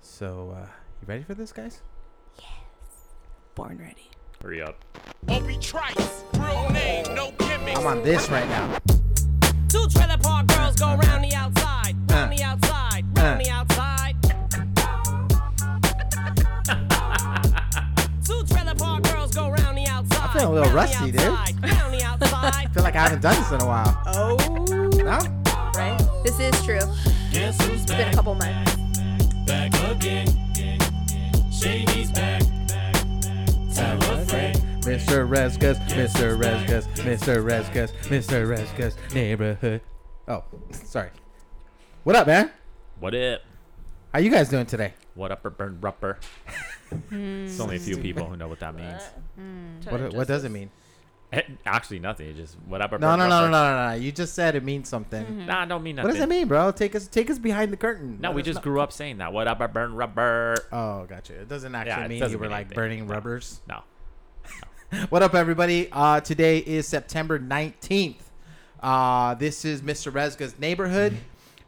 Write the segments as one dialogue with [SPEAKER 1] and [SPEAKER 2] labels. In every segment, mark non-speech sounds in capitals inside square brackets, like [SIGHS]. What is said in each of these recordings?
[SPEAKER 1] So, uh, you ready for this, guys?
[SPEAKER 2] Born ready.
[SPEAKER 3] Hurry up.
[SPEAKER 4] Obi Trice, real name, no gimmicks.
[SPEAKER 1] I'm on this right now.
[SPEAKER 5] Two trailer park girls go round the outside, round
[SPEAKER 1] Uh.
[SPEAKER 5] the outside, round
[SPEAKER 1] Uh.
[SPEAKER 5] the outside. Two trailer park girls go round the outside.
[SPEAKER 1] feeling a little
[SPEAKER 5] round the
[SPEAKER 1] rusty, dude.
[SPEAKER 5] outside, Round the outside.
[SPEAKER 1] [LAUGHS] Feel like I haven't done this in a while.
[SPEAKER 2] Oh.
[SPEAKER 1] No?
[SPEAKER 2] Right?
[SPEAKER 6] This is true. It's been a couple months.
[SPEAKER 2] [LAUGHS]
[SPEAKER 1] Mr. Resgus, Mr. Resgus, Mr. Resgus, Mr. Resgus, neighborhood. Oh, sorry. What up, man?
[SPEAKER 3] What up?
[SPEAKER 1] How you guys doing today?
[SPEAKER 3] What up, burn rupper?
[SPEAKER 2] Hmm.
[SPEAKER 3] it's only a few people who know what that means.
[SPEAKER 1] What, what does it mean?
[SPEAKER 3] Eh, Actually, nothing. It's just what up, burn
[SPEAKER 1] No, no, no, no,
[SPEAKER 3] rupper.
[SPEAKER 1] no, no, no. You just said it means something.
[SPEAKER 3] Nah, I don't mean nothing.
[SPEAKER 1] What does it mean, bro? Take us, take us behind the curtain.
[SPEAKER 3] No,
[SPEAKER 1] Let
[SPEAKER 3] we
[SPEAKER 1] us
[SPEAKER 3] just
[SPEAKER 1] know.
[SPEAKER 3] grew up saying that. What up, burn rubber?
[SPEAKER 1] Oh, gotcha. It doesn't actually
[SPEAKER 3] Yeah, it
[SPEAKER 1] mean
[SPEAKER 3] doesn't
[SPEAKER 1] you were
[SPEAKER 3] mean
[SPEAKER 1] like
[SPEAKER 3] anything.
[SPEAKER 1] burning
[SPEAKER 3] No.
[SPEAKER 1] rubbers.
[SPEAKER 3] No.
[SPEAKER 1] What up, everybody? Uh, today is September 19th. Uh, this is Mr. Resga's neighborhood,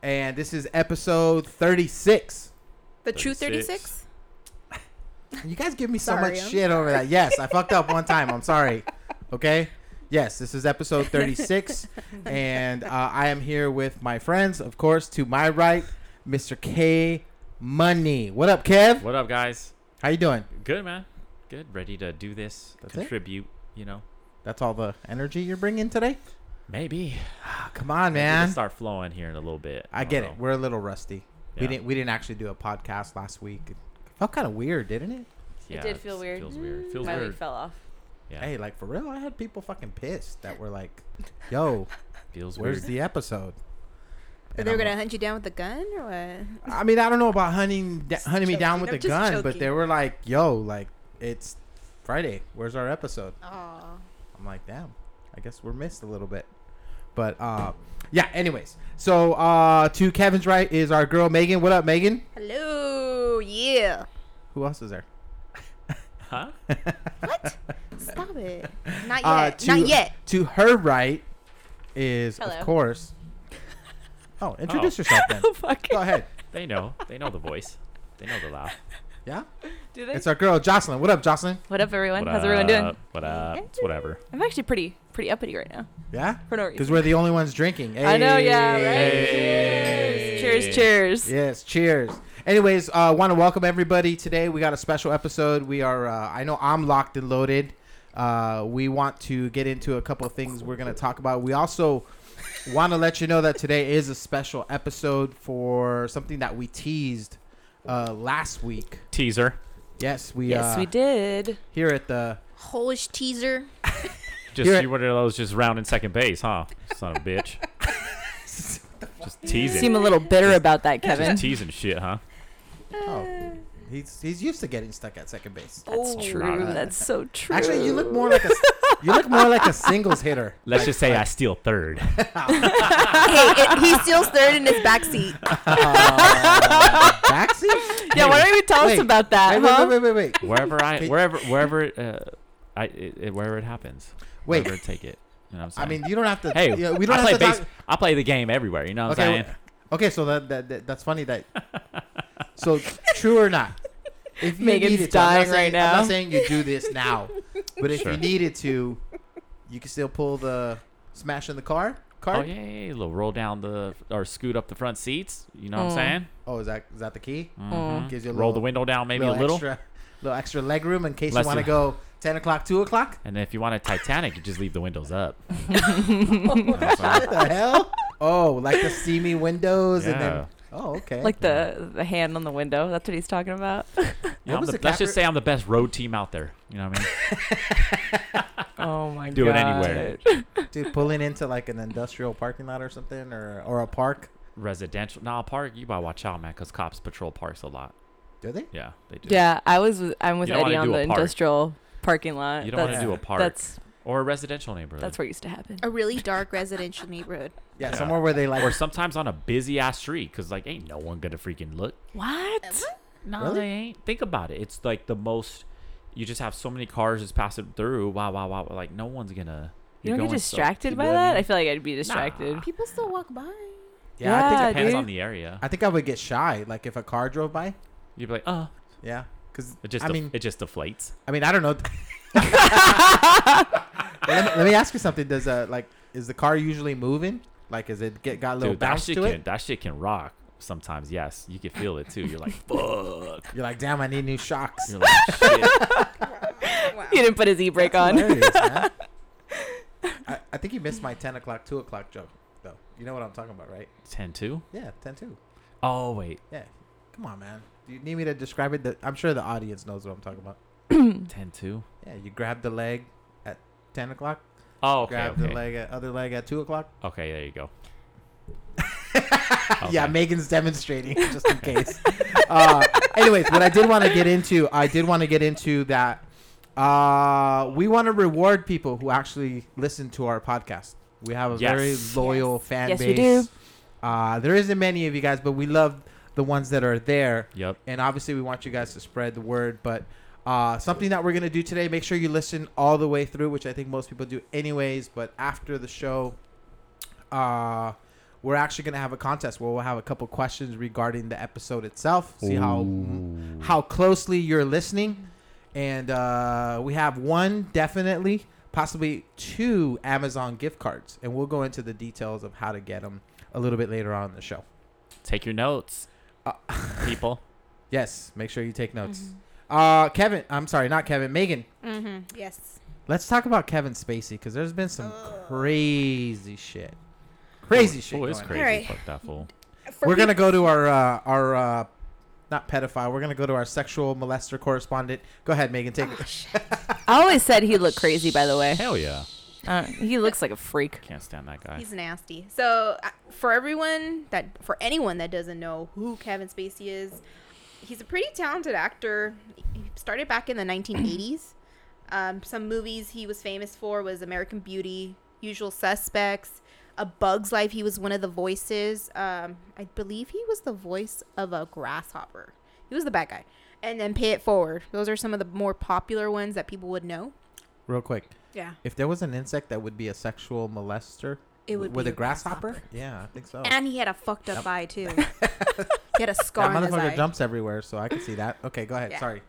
[SPEAKER 1] and this is episode 36.
[SPEAKER 6] The true
[SPEAKER 3] 36?
[SPEAKER 6] 36?
[SPEAKER 1] You guys give me so
[SPEAKER 6] Sorry,
[SPEAKER 1] much
[SPEAKER 6] I'm
[SPEAKER 1] shit over that. Yes, I fucked up one time. I'm
[SPEAKER 6] [LAUGHS]
[SPEAKER 1] sorry. Okay? Yes, this is episode
[SPEAKER 6] [LAUGHS]
[SPEAKER 1] 36, and uh, I am here with my friends, of course, to my right, Mr. K Money. What up, Kev?
[SPEAKER 3] What up, guys?
[SPEAKER 1] How you doing?
[SPEAKER 3] Good, man. Good. Ready to do this,
[SPEAKER 1] That's it?
[SPEAKER 3] contribute, you know?
[SPEAKER 1] That's all the energy you're bringing today?
[SPEAKER 3] Maybe.
[SPEAKER 1] Ah, come on,
[SPEAKER 3] Maybe
[SPEAKER 1] man.
[SPEAKER 3] it'll start flowing here in a little bit.
[SPEAKER 1] I
[SPEAKER 3] don't
[SPEAKER 1] get
[SPEAKER 3] know.
[SPEAKER 1] it. We're a little rusty. We
[SPEAKER 3] Yeah.
[SPEAKER 1] didn't we didn't actually do a podcast last week. It felt kind of weird, didn't it?
[SPEAKER 3] Yeah,
[SPEAKER 2] it did
[SPEAKER 3] it's-
[SPEAKER 2] feel weird.
[SPEAKER 3] Feels weird. Feels
[SPEAKER 2] My
[SPEAKER 3] weird.
[SPEAKER 2] week fell off.
[SPEAKER 3] yeah.
[SPEAKER 1] Hey, like for real, I had people fucking pissed that were
[SPEAKER 3] [LAUGHS]
[SPEAKER 1] like, "Yo,
[SPEAKER 3] feels
[SPEAKER 1] where's
[SPEAKER 3] weird.
[SPEAKER 1] the episode?"
[SPEAKER 6] Or
[SPEAKER 1] And
[SPEAKER 6] they were
[SPEAKER 1] I'm
[SPEAKER 6] gonna hunt you down with a gun or what?
[SPEAKER 1] like- I mean, I don't know about hunting da-
[SPEAKER 6] Just
[SPEAKER 1] hunting me down
[SPEAKER 6] joking.
[SPEAKER 1] with
[SPEAKER 6] I'm
[SPEAKER 1] a
[SPEAKER 6] just
[SPEAKER 1] gun, but
[SPEAKER 6] joking.
[SPEAKER 1] they were like, "Yo, like it's Friday. Where's our episode?"
[SPEAKER 6] Oh.
[SPEAKER 1] I'm like, damn, I guess we're missed a little bit. But uh, yeah. Anyways, so uh, to Kevin's right is our girl Megan. What up, Megan?
[SPEAKER 6] Hello. Yeah.
[SPEAKER 1] Who else is there? [LAUGHS]
[SPEAKER 3] huh?
[SPEAKER 6] [LAUGHS]
[SPEAKER 1] [LAUGHS]
[SPEAKER 6] Stop it. Not yet.
[SPEAKER 1] Uh, to,
[SPEAKER 6] Not yet.
[SPEAKER 1] To her right is,
[SPEAKER 2] Hello.
[SPEAKER 1] of
[SPEAKER 6] [LAUGHS]
[SPEAKER 1] course. Oh, introduce yourself
[SPEAKER 2] [LAUGHS]
[SPEAKER 1] then.
[SPEAKER 2] fuck.
[SPEAKER 1] Go ahead.
[SPEAKER 3] They know. They know the voice. They know the
[SPEAKER 2] [LAUGHS]
[SPEAKER 3] laugh.
[SPEAKER 1] Yeah?
[SPEAKER 2] Do they?
[SPEAKER 1] It's our girl, Jocelyn. What up, Jocelyn?
[SPEAKER 2] What up, everyone?
[SPEAKER 3] What
[SPEAKER 2] How's everyone doing?
[SPEAKER 3] up? What up? It's whatever.
[SPEAKER 2] I'm actually pretty, pretty uppity right now.
[SPEAKER 1] Yeah?
[SPEAKER 2] For no
[SPEAKER 1] Because
[SPEAKER 2] reason.
[SPEAKER 1] we're the only ones drinking.
[SPEAKER 2] I know, yeah, right?
[SPEAKER 1] Hey.
[SPEAKER 2] Cheers, cheers.
[SPEAKER 1] Yes, cheers. Anyways, uh, want to welcome everybody today. We got a special episode. We are, uh, I know I'm locked and loaded. Uh, we want to get into a couple of things we're going to talk about. We also [LAUGHS] want to let you know that today is a special episode for something that we teased uh, last week.
[SPEAKER 3] Teaser.
[SPEAKER 1] Yes, we,
[SPEAKER 2] Yes,
[SPEAKER 1] uh,
[SPEAKER 2] we did.
[SPEAKER 1] here at the
[SPEAKER 6] Holish teaser.
[SPEAKER 3] Just
[SPEAKER 1] You're-
[SPEAKER 3] you were one of those just rounding second base, huh? Son of
[SPEAKER 1] [LAUGHS]
[SPEAKER 3] a bitch. just teasing.
[SPEAKER 2] Seem a little bitter about that, Kevin.
[SPEAKER 3] just teasing shit, huh?
[SPEAKER 1] Oh, he's he's used to getting stuck at second base.
[SPEAKER 2] That's true.
[SPEAKER 3] Nah.
[SPEAKER 2] That's so true.
[SPEAKER 1] Actually, you look more like a you look more like a singles hitter.
[SPEAKER 2] [LAUGHS]
[SPEAKER 3] Let's
[SPEAKER 1] Like-
[SPEAKER 3] just say I steal
[SPEAKER 1] [LAUGHS]
[SPEAKER 3] third.
[SPEAKER 6] hey, it, he steals third in his backseat.
[SPEAKER 1] Uh, backseat.
[SPEAKER 2] Yeah, why don't you tell
[SPEAKER 1] Wait,
[SPEAKER 2] us about that,
[SPEAKER 1] Wait, wait,
[SPEAKER 2] huh?
[SPEAKER 3] Uh-huh.
[SPEAKER 1] wait, wait, wait, wait.
[SPEAKER 3] wherever I,
[SPEAKER 1] Can-
[SPEAKER 3] wherever, wherever, uh, I, it, it- wherever it happens.
[SPEAKER 1] Wait.
[SPEAKER 3] Wherever I take it. You know what I'm
[SPEAKER 1] I
[SPEAKER 3] saying?
[SPEAKER 1] mean, you don't have to.
[SPEAKER 3] hey,
[SPEAKER 1] you know, we don't
[SPEAKER 3] I
[SPEAKER 1] have to
[SPEAKER 3] play base.
[SPEAKER 1] talk-
[SPEAKER 3] I play the game everywhere. You know what
[SPEAKER 1] Okay,
[SPEAKER 3] I'm
[SPEAKER 1] wait.
[SPEAKER 3] saying?
[SPEAKER 1] okay. So that, that, that that's funny that. So true or not? If you
[SPEAKER 2] Megan's
[SPEAKER 1] needed to, I'm not
[SPEAKER 2] dying
[SPEAKER 1] saying-
[SPEAKER 2] right now.
[SPEAKER 1] I'm not saying you do this now, but if
[SPEAKER 3] Sure.
[SPEAKER 1] you needed to, you can still pull the smash in the car
[SPEAKER 3] Oh
[SPEAKER 1] card.
[SPEAKER 3] yeah, yeah, yeah, little roll down the or scoot up the front seats. You know what I'm
[SPEAKER 2] Mm.
[SPEAKER 3] saying?
[SPEAKER 1] Oh, is that is that the key?
[SPEAKER 3] Mhm.
[SPEAKER 1] Gives you a
[SPEAKER 3] roll the
[SPEAKER 1] little-
[SPEAKER 3] window down maybe a little.
[SPEAKER 1] extra, little extra leg room in case
[SPEAKER 3] Less
[SPEAKER 1] you want to
[SPEAKER 3] of-
[SPEAKER 1] go ten o'clock, two o'clock.
[SPEAKER 3] And if you want a Titanic, you just leave the windows
[SPEAKER 2] [LAUGHS]
[SPEAKER 3] up.
[SPEAKER 1] What the hell? Oh, like the steamy windows and
[SPEAKER 3] Yeah.
[SPEAKER 1] then. Oh, okay.
[SPEAKER 2] Like the the hand on the window. That's what he's talking about.
[SPEAKER 3] You know, I'm
[SPEAKER 1] was
[SPEAKER 3] the-
[SPEAKER 1] the
[SPEAKER 3] let's just
[SPEAKER 1] capper-
[SPEAKER 3] say I'm the best road team out there. You know what I mean?
[SPEAKER 2] oh
[SPEAKER 1] [LAUGHS]
[SPEAKER 2] my god.
[SPEAKER 3] Do it anywhere.
[SPEAKER 1] dude pulling into like an industrial parking lot or something, or or a park.
[SPEAKER 3] Residential. Nah, park. You gotta watch out, man, because cops patrol parks a lot.
[SPEAKER 1] Do they?
[SPEAKER 3] Yeah, they do.
[SPEAKER 2] Yeah, I was. with- I'm with
[SPEAKER 3] You don't
[SPEAKER 2] Eddie
[SPEAKER 3] wanna
[SPEAKER 2] on
[SPEAKER 3] do
[SPEAKER 2] the
[SPEAKER 3] a park.
[SPEAKER 2] industrial parking lot.
[SPEAKER 3] You don't want to
[SPEAKER 2] That's-
[SPEAKER 3] do a park
[SPEAKER 2] That's
[SPEAKER 3] or a residential neighborhood.
[SPEAKER 2] that's what used to happen.
[SPEAKER 6] A really dark residential neighborhood.
[SPEAKER 1] Yeah,
[SPEAKER 3] Yeah.
[SPEAKER 1] somewhere where they like.
[SPEAKER 3] or sometimes on a busy ass street, cause like ain't no one gonna freaking look.
[SPEAKER 2] What?
[SPEAKER 3] No,
[SPEAKER 1] Really?
[SPEAKER 3] they ain't. Think about it. It's like the most. You just have so many cars just passing through. Wow, wow, wow. Like no one's gonna.
[SPEAKER 2] You
[SPEAKER 3] you're
[SPEAKER 2] don't get
[SPEAKER 3] going so-
[SPEAKER 2] distracted
[SPEAKER 3] you
[SPEAKER 2] by
[SPEAKER 3] know what I
[SPEAKER 2] that? I
[SPEAKER 3] mean?
[SPEAKER 2] feel like I'd be distracted.
[SPEAKER 3] Nah.
[SPEAKER 6] People still walk by.
[SPEAKER 1] yeah, I think
[SPEAKER 2] Yeah,
[SPEAKER 3] Depends on
[SPEAKER 2] dude.
[SPEAKER 3] the area.
[SPEAKER 1] I think I would get shy. Like if a car drove by,
[SPEAKER 3] You'd be like, oh,
[SPEAKER 1] Yeah, because
[SPEAKER 3] it just
[SPEAKER 1] I
[SPEAKER 3] def-
[SPEAKER 1] mean,
[SPEAKER 3] it just deflates.
[SPEAKER 1] I mean, I don't
[SPEAKER 2] [LAUGHS]
[SPEAKER 1] know. let, me, let me ask you something. Does uh like is the car usually moving? Like, is it get got a little
[SPEAKER 3] Dude, that
[SPEAKER 1] bounce to
[SPEAKER 3] shit can
[SPEAKER 1] it?
[SPEAKER 3] that shit can rock sometimes. Yes, you can feel it too.
[SPEAKER 1] [LAUGHS]
[SPEAKER 3] You're like, fuck.
[SPEAKER 1] You're like, damn, I need new shocks.
[SPEAKER 3] You're like, shit.
[SPEAKER 2] He didn't put his e brake
[SPEAKER 1] That's
[SPEAKER 2] on.
[SPEAKER 1] hilarious,
[SPEAKER 2] [LAUGHS]
[SPEAKER 1] man. I, I think you missed my ten o'clock, two o'clock joke though. You know what I'm talking about, right?
[SPEAKER 3] Ten two.
[SPEAKER 1] Yeah, ten two.
[SPEAKER 3] Oh wait,
[SPEAKER 1] Yeah, come on, man. Do you need me to describe it? The, I'm sure the audience knows what I'm talking about.
[SPEAKER 3] ten two.
[SPEAKER 1] Yeah, you grab the leg at ten o'clock.
[SPEAKER 3] Oh okay,
[SPEAKER 1] grab the
[SPEAKER 3] okay.
[SPEAKER 1] leg at other leg at two o'clock. [LAUGHS]
[SPEAKER 3] Okay, there you go.
[SPEAKER 1] Yeah,
[SPEAKER 3] Okay.
[SPEAKER 1] Megan's demonstrating just in case. [LAUGHS] uh, anyways, what I did want to get into, I did want to get into that. Uh, we want to reward people who actually listen to our podcast. We have a
[SPEAKER 3] Yes.
[SPEAKER 1] very loyal fan
[SPEAKER 2] Yes, we
[SPEAKER 1] base. Uh, there isn't many of you guys, but we love the ones that are there.
[SPEAKER 3] Yep.
[SPEAKER 1] And obviously, we want you guys to spread the word. But uh, something that we're going to do today, make sure you listen all the way through, which I think most people do anyways. But after the show, uh, we're actually going to have a contest where we'll have a couple questions regarding the episode itself. See how
[SPEAKER 3] Ooh.
[SPEAKER 1] how closely you're listening. And uh, we have one definitely, possibly two Amazon gift cards. And we'll go into the details of how to get them a little bit later on in the show.
[SPEAKER 3] Take your notes,
[SPEAKER 1] Uh,
[SPEAKER 3] people.
[SPEAKER 1] Yes, make sure you take notes. Uh, Kevin, I'm sorry, not Kevin, Megan.
[SPEAKER 6] Mm-hmm. Yes.
[SPEAKER 1] Let's talk about Kevin Spacey because there's been some
[SPEAKER 6] Oh.
[SPEAKER 1] crazy shit. [LAUGHS] Crazy shit.
[SPEAKER 3] Fool is
[SPEAKER 1] going on.
[SPEAKER 3] crazy.
[SPEAKER 6] Alright.
[SPEAKER 3] Fuck that fool.
[SPEAKER 6] For
[SPEAKER 1] We're
[SPEAKER 6] peop-
[SPEAKER 1] gonna go to our uh, our uh, not pedophile. We're gonna go to our sexual molester correspondent. Go ahead, Megan.
[SPEAKER 6] Oh,
[SPEAKER 1] Take it.
[SPEAKER 2] I always said he looked crazy, by the way.
[SPEAKER 3] Hell yeah.
[SPEAKER 2] Uh, he looks like a freak.
[SPEAKER 3] Can't stand that guy.
[SPEAKER 6] He's nasty. So uh, for everyone that for anyone that doesn't know who Kevin Spacey is, he's a pretty talented actor. He started back in the 1980s. [CLEARS THROAT] Um, some movies he was famous for was American Beauty, Usual Suspects, A Bug's Life. He was one of the voices. Um, I believe he was the voice of a grasshopper. He was the bad guy. And then Pay It Forward. Those are some of the more popular ones that people would know.
[SPEAKER 1] Real quick.
[SPEAKER 6] Yeah.
[SPEAKER 1] If there was an insect that would be a sexual molester,
[SPEAKER 6] It would
[SPEAKER 1] with
[SPEAKER 6] be
[SPEAKER 1] a
[SPEAKER 6] a
[SPEAKER 1] grasshopper?
[SPEAKER 6] grasshopper.
[SPEAKER 1] Yeah, I think so.
[SPEAKER 6] And he had a fucked up eye
[SPEAKER 1] [LAUGHS]
[SPEAKER 6] too. he had a scar
[SPEAKER 1] that
[SPEAKER 6] on his eye.
[SPEAKER 1] motherfucker jumps everywhere, so I can see that. Okay, go ahead.
[SPEAKER 6] Yeah.
[SPEAKER 1] Sorry.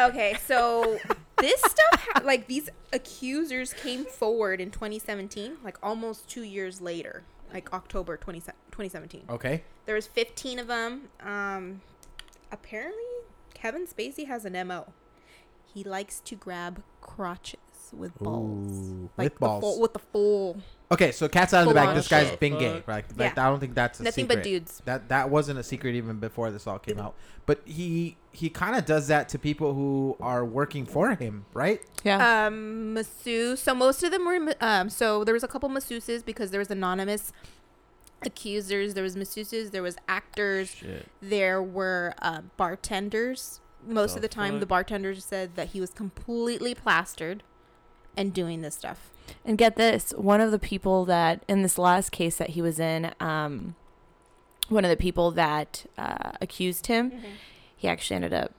[SPEAKER 6] Okay, [LAUGHS] so this stuff, ha- like these accusers came forward in 2017, like almost two years later, like October 20, 2017.
[SPEAKER 1] Okay.
[SPEAKER 6] There was 15 of them. Um, apparently, Kevin Spacey has an MO. He likes to grab crotches with balls.
[SPEAKER 1] Ooh,
[SPEAKER 6] Like
[SPEAKER 1] with
[SPEAKER 6] the
[SPEAKER 1] balls.
[SPEAKER 6] full- with the full.
[SPEAKER 1] Okay, so cats out of the
[SPEAKER 6] Full
[SPEAKER 1] bag.
[SPEAKER 6] on
[SPEAKER 1] This guy's
[SPEAKER 6] shit.
[SPEAKER 1] been gay, right? Like,
[SPEAKER 6] Yeah.
[SPEAKER 1] I don't think that's a
[SPEAKER 6] Nothing but
[SPEAKER 1] secret.
[SPEAKER 6] dudes.
[SPEAKER 1] That that wasn't a secret even before this all came out. But he he kind of does that to people who are working for him, right?
[SPEAKER 2] Yeah.
[SPEAKER 6] um masseuse so most of them were um so there was a couple masseuses because there was anonymous accusers there was masseuses there was actors
[SPEAKER 3] Shit.
[SPEAKER 6] there were uh, bartenders most
[SPEAKER 3] The
[SPEAKER 6] of the time the
[SPEAKER 3] fuck?
[SPEAKER 6] bartenders said that he was completely plastered and doing this stuff
[SPEAKER 2] And get this, one of the people that in this last case that he was in, um, one of the people that uh, accused him, he actually ended up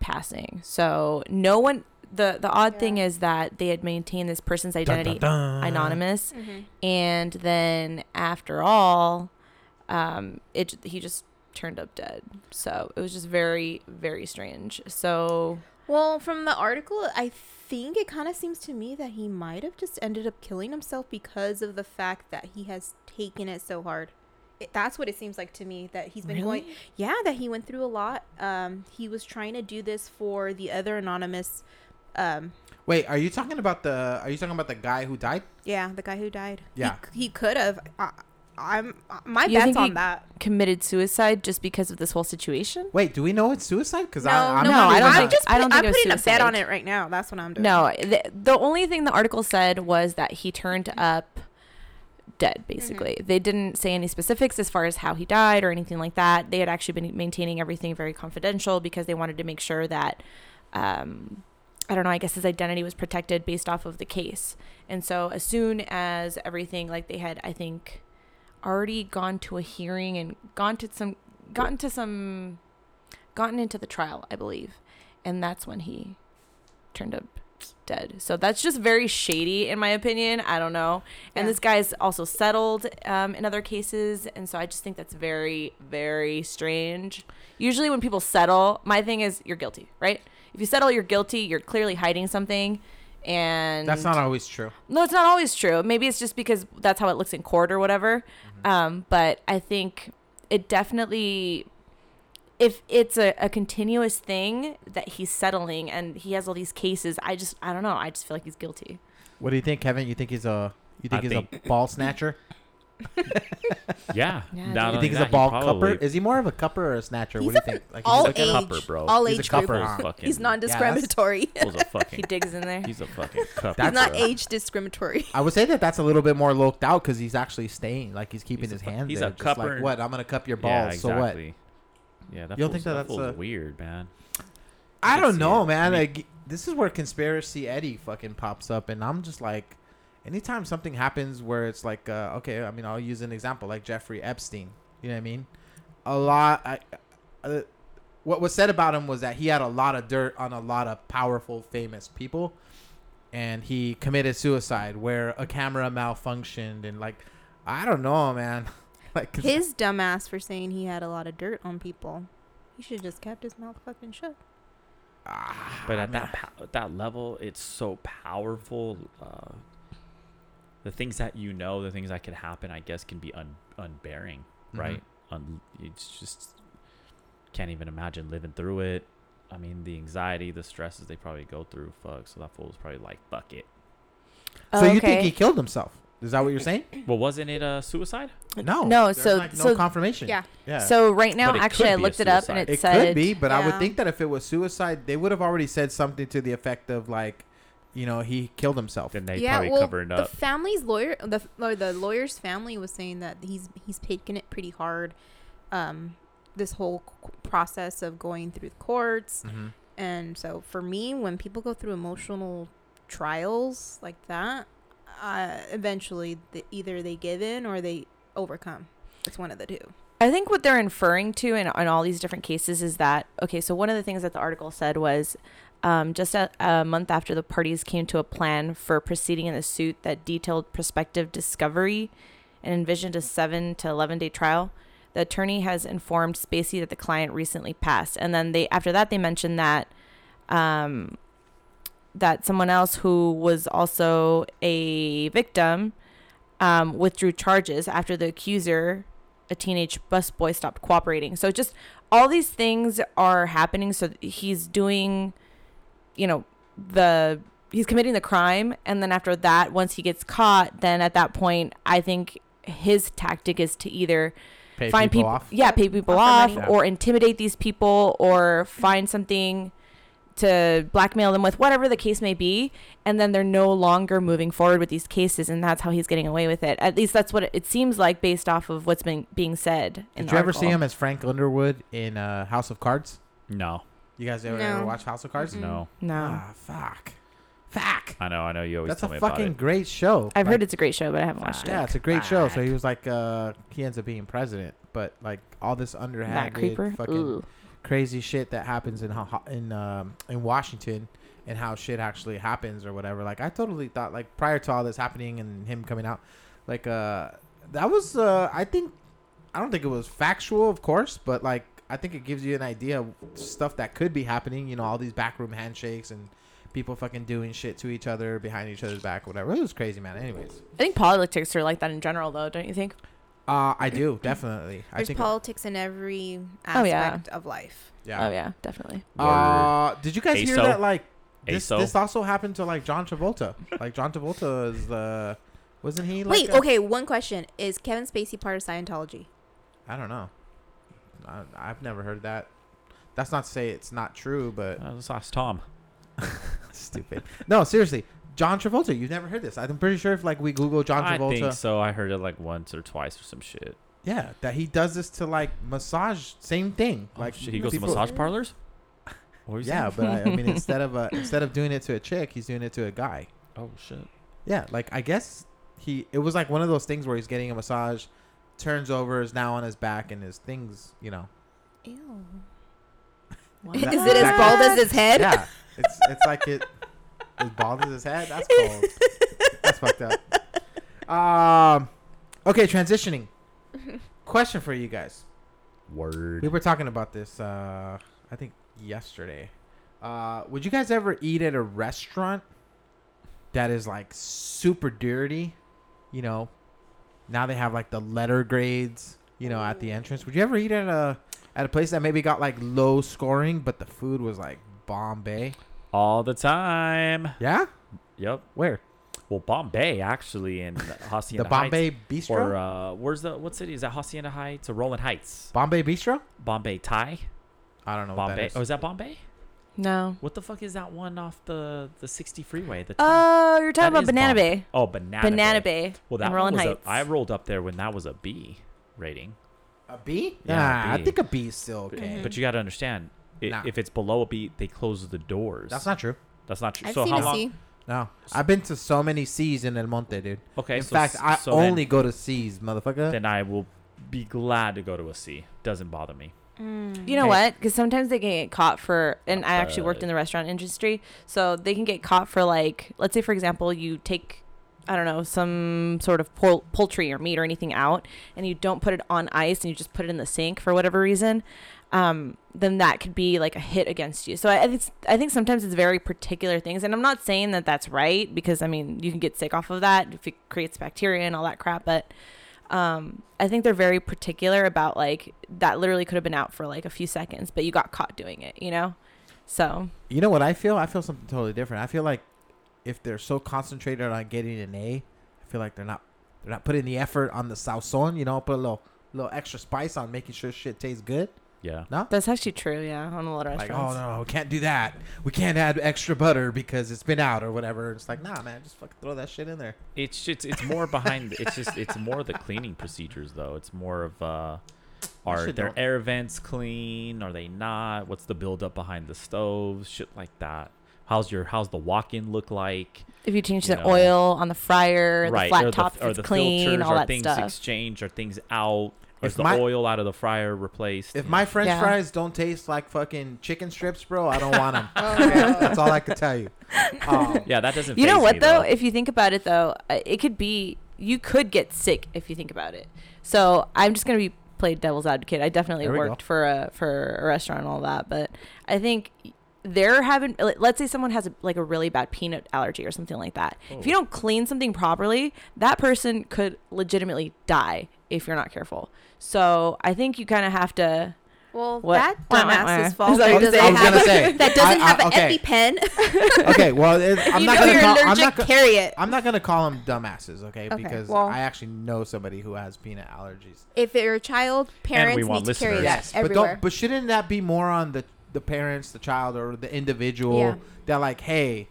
[SPEAKER 2] passing. So no one. the The odd thing is that they had maintained this person's identity anonymous, and then after all, um, it he just turned up dead. So it was just very very strange. So
[SPEAKER 6] well from the article i think it kind of seems to me that he might have just ended up killing himself because of the fact that he has taken it so hard it, that's what it seems like to me that he's been going yeah that he went through a lot um he was trying to do this for the other anonymous um
[SPEAKER 1] Wait, are you talking about the are you talking about the guy who died?
[SPEAKER 6] yeah the guy who died He
[SPEAKER 1] Yeah.
[SPEAKER 6] c- he, could have I, i'm I- my
[SPEAKER 2] You
[SPEAKER 6] bet's
[SPEAKER 2] think
[SPEAKER 6] on
[SPEAKER 2] he-
[SPEAKER 6] that
[SPEAKER 2] committed suicide just because of this whole situation.
[SPEAKER 1] Wait, do we know it's suicide? Because
[SPEAKER 6] no,
[SPEAKER 1] I'm
[SPEAKER 6] no,
[SPEAKER 2] no,
[SPEAKER 1] not
[SPEAKER 2] I don't
[SPEAKER 1] even-
[SPEAKER 6] I'm
[SPEAKER 2] think-
[SPEAKER 6] just
[SPEAKER 2] I
[SPEAKER 6] putting-
[SPEAKER 2] don't think
[SPEAKER 6] I'm
[SPEAKER 2] it was
[SPEAKER 6] putting a bet
[SPEAKER 2] suicide.
[SPEAKER 6] on it right now. That's what I'm doing.
[SPEAKER 2] No, the, the only thing the article said was that he turned up dead, basically. They didn't say any specifics as far as how he died or anything like that. They had actually been maintaining everything very confidential because they wanted to make sure that, um, I don't know, I guess his identity was protected based off of the case. And so as soon as everything, like they had, I think, already gone to a hearing and gone to some, gotten to some, gotten into the trial, I believe. And that's when he turned up dead. So that's just very shady, in my opinion. I don't know. And
[SPEAKER 6] Yeah.
[SPEAKER 2] this guy's also settled um, in other cases, and so I just think that's very, very strange. Usually, when people settle, my thing is you're guilty, right? If you settle, you're guilty. You're clearly hiding something, and
[SPEAKER 1] That's not always true.
[SPEAKER 2] no, it's not always true. Maybe it's just because that's how it looks in court or whatever.
[SPEAKER 6] Uh,
[SPEAKER 2] Um, but I think it definitely, if it's a, a continuous thing that he's settling and he has all these cases, I just, I don't know. I just feel like he's guilty.
[SPEAKER 1] Mm-hmm. What do you think, Kevin? You think he's a you think
[SPEAKER 3] I
[SPEAKER 1] he's
[SPEAKER 3] think-
[SPEAKER 1] a ball snatcher?
[SPEAKER 3] Yeah. Not
[SPEAKER 2] Yeah, dude.
[SPEAKER 1] You
[SPEAKER 3] only
[SPEAKER 1] think he's
[SPEAKER 3] that,
[SPEAKER 1] a
[SPEAKER 3] he
[SPEAKER 1] ball
[SPEAKER 3] probably-
[SPEAKER 1] cupper? Is he more of a cupper or a snatcher?
[SPEAKER 6] He's
[SPEAKER 1] what do
[SPEAKER 6] a-
[SPEAKER 1] you think? Like, he's
[SPEAKER 6] all
[SPEAKER 1] like
[SPEAKER 6] age,
[SPEAKER 1] a
[SPEAKER 3] cupper, bro.
[SPEAKER 6] all
[SPEAKER 1] He's a
[SPEAKER 6] age
[SPEAKER 1] cupper.
[SPEAKER 6] group.
[SPEAKER 1] Ah.
[SPEAKER 3] He's fucking.
[SPEAKER 6] He's
[SPEAKER 3] [LAUGHS]
[SPEAKER 6] non-discriminatory.
[SPEAKER 3] Cole's a fucking.
[SPEAKER 2] [LAUGHS] He digs in
[SPEAKER 3] [LAUGHS]
[SPEAKER 2] there.
[SPEAKER 3] He's a fucking cupper.
[SPEAKER 6] He's not
[SPEAKER 3] bro.
[SPEAKER 6] age
[SPEAKER 3] [LAUGHS]
[SPEAKER 6] discriminatory. [LAUGHS]
[SPEAKER 1] I would say that that's a little bit more loked out because he's actually staying, like he's keeping
[SPEAKER 3] He's a
[SPEAKER 1] his
[SPEAKER 3] fu-
[SPEAKER 1] hand.
[SPEAKER 3] he's
[SPEAKER 1] there,
[SPEAKER 3] a
[SPEAKER 1] just like,
[SPEAKER 3] cupper.
[SPEAKER 1] what? I'm gonna cup your balls.
[SPEAKER 3] Yeah,
[SPEAKER 1] So what?
[SPEAKER 3] exactly. Yeah, that
[SPEAKER 1] You don't
[SPEAKER 3] fool's-
[SPEAKER 1] think that that's
[SPEAKER 3] that fool's
[SPEAKER 1] a-
[SPEAKER 3] weird, man.
[SPEAKER 1] I
[SPEAKER 3] can
[SPEAKER 1] don't
[SPEAKER 3] see
[SPEAKER 1] know,
[SPEAKER 3] it.
[SPEAKER 1] man.
[SPEAKER 3] I mean-
[SPEAKER 1] like this is where conspiracy Eddie fucking pops up, and I'm just like, anytime something happens where it's like, uh, okay, I mean, I'll use an example like Jeffrey Epstein. You know what I mean? A lot. I, uh, what was said about him was that he had a lot of dirt on a lot of powerful, famous people, and he committed suicide where a camera malfunctioned and like, I don't know, man. [LAUGHS] like 'cause-
[SPEAKER 6] His dumbass for saying he had a lot of dirt on people. He should have just kept his mouth fucking shut.
[SPEAKER 1] ah,
[SPEAKER 3] But at
[SPEAKER 1] man.
[SPEAKER 3] that pow- at that level, it's so powerful. Uh, the things that you know, the things that could happen, I guess, can be un- unbearing,
[SPEAKER 1] Mhm.
[SPEAKER 3] right? Un- it's just can't even imagine living through it. I mean, the anxiety, the stresses they probably go through. Fuck. So that fool was probably like,
[SPEAKER 1] [CLEARS THROAT]
[SPEAKER 3] "Fuck it."
[SPEAKER 1] Mm-hmm. so you think he killed himself? Is that what you're saying?
[SPEAKER 3] Well, wasn't it a suicide?
[SPEAKER 1] No.
[SPEAKER 2] No,
[SPEAKER 1] There's,
[SPEAKER 2] so-
[SPEAKER 1] like, no
[SPEAKER 2] so-
[SPEAKER 1] confirmation.
[SPEAKER 6] Yeah.
[SPEAKER 1] Yeah.
[SPEAKER 2] So right now,
[SPEAKER 3] But it
[SPEAKER 2] actually,
[SPEAKER 3] could
[SPEAKER 2] I
[SPEAKER 3] be a
[SPEAKER 2] looked it up and
[SPEAKER 3] suicide.
[SPEAKER 2] it,
[SPEAKER 1] It
[SPEAKER 2] said
[SPEAKER 1] could be, but I would
[SPEAKER 6] Yeah.
[SPEAKER 1] think that if it was suicide, they would have already said something to the effect of like, you know, he killed himself.
[SPEAKER 3] Then they probably covered it
[SPEAKER 6] the
[SPEAKER 3] up.
[SPEAKER 6] family's lawyer, the or the lawyer's family was saying that he's he's taken it pretty hard. Um, this whole c- process of going through the courts,
[SPEAKER 2] Mm-hmm.
[SPEAKER 1] Mhm.
[SPEAKER 6] and so for me, when people go through emotional trials like that, uh, eventually the, either they give in or they overcome. It's one of the two.
[SPEAKER 2] I think what they're inferring to in, in all these different cases is that, okay, so one of the things that the article said was um, just a, a month after the parties came to a plan for proceeding in the suit that detailed prospective discovery and envisioned a seven to 11 day trial, the attorney has informed Spacey that the client recently passed. And then they, after that, they mentioned that. Um, that someone else who was also a victim um, withdrew charges after the accuser, a teenage busboy, stopped cooperating. So just all these things are happening. So he's doing, you know, the he's committing the crime, and then after that, once he gets caught, then at that point, I think his tactic is to either
[SPEAKER 1] Pay
[SPEAKER 2] find people,
[SPEAKER 1] off.
[SPEAKER 2] yeah, pay people
[SPEAKER 6] Offer
[SPEAKER 2] off,
[SPEAKER 6] money.
[SPEAKER 2] or intimidate these people, or find something to blackmail them with, whatever the case may be, and then they're no longer moving forward with these cases, and that's how he's getting away with it. At least that's what it, it seems like based off of what's been being said. In
[SPEAKER 1] Did
[SPEAKER 2] the
[SPEAKER 1] you ever see
[SPEAKER 2] article.
[SPEAKER 1] him as Frank Underwood in uh, House of Cards?
[SPEAKER 3] No,
[SPEAKER 1] You guys ever,
[SPEAKER 6] No.
[SPEAKER 1] ever watch House of Cards?
[SPEAKER 3] no.
[SPEAKER 2] No,
[SPEAKER 1] Ah, fuck, fuck.
[SPEAKER 3] I know, I know. You always
[SPEAKER 1] That's
[SPEAKER 3] tell me
[SPEAKER 1] a
[SPEAKER 3] about
[SPEAKER 1] fucking
[SPEAKER 3] it.
[SPEAKER 1] great show.
[SPEAKER 2] I've
[SPEAKER 1] Like,
[SPEAKER 2] heard it's a great show, but I haven't watched
[SPEAKER 1] Ah, Yeah,
[SPEAKER 2] it.
[SPEAKER 1] it's a great show. So he was like, uh, he ends up being president, but like all this
[SPEAKER 2] That
[SPEAKER 1] underhanded
[SPEAKER 2] creeper.
[SPEAKER 1] fucking
[SPEAKER 2] Ooh.
[SPEAKER 1] crazy shit that happens in ho- in um, in Washington and how shit actually happens or whatever. Like I totally thought like prior to all this happening and him coming out, like uh that was uh I think I don't think it was factual, of course, but like I think it gives you an idea of stuff that could be happening. You know, all these backroom handshakes and people fucking doing shit to each other behind each other's back, whatever. It was crazy, man. Anyways,
[SPEAKER 2] I think politics are like that in general, though, don't you think?
[SPEAKER 1] uh, I do definitely. I
[SPEAKER 6] There's
[SPEAKER 1] think.
[SPEAKER 6] politics in every
[SPEAKER 2] Oh, yeah.
[SPEAKER 6] aspect of life.
[SPEAKER 1] yeah.
[SPEAKER 2] Oh yeah, definitely.
[SPEAKER 1] Uh, did you guys hear
[SPEAKER 3] ASO?
[SPEAKER 1] that? Like this,
[SPEAKER 3] ASO?
[SPEAKER 1] this also happened to like John Travolta. like John Travolta is the wasn't he? Like,
[SPEAKER 6] Wait,
[SPEAKER 1] a-
[SPEAKER 6] okay. One question: Is Kevin Spacey part of Scientology?
[SPEAKER 1] I don't know. I, I've never heard that. That's not to say it's not true,
[SPEAKER 3] [LAUGHS]
[SPEAKER 1] but
[SPEAKER 3] Uh, let's ask Tom.
[SPEAKER 1] stupid. No, seriously, John Travolta. You've never heard this. I'm pretty sure if like we Google John
[SPEAKER 3] I
[SPEAKER 1] Travolta,
[SPEAKER 3] think so. I heard it like once or twice or some shit.
[SPEAKER 1] yeah, that he does this to like massage. Same thing.
[SPEAKER 3] Oh,
[SPEAKER 1] like
[SPEAKER 3] shit, he goes
[SPEAKER 1] people-
[SPEAKER 3] to massage parlors. [LAUGHS] What were you
[SPEAKER 1] Yeah,
[SPEAKER 3] saying?
[SPEAKER 1] but I, I mean, instead of
[SPEAKER 3] [LAUGHS]
[SPEAKER 1] uh, instead of doing it to a chick, he's doing it to a guy.
[SPEAKER 3] Oh shit.
[SPEAKER 1] Yeah, like I guess he it was like one of those things where he's getting a massage, turns over, is now on his back and his things, you know.
[SPEAKER 6] Ew.
[SPEAKER 1] That-
[SPEAKER 6] Is it as
[SPEAKER 1] that-
[SPEAKER 6] bald as his head?
[SPEAKER 1] Yeah. It's it's like it as bald as his head. That's cold. That's fucked up.
[SPEAKER 6] [LAUGHS]
[SPEAKER 1] Um, okay, transitioning. Question for you guys.
[SPEAKER 3] Word.
[SPEAKER 1] We were talking about this, uh, I think yesterday. Uh, would you guys ever eat at a restaurant that is like super dirty? You know, now they have like the letter grades. You know,
[SPEAKER 3] Oh.
[SPEAKER 1] at the entrance. Would you ever eat at a at a place that maybe got like low scoring, but the food was like Bombay?
[SPEAKER 3] All the time.
[SPEAKER 1] Yeah.
[SPEAKER 3] Yep.
[SPEAKER 1] Where?
[SPEAKER 3] Well, Bombay
[SPEAKER 1] [LAUGHS]
[SPEAKER 3] actually in Hacienda
[SPEAKER 1] The Bombay
[SPEAKER 3] Heights.
[SPEAKER 1] Bistro?
[SPEAKER 3] Or uh, where's the what city is that? Hacienda Heights or Roland Heights?
[SPEAKER 1] Bombay Bistro?
[SPEAKER 3] Bombay Thai.
[SPEAKER 1] I don't know. what that
[SPEAKER 3] Bombay.
[SPEAKER 1] is.
[SPEAKER 3] Oh, is that Bombay?
[SPEAKER 2] No.
[SPEAKER 3] What the fuck is that one off the the 60 freeway? The
[SPEAKER 2] Oh, you're
[SPEAKER 3] That
[SPEAKER 2] talking about
[SPEAKER 3] is
[SPEAKER 2] Banana
[SPEAKER 3] Bombay.
[SPEAKER 2] Bay.
[SPEAKER 3] Oh, Banana Bay.
[SPEAKER 2] Banana Bay.
[SPEAKER 3] Well, that
[SPEAKER 2] and
[SPEAKER 3] one
[SPEAKER 2] Roland
[SPEAKER 3] was a,
[SPEAKER 2] Heights.
[SPEAKER 3] I rolled up there when that was a B rating.
[SPEAKER 1] A B?
[SPEAKER 3] Yeah,
[SPEAKER 1] nah,
[SPEAKER 3] a
[SPEAKER 1] I
[SPEAKER 3] B.
[SPEAKER 1] think a B is still
[SPEAKER 3] But-
[SPEAKER 1] okay.
[SPEAKER 3] But you got to understand, i
[SPEAKER 1] Nah.
[SPEAKER 3] if it's below a B, they close the doors.
[SPEAKER 1] That's not true.
[SPEAKER 3] That's not true.
[SPEAKER 6] I've
[SPEAKER 3] so
[SPEAKER 6] seen
[SPEAKER 3] how
[SPEAKER 6] a
[SPEAKER 3] long?
[SPEAKER 6] C.
[SPEAKER 1] No, I've been to so many C's in El Monte, dude.
[SPEAKER 3] Okay,
[SPEAKER 1] In
[SPEAKER 3] so
[SPEAKER 1] fact,
[SPEAKER 3] s-
[SPEAKER 1] I
[SPEAKER 3] so then-
[SPEAKER 1] only go to C's, motherfucker.
[SPEAKER 3] Then I will be glad to go to a C. Doesn't bother me.
[SPEAKER 2] You know
[SPEAKER 1] Hey.
[SPEAKER 2] what? Because sometimes they can get caught for, and I actually worked
[SPEAKER 3] But-
[SPEAKER 2] in the restaurant industry, so they can get caught for like, let's say for example, you take, I don't know, some sort of pol- poultry or meat or anything out, and you don't put it on ice, and you just put it in the sink for whatever reason, um, then that could be like a hit against you. So I, I think I think sometimes it's very particular things, and I'm not saying that that's right because I mean you can get sick off of that if it creates bacteria and all that crap, but um, I think they're very particular about like that literally could have been out for like a few seconds, but you got caught doing it, you know? So
[SPEAKER 1] You know what I feel? I feel something totally different. I feel like if they're so concentrated on getting an A, I feel like they're not they're not putting the effort on the salson. You know, put a little little extra spice on making sure shit tastes good.
[SPEAKER 3] Yeah.
[SPEAKER 1] No.
[SPEAKER 2] that's actually true, yeah, on a lot of
[SPEAKER 1] Like, oh
[SPEAKER 2] restaurants.
[SPEAKER 1] no, we can't do that. We can't add extra butter because it's been out or whatever. It's like, nah, man, just fucking throw that shit in there.
[SPEAKER 3] It's just it's more behind. It's just it's more the cleaning procedures though. It's more of uh, are
[SPEAKER 1] should
[SPEAKER 3] their
[SPEAKER 1] know.
[SPEAKER 3] air vents clean? Are they not? What's the buildup behind the stoves? Shit like that. How's your how's the walk-in look like?
[SPEAKER 2] If you change
[SPEAKER 3] You
[SPEAKER 2] the
[SPEAKER 3] know.
[SPEAKER 2] oil on the fryer, the
[SPEAKER 3] are
[SPEAKER 2] flat top, if
[SPEAKER 3] are
[SPEAKER 2] it's clean, all
[SPEAKER 3] are
[SPEAKER 2] that
[SPEAKER 3] things
[SPEAKER 2] stuff.
[SPEAKER 3] exchanged? Are things out? Or
[SPEAKER 1] If
[SPEAKER 3] Is the
[SPEAKER 1] my-
[SPEAKER 3] oil out of the fryer replaced?
[SPEAKER 1] If
[SPEAKER 3] You
[SPEAKER 1] my
[SPEAKER 3] know?
[SPEAKER 1] French
[SPEAKER 2] Yeah.
[SPEAKER 1] fries don't taste like fucking chicken strips, bro, I don't want
[SPEAKER 6] [LAUGHS]
[SPEAKER 1] them. That's all I can tell you. Um,
[SPEAKER 3] yeah, that doesn't.
[SPEAKER 2] you know
[SPEAKER 3] faze
[SPEAKER 2] what
[SPEAKER 3] me,
[SPEAKER 2] though? If you think about it though, uh, it could be you could get sick if you think about it. So I'm just gonna be played devil's advocate. I definitely
[SPEAKER 1] There we go.
[SPEAKER 2] worked for a for a restaurant and all that, but I think they're having. like, Let's say someone has a, like a really bad peanut allergy or something like that. If
[SPEAKER 1] Oh.
[SPEAKER 2] you don't clean something properly, that person could legitimately die if you're not careful. So I think you kind of have to.
[SPEAKER 6] Well,
[SPEAKER 2] What?
[SPEAKER 6] that
[SPEAKER 2] Wah, wah,
[SPEAKER 6] dumbass's
[SPEAKER 2] wah.
[SPEAKER 6] fault.
[SPEAKER 2] Is that
[SPEAKER 6] that
[SPEAKER 2] what you
[SPEAKER 6] doesn't
[SPEAKER 2] said? I
[SPEAKER 1] was
[SPEAKER 6] have-
[SPEAKER 1] gonna say,
[SPEAKER 6] that doesn't
[SPEAKER 1] I- I-
[SPEAKER 6] have an
[SPEAKER 1] okay.
[SPEAKER 6] EpiPen.
[SPEAKER 1] okay, well, it, I'm
[SPEAKER 6] you
[SPEAKER 1] not
[SPEAKER 6] know
[SPEAKER 1] gonna
[SPEAKER 6] you're
[SPEAKER 1] call. I'm
[SPEAKER 6] allergic.
[SPEAKER 1] not, go-
[SPEAKER 6] carry it.
[SPEAKER 1] I'm not gonna call them dumbasses, okay? Because
[SPEAKER 6] well-
[SPEAKER 1] I actually know somebody who has peanut allergies.
[SPEAKER 6] if you're a child, parents
[SPEAKER 3] want
[SPEAKER 6] need to carry
[SPEAKER 3] listeners.
[SPEAKER 6] that
[SPEAKER 1] Yes, but
[SPEAKER 6] everywhere.
[SPEAKER 1] don't. But shouldn't that be more on the the parents, the child, or the individual?
[SPEAKER 6] Yeah.
[SPEAKER 1] That like, hey,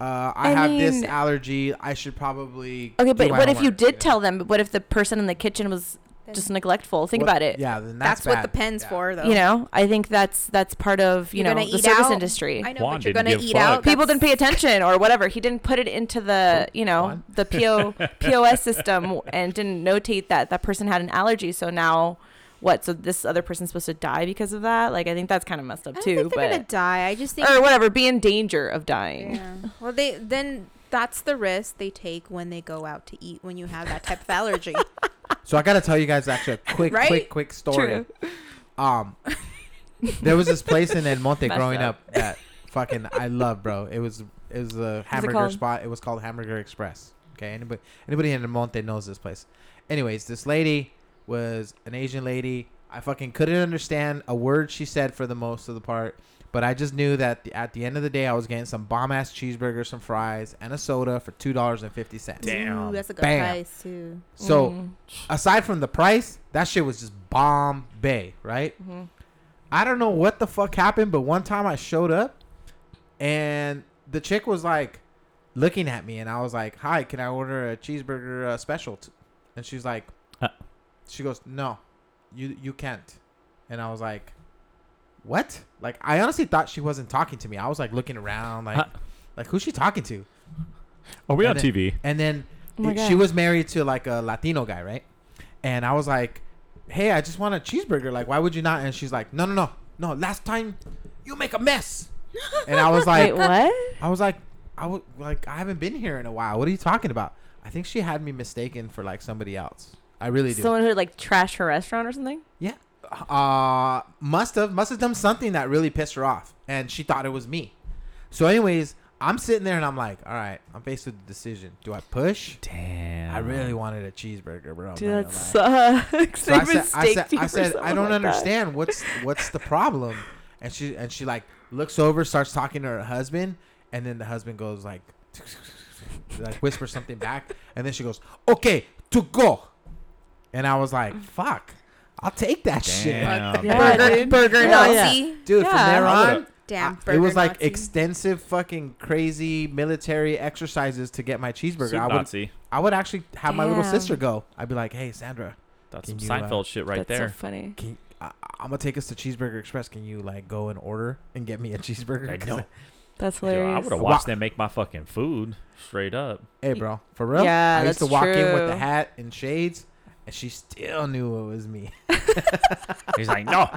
[SPEAKER 1] uh, I,
[SPEAKER 2] I
[SPEAKER 1] have this
[SPEAKER 2] mean-
[SPEAKER 1] allergy. I should probably.
[SPEAKER 2] Okay,
[SPEAKER 1] do
[SPEAKER 2] but
[SPEAKER 1] my
[SPEAKER 2] what if you
[SPEAKER 1] homework,
[SPEAKER 2] did
[SPEAKER 1] know?
[SPEAKER 2] tell them? But what if the person in the kitchen was just neglectful? Think
[SPEAKER 1] What-
[SPEAKER 2] about it.
[SPEAKER 1] Yeah, then that's
[SPEAKER 6] that's what the
[SPEAKER 1] bad.
[SPEAKER 6] pen's for, though.
[SPEAKER 2] you know i think that's that's part of you
[SPEAKER 6] You're
[SPEAKER 2] know
[SPEAKER 6] gonna
[SPEAKER 2] the
[SPEAKER 6] eat
[SPEAKER 2] service
[SPEAKER 6] out.
[SPEAKER 2] industry
[SPEAKER 6] I know,
[SPEAKER 3] Juan
[SPEAKER 6] but you're
[SPEAKER 3] didn't
[SPEAKER 6] gonna
[SPEAKER 3] give
[SPEAKER 6] eat
[SPEAKER 3] fuck.
[SPEAKER 6] out.
[SPEAKER 2] people
[SPEAKER 6] That's-
[SPEAKER 2] didn't pay attention or whatever he didn't put it into the you know
[SPEAKER 1] Juan? [LAUGHS]
[SPEAKER 2] the PO, pos system and didn't notate that that person had an allergy so now what so this other person's supposed to die because of that like i think that's kind of messed up
[SPEAKER 6] I don't
[SPEAKER 2] too
[SPEAKER 6] think they're gonna
[SPEAKER 2] but
[SPEAKER 6] die. I just think.
[SPEAKER 2] or whatever be in danger of dying
[SPEAKER 6] Yeah. Well, they then that's the risk they take when they go out to eat when you have that type of allergy.
[SPEAKER 1] So I gotta tell you guys actually
[SPEAKER 2] [LAUGHS]
[SPEAKER 1] a quick,
[SPEAKER 6] Right?
[SPEAKER 1] quick, quick story. Um, there was this place in
[SPEAKER 2] [LAUGHS]
[SPEAKER 1] El Monte
[SPEAKER 2] Messed
[SPEAKER 1] growing
[SPEAKER 2] up.
[SPEAKER 1] up that fucking I love, bro. It was it was a hamburger
[SPEAKER 2] called?
[SPEAKER 1] spot. It was called Hamburger Express. Okay, anybody anybody in El Monte knows this place. Anyways, this lady was an Asian lady. I fucking couldn't understand a word she said for the most of the part, but I just knew that the, at the end of the day, I was getting some bomb ass cheeseburgers, some fries, and a soda for two dollars and fifty cents.
[SPEAKER 6] Ooh, that's a good
[SPEAKER 1] Bam.
[SPEAKER 6] price too.
[SPEAKER 2] Mm.
[SPEAKER 1] So, aside from the price, that shit was just Bombay, right?
[SPEAKER 2] Mm-hmm.
[SPEAKER 1] I don't know what the fuck happened, but one time I showed up and the chick was like looking at me, and I was like, Hi, can I order a cheeseburger uh, special? T-? And she's like,
[SPEAKER 3] Uh.
[SPEAKER 1] She goes, No, you, you can't. And I was like, What? Like, I honestly thought she wasn't talking to me. I was like looking around, like,
[SPEAKER 3] Huh.
[SPEAKER 1] like who's she talking to?
[SPEAKER 3] Are we
[SPEAKER 1] And
[SPEAKER 3] on
[SPEAKER 1] then-
[SPEAKER 3] TV?
[SPEAKER 1] And then
[SPEAKER 2] Oh my
[SPEAKER 1] it-
[SPEAKER 2] God.
[SPEAKER 1] she was married to like a Latino guy, right? And I was like, "Hey, I just want a cheeseburger. Like, why would you not?" And she's like, "No, no, no,
[SPEAKER 2] [LAUGHS]
[SPEAKER 1] no. Last time, you make a mess." And I was like,
[SPEAKER 2] wait what
[SPEAKER 1] "I was like, I I was like, I haven't been here in a while. What are you talking about? I think she had me mistaken for like somebody else. I really do.
[SPEAKER 2] Someone who like trashed her restaurant or something.
[SPEAKER 1] yeah. Uh, must have must have done something that really pissed her off, and she thought it was me. So, anyways, I'm sitting there and I'm like, all right, I'm faced with a decision. Do I push?
[SPEAKER 3] Damn.
[SPEAKER 1] I
[SPEAKER 6] Mm.
[SPEAKER 1] really wanted a cheeseburger, bro. I'm
[SPEAKER 2] Dude,
[SPEAKER 1] Oh, not
[SPEAKER 2] that
[SPEAKER 1] gonna lie.
[SPEAKER 2] sucks. [LAUGHS]
[SPEAKER 1] So
[SPEAKER 2] they
[SPEAKER 1] I said, I said,
[SPEAKER 2] mistaked you
[SPEAKER 1] I
[SPEAKER 2] for
[SPEAKER 1] said, I
[SPEAKER 2] someone
[SPEAKER 1] don't
[SPEAKER 2] like that.
[SPEAKER 1] understand what's what's the problem, and she and she like looks over, starts talking to her husband, and then the husband goes like, [LAUGHS] like whispers something back, and then she goes, okay, to go, and I was like, fuck, I'll take that shit,
[SPEAKER 3] Damn.
[SPEAKER 2] Yeah, dude.
[SPEAKER 6] Burger
[SPEAKER 2] Hell yeah.
[SPEAKER 6] Nazi.
[SPEAKER 1] dude. From
[SPEAKER 2] Yeah.
[SPEAKER 1] there
[SPEAKER 3] I
[SPEAKER 1] on,
[SPEAKER 3] would've-
[SPEAKER 6] Damn.
[SPEAKER 1] I- it was
[SPEAKER 6] Burger
[SPEAKER 1] like
[SPEAKER 6] Nazi.
[SPEAKER 1] extensive, fucking crazy military exercises to get my cheeseburger.
[SPEAKER 3] Soup
[SPEAKER 1] I would,
[SPEAKER 3] Nazi.
[SPEAKER 1] I would actually have my little
[SPEAKER 2] Damn.
[SPEAKER 1] sister go. I'd be like, hey, Sandra.
[SPEAKER 3] That's
[SPEAKER 1] Can
[SPEAKER 3] some
[SPEAKER 1] you, uh,
[SPEAKER 3] Seinfeld shit right
[SPEAKER 2] That's
[SPEAKER 3] there.
[SPEAKER 2] so funny.
[SPEAKER 1] Can I, I'm gonna take us to Cheeseburger Express. Can you like go and order and get me a cheeseburger?
[SPEAKER 3] I
[SPEAKER 1] 'Cause
[SPEAKER 3] know.
[SPEAKER 2] That's
[SPEAKER 3] Dude, I
[SPEAKER 2] hilarious.
[SPEAKER 3] would have
[SPEAKER 1] Wa-
[SPEAKER 3] watched them make my fucking food straight up.
[SPEAKER 1] [LAUGHS] hey, bro, for real.
[SPEAKER 2] Yeah,
[SPEAKER 1] I used to
[SPEAKER 2] that's
[SPEAKER 1] walk in with the
[SPEAKER 2] true.
[SPEAKER 1] hat and shades, and she still knew it was me. [LAUGHS]
[SPEAKER 3] He's like, no.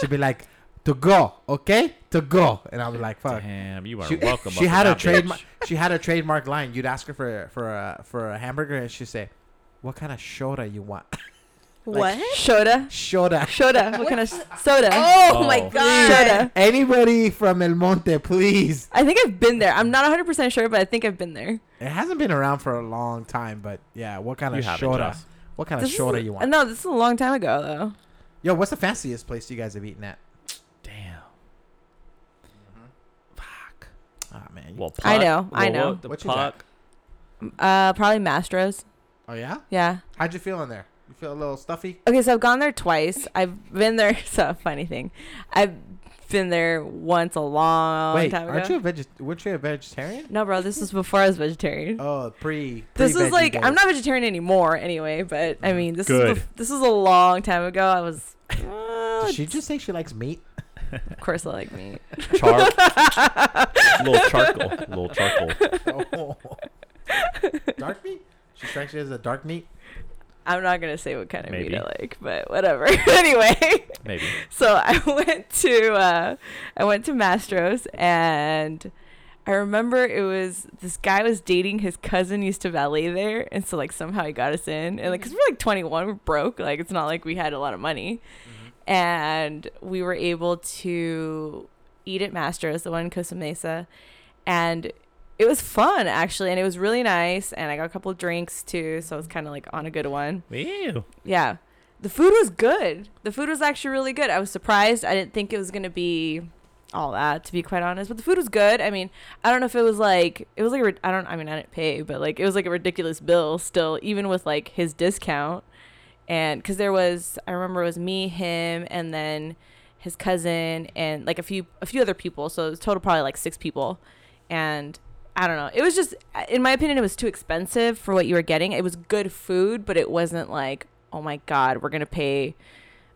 [SPEAKER 1] She'd be like, "To go, okay, to go," and I'd be like, [LAUGHS] "Fuck."
[SPEAKER 3] Damn, you are
[SPEAKER 1] She,
[SPEAKER 3] welcome.
[SPEAKER 1] she
[SPEAKER 3] up
[SPEAKER 1] had
[SPEAKER 3] in
[SPEAKER 1] a
[SPEAKER 3] that
[SPEAKER 1] trademark.
[SPEAKER 3] bitch.
[SPEAKER 1] She had a trademark line. You'd ask her for for a for a hamburger, and she'd say, "What kind of soda you want?" [LAUGHS]
[SPEAKER 6] What?
[SPEAKER 2] Shoda.
[SPEAKER 1] Soda.
[SPEAKER 2] Shoda. What kind of soda?
[SPEAKER 6] Oh,
[SPEAKER 3] Oh.
[SPEAKER 6] my
[SPEAKER 3] Please.
[SPEAKER 6] god.
[SPEAKER 2] Shoda.
[SPEAKER 1] Anybody from El Monte, please.
[SPEAKER 2] I think I've been there. I'm not 100% sure, but I think I've been there.
[SPEAKER 1] It hasn't been around for a long time, but yeah, what kind
[SPEAKER 3] You
[SPEAKER 1] of
[SPEAKER 3] haven't,
[SPEAKER 1] soda?
[SPEAKER 3] Joss.
[SPEAKER 1] What kind of
[SPEAKER 2] This is-
[SPEAKER 1] soda you want?
[SPEAKER 2] No, this is a long time ago, though.
[SPEAKER 1] Yo, what's the fanciest place you guys have eaten at?
[SPEAKER 3] Damn. Fuck.
[SPEAKER 1] Ah man. you-
[SPEAKER 3] Well, puck.
[SPEAKER 2] I know,
[SPEAKER 3] Well,
[SPEAKER 2] I know.
[SPEAKER 3] what the
[SPEAKER 1] What you got?
[SPEAKER 3] puck.
[SPEAKER 2] Uh, probably Mastro's.
[SPEAKER 1] oh yeah.
[SPEAKER 2] Yeah.
[SPEAKER 1] How'd you feel in there? You feel a little stuffy?
[SPEAKER 2] Okay, so I've gone there twice. I've been there. [LAUGHS] So funny thing, I've been there once a long
[SPEAKER 1] Wait,
[SPEAKER 2] time ago.
[SPEAKER 1] aren't you a veget? Weren't you a vegetarian?
[SPEAKER 2] No, bro. This was before I was vegetarian.
[SPEAKER 1] Oh, pre.
[SPEAKER 2] Mm-hmm. this
[SPEAKER 1] pre-veggie
[SPEAKER 2] was like
[SPEAKER 1] days.
[SPEAKER 2] I'm not vegetarian anymore, anyway. But I mean, this
[SPEAKER 3] Good.
[SPEAKER 2] is bef- this was a long time ago. I was.
[SPEAKER 1] Did
[SPEAKER 2] Uh,
[SPEAKER 1] she just say she likes
[SPEAKER 2] [LAUGHS]
[SPEAKER 1] meat?
[SPEAKER 2] of course, I like meat.
[SPEAKER 1] [LAUGHS]
[SPEAKER 2] [LAUGHS]
[SPEAKER 3] Char- little charcoal. Little charcoal.
[SPEAKER 1] Oh. [LAUGHS] dark meat? She strikes you as a dark meat.
[SPEAKER 2] I'm not gonna say what kind of meat
[SPEAKER 3] Maybe.
[SPEAKER 2] I like, but whatever. [LAUGHS] anyway.
[SPEAKER 3] Maybe.
[SPEAKER 2] so I [LAUGHS] went to uh, I went to Mastro's and I remember it was this guy was dating his cousin used to valet there and so like somehow he got us in and like because we're like 21 we're broke like it's not like we had a lot of money and we were able to eat at Mastro's the one in Costa Mesa and it was fun actually and it was really nice and I got a couple of drinks too so I was kind of like on a good one
[SPEAKER 3] Ew.
[SPEAKER 2] yeah. The food was good. The food was actually really good. I was surprised. I didn't think it was going to be all that to be quite honest, but the food was good. I mean, I don't know if it was like it was like a rid- I don't I mean, I didn't pay, but like it was like a ridiculous bill still even with like his discount. And cuz there was I remember it was me, him, and then his cousin and like a few a few other people. So it was total probably like 6 people. And I don't know. It was just, in my opinion, it was too expensive for what you were getting. It was good food, but it wasn't like, oh my god, we're gonna pay,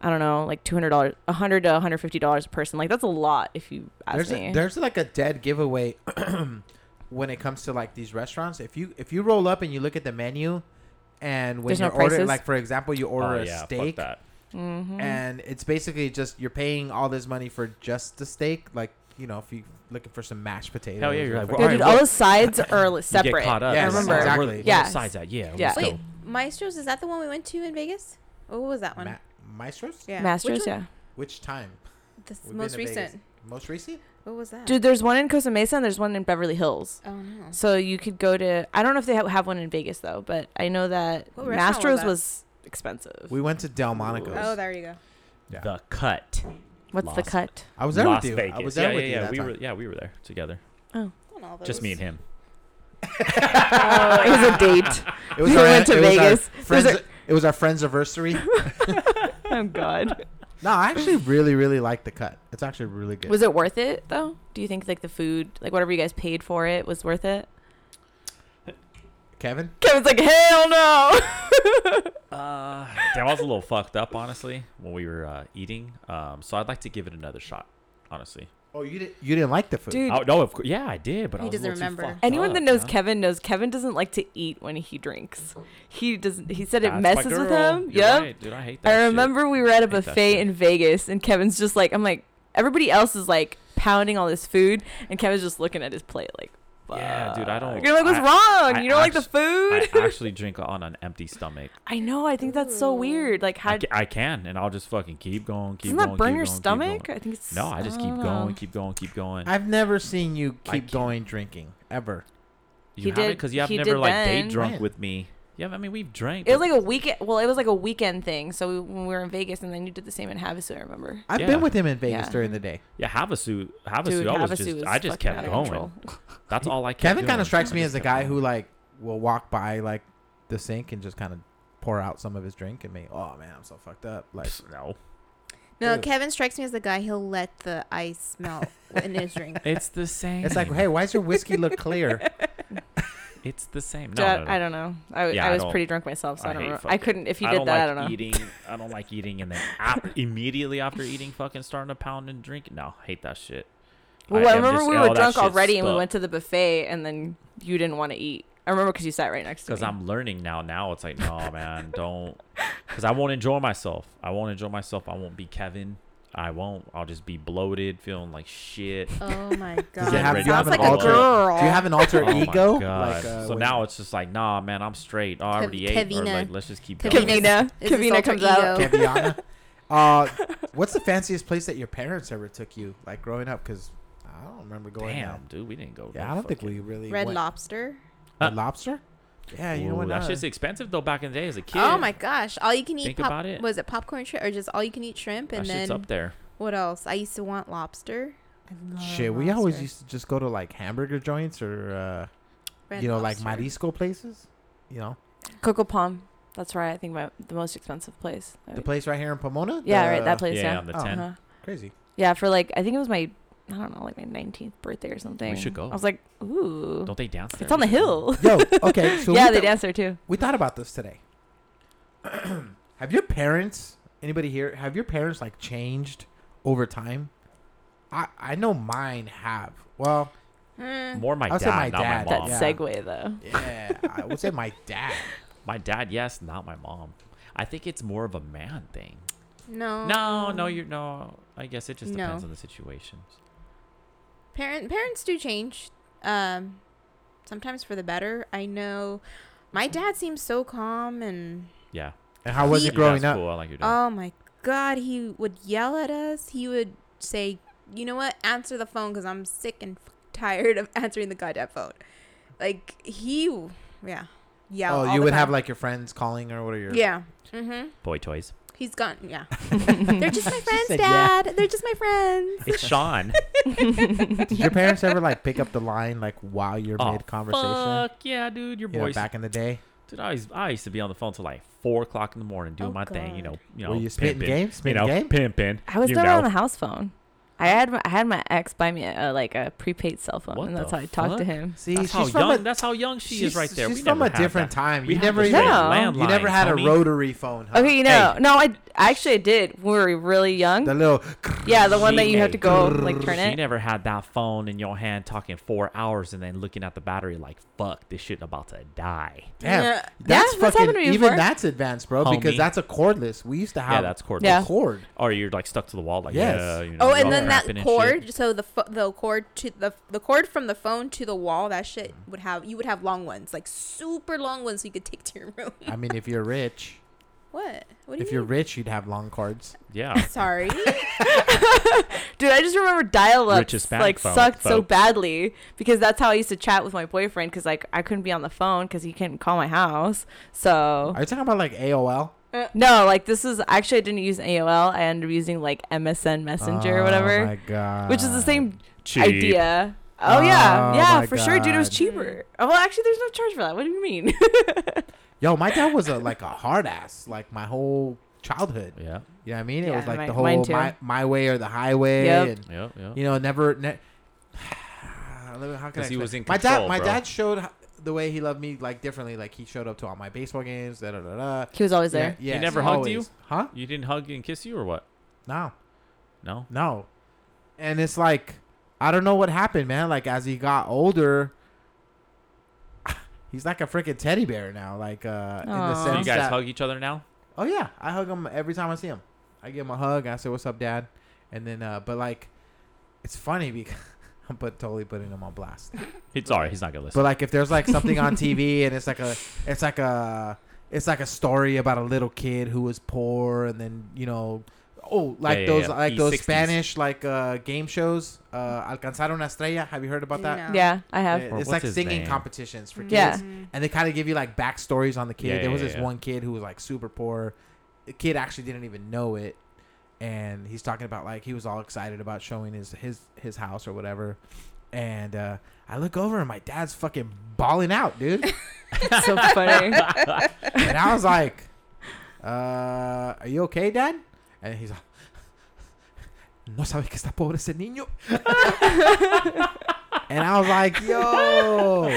[SPEAKER 2] I don't know, like two hundred dollars, a hundred to one hundred fifty dollars a person. Like that's a lot if you ask
[SPEAKER 1] There's
[SPEAKER 2] me.
[SPEAKER 1] a, there's like a dead giveaway [CLEARS THROAT] when it comes to like these restaurants. If you if you roll up and you look at the menu, and when
[SPEAKER 2] There's
[SPEAKER 1] you
[SPEAKER 2] no
[SPEAKER 1] order
[SPEAKER 2] prices?
[SPEAKER 1] like for example you order
[SPEAKER 3] oh,
[SPEAKER 1] a
[SPEAKER 3] yeah,
[SPEAKER 1] steak,
[SPEAKER 3] Fuck that.
[SPEAKER 2] Mm-hmm.
[SPEAKER 1] and it's basically just you're paying all this money for just the steak. Like you know, if you looking for some mashed potatoes.
[SPEAKER 3] yeah, you're
[SPEAKER 1] or
[SPEAKER 3] like,
[SPEAKER 1] fucking-
[SPEAKER 2] yeah,
[SPEAKER 3] All
[SPEAKER 2] dude,
[SPEAKER 3] right,
[SPEAKER 2] all
[SPEAKER 3] what- [LAUGHS]
[SPEAKER 2] the sides are like,
[SPEAKER 3] You
[SPEAKER 2] separate.
[SPEAKER 3] get caught up.
[SPEAKER 1] Yeah,
[SPEAKER 2] I
[SPEAKER 1] Yes,
[SPEAKER 2] remember.
[SPEAKER 1] exactly.
[SPEAKER 3] Where,
[SPEAKER 2] Yes.
[SPEAKER 3] the sides at? Yeah.
[SPEAKER 2] Yeah.
[SPEAKER 3] Let's
[SPEAKER 6] Wait,
[SPEAKER 3] go.
[SPEAKER 6] Maestro's is that the one we went to in Vegas? What was that one?
[SPEAKER 1] Ma- Maestros?
[SPEAKER 6] yeah.
[SPEAKER 2] Masters,
[SPEAKER 6] Which one?
[SPEAKER 2] yeah.
[SPEAKER 1] Which time?
[SPEAKER 6] The s-
[SPEAKER 1] We've
[SPEAKER 6] most
[SPEAKER 1] been to
[SPEAKER 6] recent.
[SPEAKER 1] Vegas. Most recent?
[SPEAKER 6] What was that?
[SPEAKER 2] Dude, there's one in Costa Mesa and there's one in Beverly Hills.
[SPEAKER 6] oh no.
[SPEAKER 2] So you could go to. I don't know if they ha- have one in Vegas though, but I know that
[SPEAKER 6] What restaurant was
[SPEAKER 2] Masters was,
[SPEAKER 6] that?
[SPEAKER 2] expensive.
[SPEAKER 1] We went to Delmonico's.
[SPEAKER 6] Oh, there you go.
[SPEAKER 1] Yeah.
[SPEAKER 3] The cut.
[SPEAKER 2] What's the
[SPEAKER 3] Las- [LAUGHS]
[SPEAKER 2] cut?
[SPEAKER 1] I was there
[SPEAKER 3] Las
[SPEAKER 1] with you.
[SPEAKER 3] Vegas.
[SPEAKER 1] I was there
[SPEAKER 3] yeah,
[SPEAKER 1] with
[SPEAKER 3] yeah,
[SPEAKER 1] you.
[SPEAKER 3] yeah.
[SPEAKER 1] that
[SPEAKER 3] we
[SPEAKER 1] time.
[SPEAKER 3] were. Yeah, we were there together.
[SPEAKER 6] On all
[SPEAKER 3] Just
[SPEAKER 6] those.
[SPEAKER 3] me and him.
[SPEAKER 2] [LAUGHS] Oh, it was a date.
[SPEAKER 1] It was
[SPEAKER 2] We
[SPEAKER 1] our,
[SPEAKER 2] went to
[SPEAKER 1] it was our
[SPEAKER 2] Vegas. There's
[SPEAKER 1] friends,
[SPEAKER 2] a-
[SPEAKER 1] it was our friend's anniversary.
[SPEAKER 2] [LAUGHS] oh God.
[SPEAKER 1] no, I actually really, really like the cut. It's actually really good.
[SPEAKER 2] Was it worth it though? Do you think like the food, like whatever you guys paid for it, was worth it?
[SPEAKER 1] Kevin?
[SPEAKER 2] Kevin's like, hell [LAUGHS] no.
[SPEAKER 3] Uh, damn, I was a little fucked up, honestly, when we were uh, eating. Um, so I'd like to give it another shot, honestly.
[SPEAKER 1] Oh, you didn't. You didn't like the food.
[SPEAKER 2] Dude,
[SPEAKER 3] Oh no, of course, yeah, I did, but
[SPEAKER 6] He
[SPEAKER 3] I was a
[SPEAKER 6] doesn't
[SPEAKER 3] little too
[SPEAKER 6] remember.
[SPEAKER 3] fucked
[SPEAKER 2] anyone
[SPEAKER 3] up,
[SPEAKER 2] that knows
[SPEAKER 3] man.
[SPEAKER 2] Kevin knows Kevin doesn't like to eat when he drinks. He does. He said it
[SPEAKER 3] That's my
[SPEAKER 2] messes with
[SPEAKER 3] girl.
[SPEAKER 2] him.
[SPEAKER 3] You're
[SPEAKER 2] Yep.
[SPEAKER 3] right, dude, I hate that.
[SPEAKER 2] I
[SPEAKER 3] shit.
[SPEAKER 2] remember we were at a
[SPEAKER 3] Hate that
[SPEAKER 2] buffet
[SPEAKER 3] shit.
[SPEAKER 2] in Vegas, and Kevin's just like, I'm like, everybody else is like pounding all this food, and Kevin's just looking at his plate like,
[SPEAKER 3] Yeah, dude, I don't.
[SPEAKER 2] You're like, what's
[SPEAKER 3] I-
[SPEAKER 2] wrong?
[SPEAKER 3] I
[SPEAKER 2] you don't like the
[SPEAKER 3] act-
[SPEAKER 2] food? [LAUGHS]
[SPEAKER 3] I actually drink on an empty stomach.
[SPEAKER 2] I know. I think that's so weird. Like, how
[SPEAKER 3] I, ca- I can, and I'll just fucking keep going, keep
[SPEAKER 2] doesn't
[SPEAKER 3] going.
[SPEAKER 2] that burn
[SPEAKER 3] keep
[SPEAKER 2] your
[SPEAKER 3] going, keep
[SPEAKER 2] stomach?
[SPEAKER 3] going.
[SPEAKER 2] I think it's
[SPEAKER 3] No, I just keep
[SPEAKER 2] don't
[SPEAKER 3] going,
[SPEAKER 2] know.
[SPEAKER 3] keep going, keep going.
[SPEAKER 1] I've never seen you
[SPEAKER 3] I
[SPEAKER 1] keep
[SPEAKER 3] can't-
[SPEAKER 1] going drinking ever.
[SPEAKER 3] you
[SPEAKER 2] He
[SPEAKER 3] haven't
[SPEAKER 2] did-
[SPEAKER 3] because you have
[SPEAKER 2] he
[SPEAKER 3] never
[SPEAKER 2] did
[SPEAKER 3] like
[SPEAKER 2] then.
[SPEAKER 3] day drunk
[SPEAKER 1] Man.
[SPEAKER 3] with me. Yeah, I mean we've drank.
[SPEAKER 2] It was
[SPEAKER 3] but-
[SPEAKER 2] like a weekend. Well, it was like a weekend thing. So we, when we were in Vegas, and then you did the same in Havasu. I remember.
[SPEAKER 1] I've
[SPEAKER 3] Yeah.
[SPEAKER 1] been with him in Vegas
[SPEAKER 2] Yeah.
[SPEAKER 1] during the day.
[SPEAKER 3] yeah, Havasu, Havasu.
[SPEAKER 2] Dude,
[SPEAKER 3] I was
[SPEAKER 2] Havasu
[SPEAKER 3] just,
[SPEAKER 2] was
[SPEAKER 3] I just
[SPEAKER 2] fucking
[SPEAKER 3] kept
[SPEAKER 2] out of
[SPEAKER 3] going.
[SPEAKER 2] control.
[SPEAKER 3] That's all I kept.
[SPEAKER 1] Kevin kind
[SPEAKER 3] doing.
[SPEAKER 1] of strikes
[SPEAKER 3] I
[SPEAKER 1] me
[SPEAKER 3] just
[SPEAKER 1] as a
[SPEAKER 3] kept
[SPEAKER 1] guy
[SPEAKER 3] going.
[SPEAKER 1] who like will walk by like the sink and just kind of pour out some of his drink and me. Oh man, I'm so fucked up. Like
[SPEAKER 3] Pfft, no,
[SPEAKER 6] No,
[SPEAKER 1] Dude.
[SPEAKER 6] Kevin strikes me as the guy he'll let the ice melt in
[SPEAKER 1] [LAUGHS]
[SPEAKER 6] his drink.
[SPEAKER 3] it's the same.
[SPEAKER 1] it's like, hey, why does your whiskey look
[SPEAKER 3] [LAUGHS]
[SPEAKER 1] clear?
[SPEAKER 3] it's the same. No,
[SPEAKER 2] Dude, I-
[SPEAKER 3] no, no.
[SPEAKER 2] I don't know. I,
[SPEAKER 3] Yeah,
[SPEAKER 2] I
[SPEAKER 3] I
[SPEAKER 2] was
[SPEAKER 3] don't-
[SPEAKER 2] pretty drunk myself, so I,
[SPEAKER 3] I
[SPEAKER 2] don't
[SPEAKER 3] hate
[SPEAKER 2] know. I
[SPEAKER 3] fucking-
[SPEAKER 2] couldn't. If you
[SPEAKER 3] I
[SPEAKER 2] did
[SPEAKER 3] don't
[SPEAKER 2] that,
[SPEAKER 3] like
[SPEAKER 2] I don't know.
[SPEAKER 3] eating. I don't like eating,
[SPEAKER 2] [LAUGHS]
[SPEAKER 3] and then ap- immediately after eating, fucking starting to pound and drink. No, I hate that shit.
[SPEAKER 2] Well, I,
[SPEAKER 3] am
[SPEAKER 2] remember
[SPEAKER 3] just-
[SPEAKER 2] we
[SPEAKER 3] oh,
[SPEAKER 2] were
[SPEAKER 3] that
[SPEAKER 2] drunk
[SPEAKER 3] shit
[SPEAKER 2] already, and we
[SPEAKER 3] stuck.
[SPEAKER 2] went to the buffet, and then you didn't want to eat. I remember because you sat right next to me.
[SPEAKER 3] because I'm learning now. Now it's like,
[SPEAKER 2] [LAUGHS]
[SPEAKER 3] no, man, don't. Because I won't enjoy myself. I won't enjoy myself. I won't be Kevin. I won't. I'll just be bloated, feeling like shit.
[SPEAKER 6] Oh my god!
[SPEAKER 1] Does it have, do
[SPEAKER 3] ready
[SPEAKER 1] you have
[SPEAKER 6] Sounds
[SPEAKER 1] an
[SPEAKER 6] like
[SPEAKER 3] to blow
[SPEAKER 6] a
[SPEAKER 1] alter?
[SPEAKER 6] girl.
[SPEAKER 1] Do you have an alter
[SPEAKER 3] Oh my
[SPEAKER 1] ego? uh,
[SPEAKER 3] God. so
[SPEAKER 1] when-
[SPEAKER 3] now it's just like, nah, man, I'm straight. Oh, I
[SPEAKER 6] Kev-
[SPEAKER 3] already ate. Or
[SPEAKER 6] Kevina.
[SPEAKER 3] like, let's just keep
[SPEAKER 6] Kevina's-
[SPEAKER 3] going.
[SPEAKER 2] Kavina.
[SPEAKER 6] is his
[SPEAKER 2] Kavina
[SPEAKER 6] alter
[SPEAKER 2] comes out.
[SPEAKER 6] ego.
[SPEAKER 3] [LAUGHS]
[SPEAKER 1] Keviana. Uh, what's the fanciest place that your parents ever took you, like growing up? Because I don't remember going.
[SPEAKER 3] Damn,
[SPEAKER 1] there.
[SPEAKER 3] dude, we didn't go.
[SPEAKER 1] Yeah,
[SPEAKER 3] no
[SPEAKER 1] I don't think
[SPEAKER 3] fucking-
[SPEAKER 1] we really
[SPEAKER 6] Red
[SPEAKER 1] went.
[SPEAKER 6] Lobster.
[SPEAKER 1] Red lobster. Yeah, you know
[SPEAKER 3] Ooh,
[SPEAKER 1] what?
[SPEAKER 3] that
[SPEAKER 1] nah.
[SPEAKER 3] shit's expensive though. Back in the day, as a kid.
[SPEAKER 6] Oh my gosh! All you can eat.
[SPEAKER 3] Think
[SPEAKER 6] Pop-
[SPEAKER 3] about it.
[SPEAKER 6] Was it popcorn shrimp or just all you can eat shrimp?
[SPEAKER 3] That
[SPEAKER 6] And
[SPEAKER 3] shit's
[SPEAKER 6] then
[SPEAKER 3] up there.
[SPEAKER 6] what else? I used to want lobster. I love
[SPEAKER 1] Shit, we always
[SPEAKER 6] Oh, lobster.
[SPEAKER 1] used to just go to like hamburger joints or uh,
[SPEAKER 6] Red
[SPEAKER 1] you know like
[SPEAKER 6] Lobster.
[SPEAKER 1] marisco places. You know
[SPEAKER 2] Coco Palm. That's right. I think my the most expensive place.
[SPEAKER 1] the place right here in Pomona.
[SPEAKER 2] yeah,
[SPEAKER 1] The-
[SPEAKER 2] right. That place.
[SPEAKER 3] Yeah,
[SPEAKER 2] Yeah.
[SPEAKER 3] on the
[SPEAKER 1] Oh.
[SPEAKER 3] 10
[SPEAKER 2] Uh-huh.
[SPEAKER 1] Crazy.
[SPEAKER 2] Yeah, for like I think it was my I don't know, like my nineteenth birthday or something.
[SPEAKER 3] should go.
[SPEAKER 2] I was like, ooh,
[SPEAKER 3] Don't they dance there?
[SPEAKER 2] it's on the
[SPEAKER 3] We should go.
[SPEAKER 2] hill. [LAUGHS]
[SPEAKER 1] Yo, okay. So
[SPEAKER 2] yeah,
[SPEAKER 1] we,
[SPEAKER 2] they
[SPEAKER 1] thought-
[SPEAKER 2] dance there too.
[SPEAKER 1] we thought about this today. [CLEARS THROAT] have your parents, anybody here, have your parents like changed over time? I I know mine have. Well,
[SPEAKER 6] Mm.
[SPEAKER 3] More my
[SPEAKER 1] I'll
[SPEAKER 3] dad,
[SPEAKER 1] say my
[SPEAKER 3] not
[SPEAKER 1] dad.
[SPEAKER 3] my
[SPEAKER 2] That
[SPEAKER 3] mom.
[SPEAKER 1] Yeah.
[SPEAKER 2] segue though.
[SPEAKER 1] yeah, I would say my dad.
[SPEAKER 3] My dad, yes, not my mom. I think it's more of a man thing.
[SPEAKER 2] Oh.
[SPEAKER 6] No.
[SPEAKER 3] No, no, you're no. I guess it just depends
[SPEAKER 6] No.
[SPEAKER 3] on the situations.
[SPEAKER 6] Parent parents do change. Um, sometimes for the better. I know. My dad seems so calm and
[SPEAKER 3] Yeah.
[SPEAKER 1] And how was
[SPEAKER 6] He-
[SPEAKER 1] it growing
[SPEAKER 3] That's
[SPEAKER 1] up?
[SPEAKER 3] Cool. I like your dad.
[SPEAKER 6] oh my god, he would yell at us. He would say, "You know what? Answer the phone because I'm sick and f- tired of [LAUGHS] answering the goddamn phone." Like he, yeah, yeah.
[SPEAKER 1] oh, you would have like your friends calling or what are your
[SPEAKER 6] yeah. Mm-hmm.
[SPEAKER 2] Oh.
[SPEAKER 3] Boy toys.
[SPEAKER 6] He's gone.
[SPEAKER 1] [LAUGHS]
[SPEAKER 6] Yeah. They're just my friends,
[SPEAKER 1] said yeah.
[SPEAKER 6] Dad. They're just my friends.
[SPEAKER 1] [LAUGHS]
[SPEAKER 3] It's Sean.
[SPEAKER 1] Did your parents ever like pick up the line like while you're
[SPEAKER 3] Oh,
[SPEAKER 1] mid conversation?
[SPEAKER 3] Fuck yeah, dude. Your
[SPEAKER 1] You know,
[SPEAKER 3] boys.
[SPEAKER 1] back in the day,
[SPEAKER 3] Dude, I used, I used to be on the phone till like four o'clock in the morning doing
[SPEAKER 6] Oh,
[SPEAKER 3] my thing. You know, you know.
[SPEAKER 1] were you spitting
[SPEAKER 3] pimping,
[SPEAKER 1] game?
[SPEAKER 3] You
[SPEAKER 1] Spitting
[SPEAKER 3] know,
[SPEAKER 1] game?
[SPEAKER 3] pimping.
[SPEAKER 2] I was
[SPEAKER 3] you
[SPEAKER 2] never
[SPEAKER 3] know.
[SPEAKER 2] on the house phone. I had my, I had my ex buy me a, like a prepaid cell phone,
[SPEAKER 3] What
[SPEAKER 2] and that's
[SPEAKER 3] the
[SPEAKER 2] how I talked to
[SPEAKER 3] fuck?
[SPEAKER 2] him.
[SPEAKER 1] See,
[SPEAKER 3] That's how
[SPEAKER 1] she's from
[SPEAKER 3] young.
[SPEAKER 1] a,
[SPEAKER 3] that's how young she
[SPEAKER 1] she's-
[SPEAKER 3] is, right there.
[SPEAKER 1] She's
[SPEAKER 3] we
[SPEAKER 1] from
[SPEAKER 3] never
[SPEAKER 1] a
[SPEAKER 3] had
[SPEAKER 1] different
[SPEAKER 3] that.
[SPEAKER 1] time. you
[SPEAKER 3] We had
[SPEAKER 1] never
[SPEAKER 3] the
[SPEAKER 1] even
[SPEAKER 3] straight
[SPEAKER 2] No.
[SPEAKER 1] you never
[SPEAKER 3] landlines,
[SPEAKER 1] had
[SPEAKER 3] homie.
[SPEAKER 1] a rotary phone.
[SPEAKER 3] Uh,
[SPEAKER 1] Huh?
[SPEAKER 2] Okay, you know,
[SPEAKER 1] Hey,
[SPEAKER 2] no, I, I actually did when we were really young.
[SPEAKER 1] the
[SPEAKER 2] [LAUGHS]
[SPEAKER 1] little
[SPEAKER 2] yeah, the one that you have
[SPEAKER 3] Hey,
[SPEAKER 2] to go like turn
[SPEAKER 3] She
[SPEAKER 2] it.
[SPEAKER 3] never had that phone in your hand talking four hours and then looking at the battery like, fuck, this shit about to die.
[SPEAKER 1] damn.
[SPEAKER 6] Yeah.
[SPEAKER 1] That's
[SPEAKER 2] Yeah, that's
[SPEAKER 1] fucking
[SPEAKER 2] happened to me
[SPEAKER 1] even
[SPEAKER 2] before.
[SPEAKER 1] that's advanced, bro. Because
[SPEAKER 3] Homie.
[SPEAKER 1] that's a cordless. We used to
[SPEAKER 3] Yeah,
[SPEAKER 1] have
[SPEAKER 3] that's cordless.
[SPEAKER 1] a
[SPEAKER 2] Yeah.
[SPEAKER 1] cord.
[SPEAKER 3] Or you're like stuck to the wall, like
[SPEAKER 1] Yes.
[SPEAKER 3] yeah. You know,
[SPEAKER 6] Oh,
[SPEAKER 3] you're
[SPEAKER 6] and
[SPEAKER 3] all
[SPEAKER 6] then
[SPEAKER 3] cramping
[SPEAKER 6] that
[SPEAKER 3] and
[SPEAKER 6] cord,
[SPEAKER 3] shit.
[SPEAKER 6] so the fo- the cord to the the cord from the phone to the wall, that shit
[SPEAKER 1] Mm.
[SPEAKER 6] would have you would have long ones, like super long ones, you could take to your room. [LAUGHS]
[SPEAKER 1] I mean, if you're rich,
[SPEAKER 6] What? What do
[SPEAKER 1] if
[SPEAKER 6] you
[SPEAKER 1] you're
[SPEAKER 6] mean?
[SPEAKER 1] rich, you'd have long cords.
[SPEAKER 3] Yeah.
[SPEAKER 1] [LAUGHS]
[SPEAKER 6] Sorry.
[SPEAKER 2] Dude, I just remember dial up
[SPEAKER 3] Rich Hispanic
[SPEAKER 2] like
[SPEAKER 3] phone,
[SPEAKER 2] sucked so
[SPEAKER 3] folks.
[SPEAKER 2] badly because that's how I used to chat with my boyfriend because like I couldn't be on the phone because he couldn't call my house. So
[SPEAKER 1] Are you talking about like AOL?
[SPEAKER 2] no, like this is actually I didn't use AOL. I ended up using like MSN Messenger or
[SPEAKER 1] Oh
[SPEAKER 2] whatever,
[SPEAKER 1] my god.
[SPEAKER 2] which is the same
[SPEAKER 3] Cheap.
[SPEAKER 2] idea. Oh,
[SPEAKER 1] Oh
[SPEAKER 2] yeah, yeah,
[SPEAKER 1] my
[SPEAKER 2] for sure, dude. It was
[SPEAKER 1] God.
[SPEAKER 2] cheaper. Oh, well, actually, there's no charge for that. What do you mean?
[SPEAKER 1] Yo, my dad was a like a hard ass like my whole childhood.
[SPEAKER 3] Yeah.
[SPEAKER 1] You know what I mean? It
[SPEAKER 2] Yeah,
[SPEAKER 1] was like
[SPEAKER 2] mi-
[SPEAKER 1] the whole
[SPEAKER 2] mine too.
[SPEAKER 1] my, my way or the highway,
[SPEAKER 2] Yep.
[SPEAKER 1] and
[SPEAKER 3] Yeah. Yeah.
[SPEAKER 1] you know, never. Ne- [SIGHS] how can I?
[SPEAKER 3] he was
[SPEAKER 1] explain-
[SPEAKER 3] in
[SPEAKER 1] my dad,
[SPEAKER 3] control,
[SPEAKER 1] my
[SPEAKER 3] bro.
[SPEAKER 1] dad showed h- the way he loved me like differently. Like he showed up to all my baseball games. Da da da da.
[SPEAKER 2] [LAUGHS] he was always
[SPEAKER 1] Yeah,
[SPEAKER 2] there.
[SPEAKER 1] yeah,
[SPEAKER 3] He never hugged
[SPEAKER 1] always.
[SPEAKER 3] you?
[SPEAKER 1] huh?
[SPEAKER 3] You didn't hug and kiss you or what?
[SPEAKER 1] No,
[SPEAKER 3] No.
[SPEAKER 1] no. And it's like I don't know what happened, man. Like as he got older. [SIGHS] He's like a freaking teddy bear now, like uh, in the
[SPEAKER 2] Aw.
[SPEAKER 1] sense
[SPEAKER 3] Do you guys
[SPEAKER 1] that
[SPEAKER 3] hug each other now?
[SPEAKER 1] Oh yeah, I hug him every time I see him. I give him a hug. I say, "What's up, Dad?" And then, uh, but like, it's funny [LAUGHS] because I'm put, totally putting him on blast.
[SPEAKER 3] It's all right. He's not gonna listen.
[SPEAKER 1] But like if there's like something
[SPEAKER 3] [LAUGHS]
[SPEAKER 1] on TV and it's like a it's like a it's like a story about a little kid who was poor and then you know oh like
[SPEAKER 3] yeah,
[SPEAKER 1] those
[SPEAKER 3] yeah.
[SPEAKER 1] like those
[SPEAKER 3] E60s.
[SPEAKER 1] Spanish like uh, game shows uh, alcanzar una estrella have you heard about that?
[SPEAKER 6] No.
[SPEAKER 2] Yeah, I have.
[SPEAKER 1] It-
[SPEAKER 3] Or
[SPEAKER 1] It's
[SPEAKER 3] what's
[SPEAKER 1] like
[SPEAKER 3] his
[SPEAKER 1] singing
[SPEAKER 3] name?
[SPEAKER 1] competitions for kids
[SPEAKER 2] Yeah.
[SPEAKER 6] Mm.
[SPEAKER 1] and they kind of give you like backstories on the kid.
[SPEAKER 3] Yeah,
[SPEAKER 1] there was
[SPEAKER 3] yeah,
[SPEAKER 1] this
[SPEAKER 3] yeah.
[SPEAKER 1] one kid who was like super poor. The kid actually didn't even know it, and he's talking about like he was all excited about showing his his his house or whatever. And uh, I look over and my dad's fucking bawling out, dude.
[SPEAKER 2] It's
[SPEAKER 1] [LAUGHS]
[SPEAKER 2] so funny.
[SPEAKER 1] and I was like, [LAUGHS] uh, "Are you okay, Dad?" And he's like, [LAUGHS] "No sabes que está pobre ese niño." [LAUGHS] and I was like, "Yo."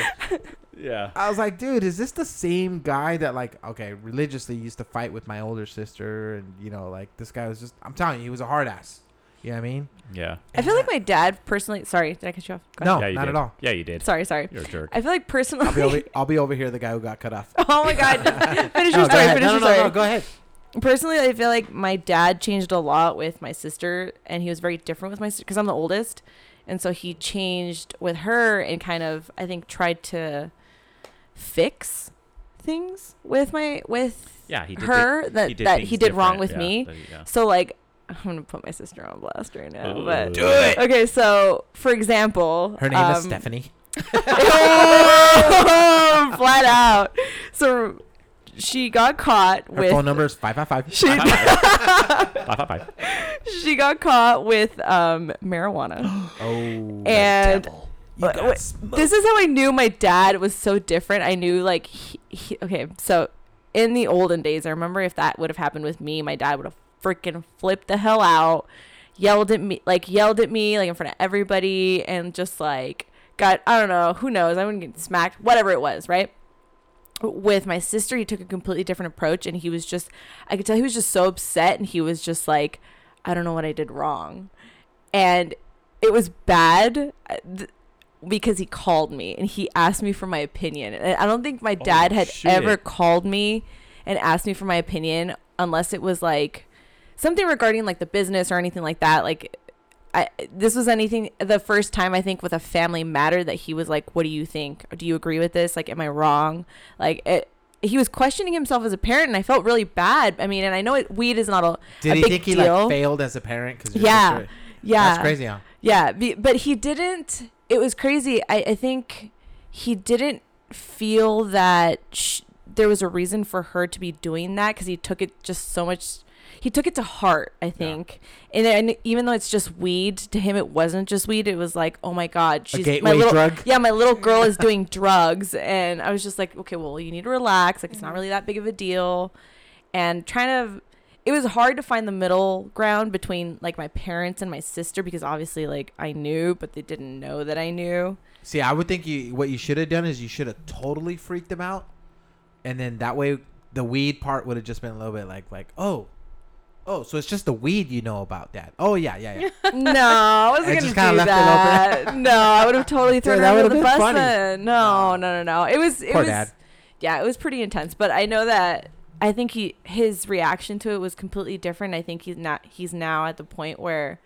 [SPEAKER 3] yeah.
[SPEAKER 1] I was like, dude, is this the same guy that like okay, religiously used to fight with my older sister and you know, like this guy was just I'm telling you, he was a hard ass. You know what I mean?
[SPEAKER 3] Yeah.
[SPEAKER 2] I feel like my dad personally. Sorry, did I cut you off? Go
[SPEAKER 1] No,
[SPEAKER 3] yeah, you
[SPEAKER 1] not
[SPEAKER 3] did.
[SPEAKER 1] at all.
[SPEAKER 3] Yeah, you did.
[SPEAKER 2] Sorry, sorry.
[SPEAKER 3] You're a jerk.
[SPEAKER 2] I feel like personally.
[SPEAKER 1] I'll be
[SPEAKER 2] [LAUGHS]
[SPEAKER 1] over, I'll be over here the guy who got cut off.
[SPEAKER 2] oh my god! [LAUGHS]
[SPEAKER 1] [LAUGHS]
[SPEAKER 2] Finish
[SPEAKER 1] No,
[SPEAKER 2] your
[SPEAKER 1] go
[SPEAKER 2] story.
[SPEAKER 1] ahead.
[SPEAKER 2] Finish
[SPEAKER 1] No, no, no,
[SPEAKER 2] your
[SPEAKER 1] no,
[SPEAKER 2] story.
[SPEAKER 1] go ahead.
[SPEAKER 2] Personally, I feel like my dad changed a lot with my sister, and he was very different with my sister because I'm the oldest, and so he changed with her and kind of I think tried to fix things with my with
[SPEAKER 3] yeah, he did.
[SPEAKER 2] her
[SPEAKER 3] thi-
[SPEAKER 2] that that
[SPEAKER 3] things
[SPEAKER 2] he did wrong
[SPEAKER 3] different.
[SPEAKER 2] with
[SPEAKER 3] Yeah,
[SPEAKER 2] me.
[SPEAKER 3] that he- yeah.
[SPEAKER 2] So like [LAUGHS] I'm gonna put my sister on blast right now,
[SPEAKER 3] Ooh.
[SPEAKER 2] but
[SPEAKER 3] Do it!
[SPEAKER 2] Okay, so for example,
[SPEAKER 1] Her name is
[SPEAKER 2] um,
[SPEAKER 1] Stephanie.
[SPEAKER 2] Oh, [LAUGHS] flat out. So she got caught
[SPEAKER 1] Her
[SPEAKER 2] with
[SPEAKER 1] phone number is five five five.
[SPEAKER 2] she [LAUGHS]
[SPEAKER 3] Five, five, five.
[SPEAKER 2] she got caught with um
[SPEAKER 1] [GASPS]
[SPEAKER 2] marijuana.
[SPEAKER 1] Oh
[SPEAKER 2] And-
[SPEAKER 1] You
[SPEAKER 2] Wait,
[SPEAKER 1] got
[SPEAKER 2] wait,
[SPEAKER 1] smoked.
[SPEAKER 2] this is how I knew my dad was so different. I knew like he, he, okay, so in the olden days, I remember if that would have happened with me, my dad would have freaking flipped the hell out, yelled at me, like yelled at me like in front of everybody and just like got I don't know, who knows, I wouldn't get smacked, whatever it was, right? With my sister, he took a completely different approach and he was just I could tell he was just so upset and he was just like I don't know what I did wrong. And it was bad. I- th- because he called me and he asked me for my opinion. And I don't think my dad had
[SPEAKER 3] shit.
[SPEAKER 2] ever called me and asked me for my opinion unless it was like something regarding like the business or anything like that. Like I this was anything the first time I think with a family matter that he was like, "What do you think? Do you agree with this? Like am I wrong?" Like it he was questioning himself as a parent, and I felt really bad. I mean, and I know it, weed is not a,
[SPEAKER 1] Did
[SPEAKER 2] a
[SPEAKER 1] he
[SPEAKER 2] big
[SPEAKER 1] think he
[SPEAKER 2] deal.
[SPEAKER 1] like failed as a parent? 'cause your
[SPEAKER 2] Yeah.
[SPEAKER 1] sister-
[SPEAKER 2] yeah,
[SPEAKER 1] That's crazy, huh?
[SPEAKER 2] yeah, be, but he didn't. It was crazy. I, I think he didn't feel that sh- there was a reason for her to be doing that because he took it just so much. He took it to heart, I think. And, then even though it's just weed, to him it wasn't just weed. It was like, oh my god, she's
[SPEAKER 1] gateway
[SPEAKER 2] my little,
[SPEAKER 1] drug?
[SPEAKER 2] Yeah, my little girl is doing drugs, and I was just like, okay, well, you need to relax. Like it's not really that big of a deal, and trying to it was hard to find the middle ground between like my parents and my sister because obviously like I knew but they didn't know that I knew.
[SPEAKER 1] See, I would think you what you should have done is you should have totally freaked them out, and then that way the weed part would have just been a little bit like like oh, oh, so it's just the weed you know about, Dad. Oh yeah, yeah, yeah.
[SPEAKER 2] No,
[SPEAKER 1] [LAUGHS]
[SPEAKER 2] I wasn't
[SPEAKER 1] I
[SPEAKER 2] gonna
[SPEAKER 1] just
[SPEAKER 2] do
[SPEAKER 1] kinda left it [LAUGHS]
[SPEAKER 2] that. no, I would have totally thrown
[SPEAKER 1] Dude,
[SPEAKER 2] her
[SPEAKER 1] that
[SPEAKER 2] under
[SPEAKER 1] would've been
[SPEAKER 2] the bus.
[SPEAKER 1] funny.
[SPEAKER 2] Then. No, no, no, no. It was it
[SPEAKER 1] Poor
[SPEAKER 2] was
[SPEAKER 1] dad.
[SPEAKER 2] yeah, it was pretty intense. But I know that I think he his reaction to it was completely different. I think he's not he's now at the point where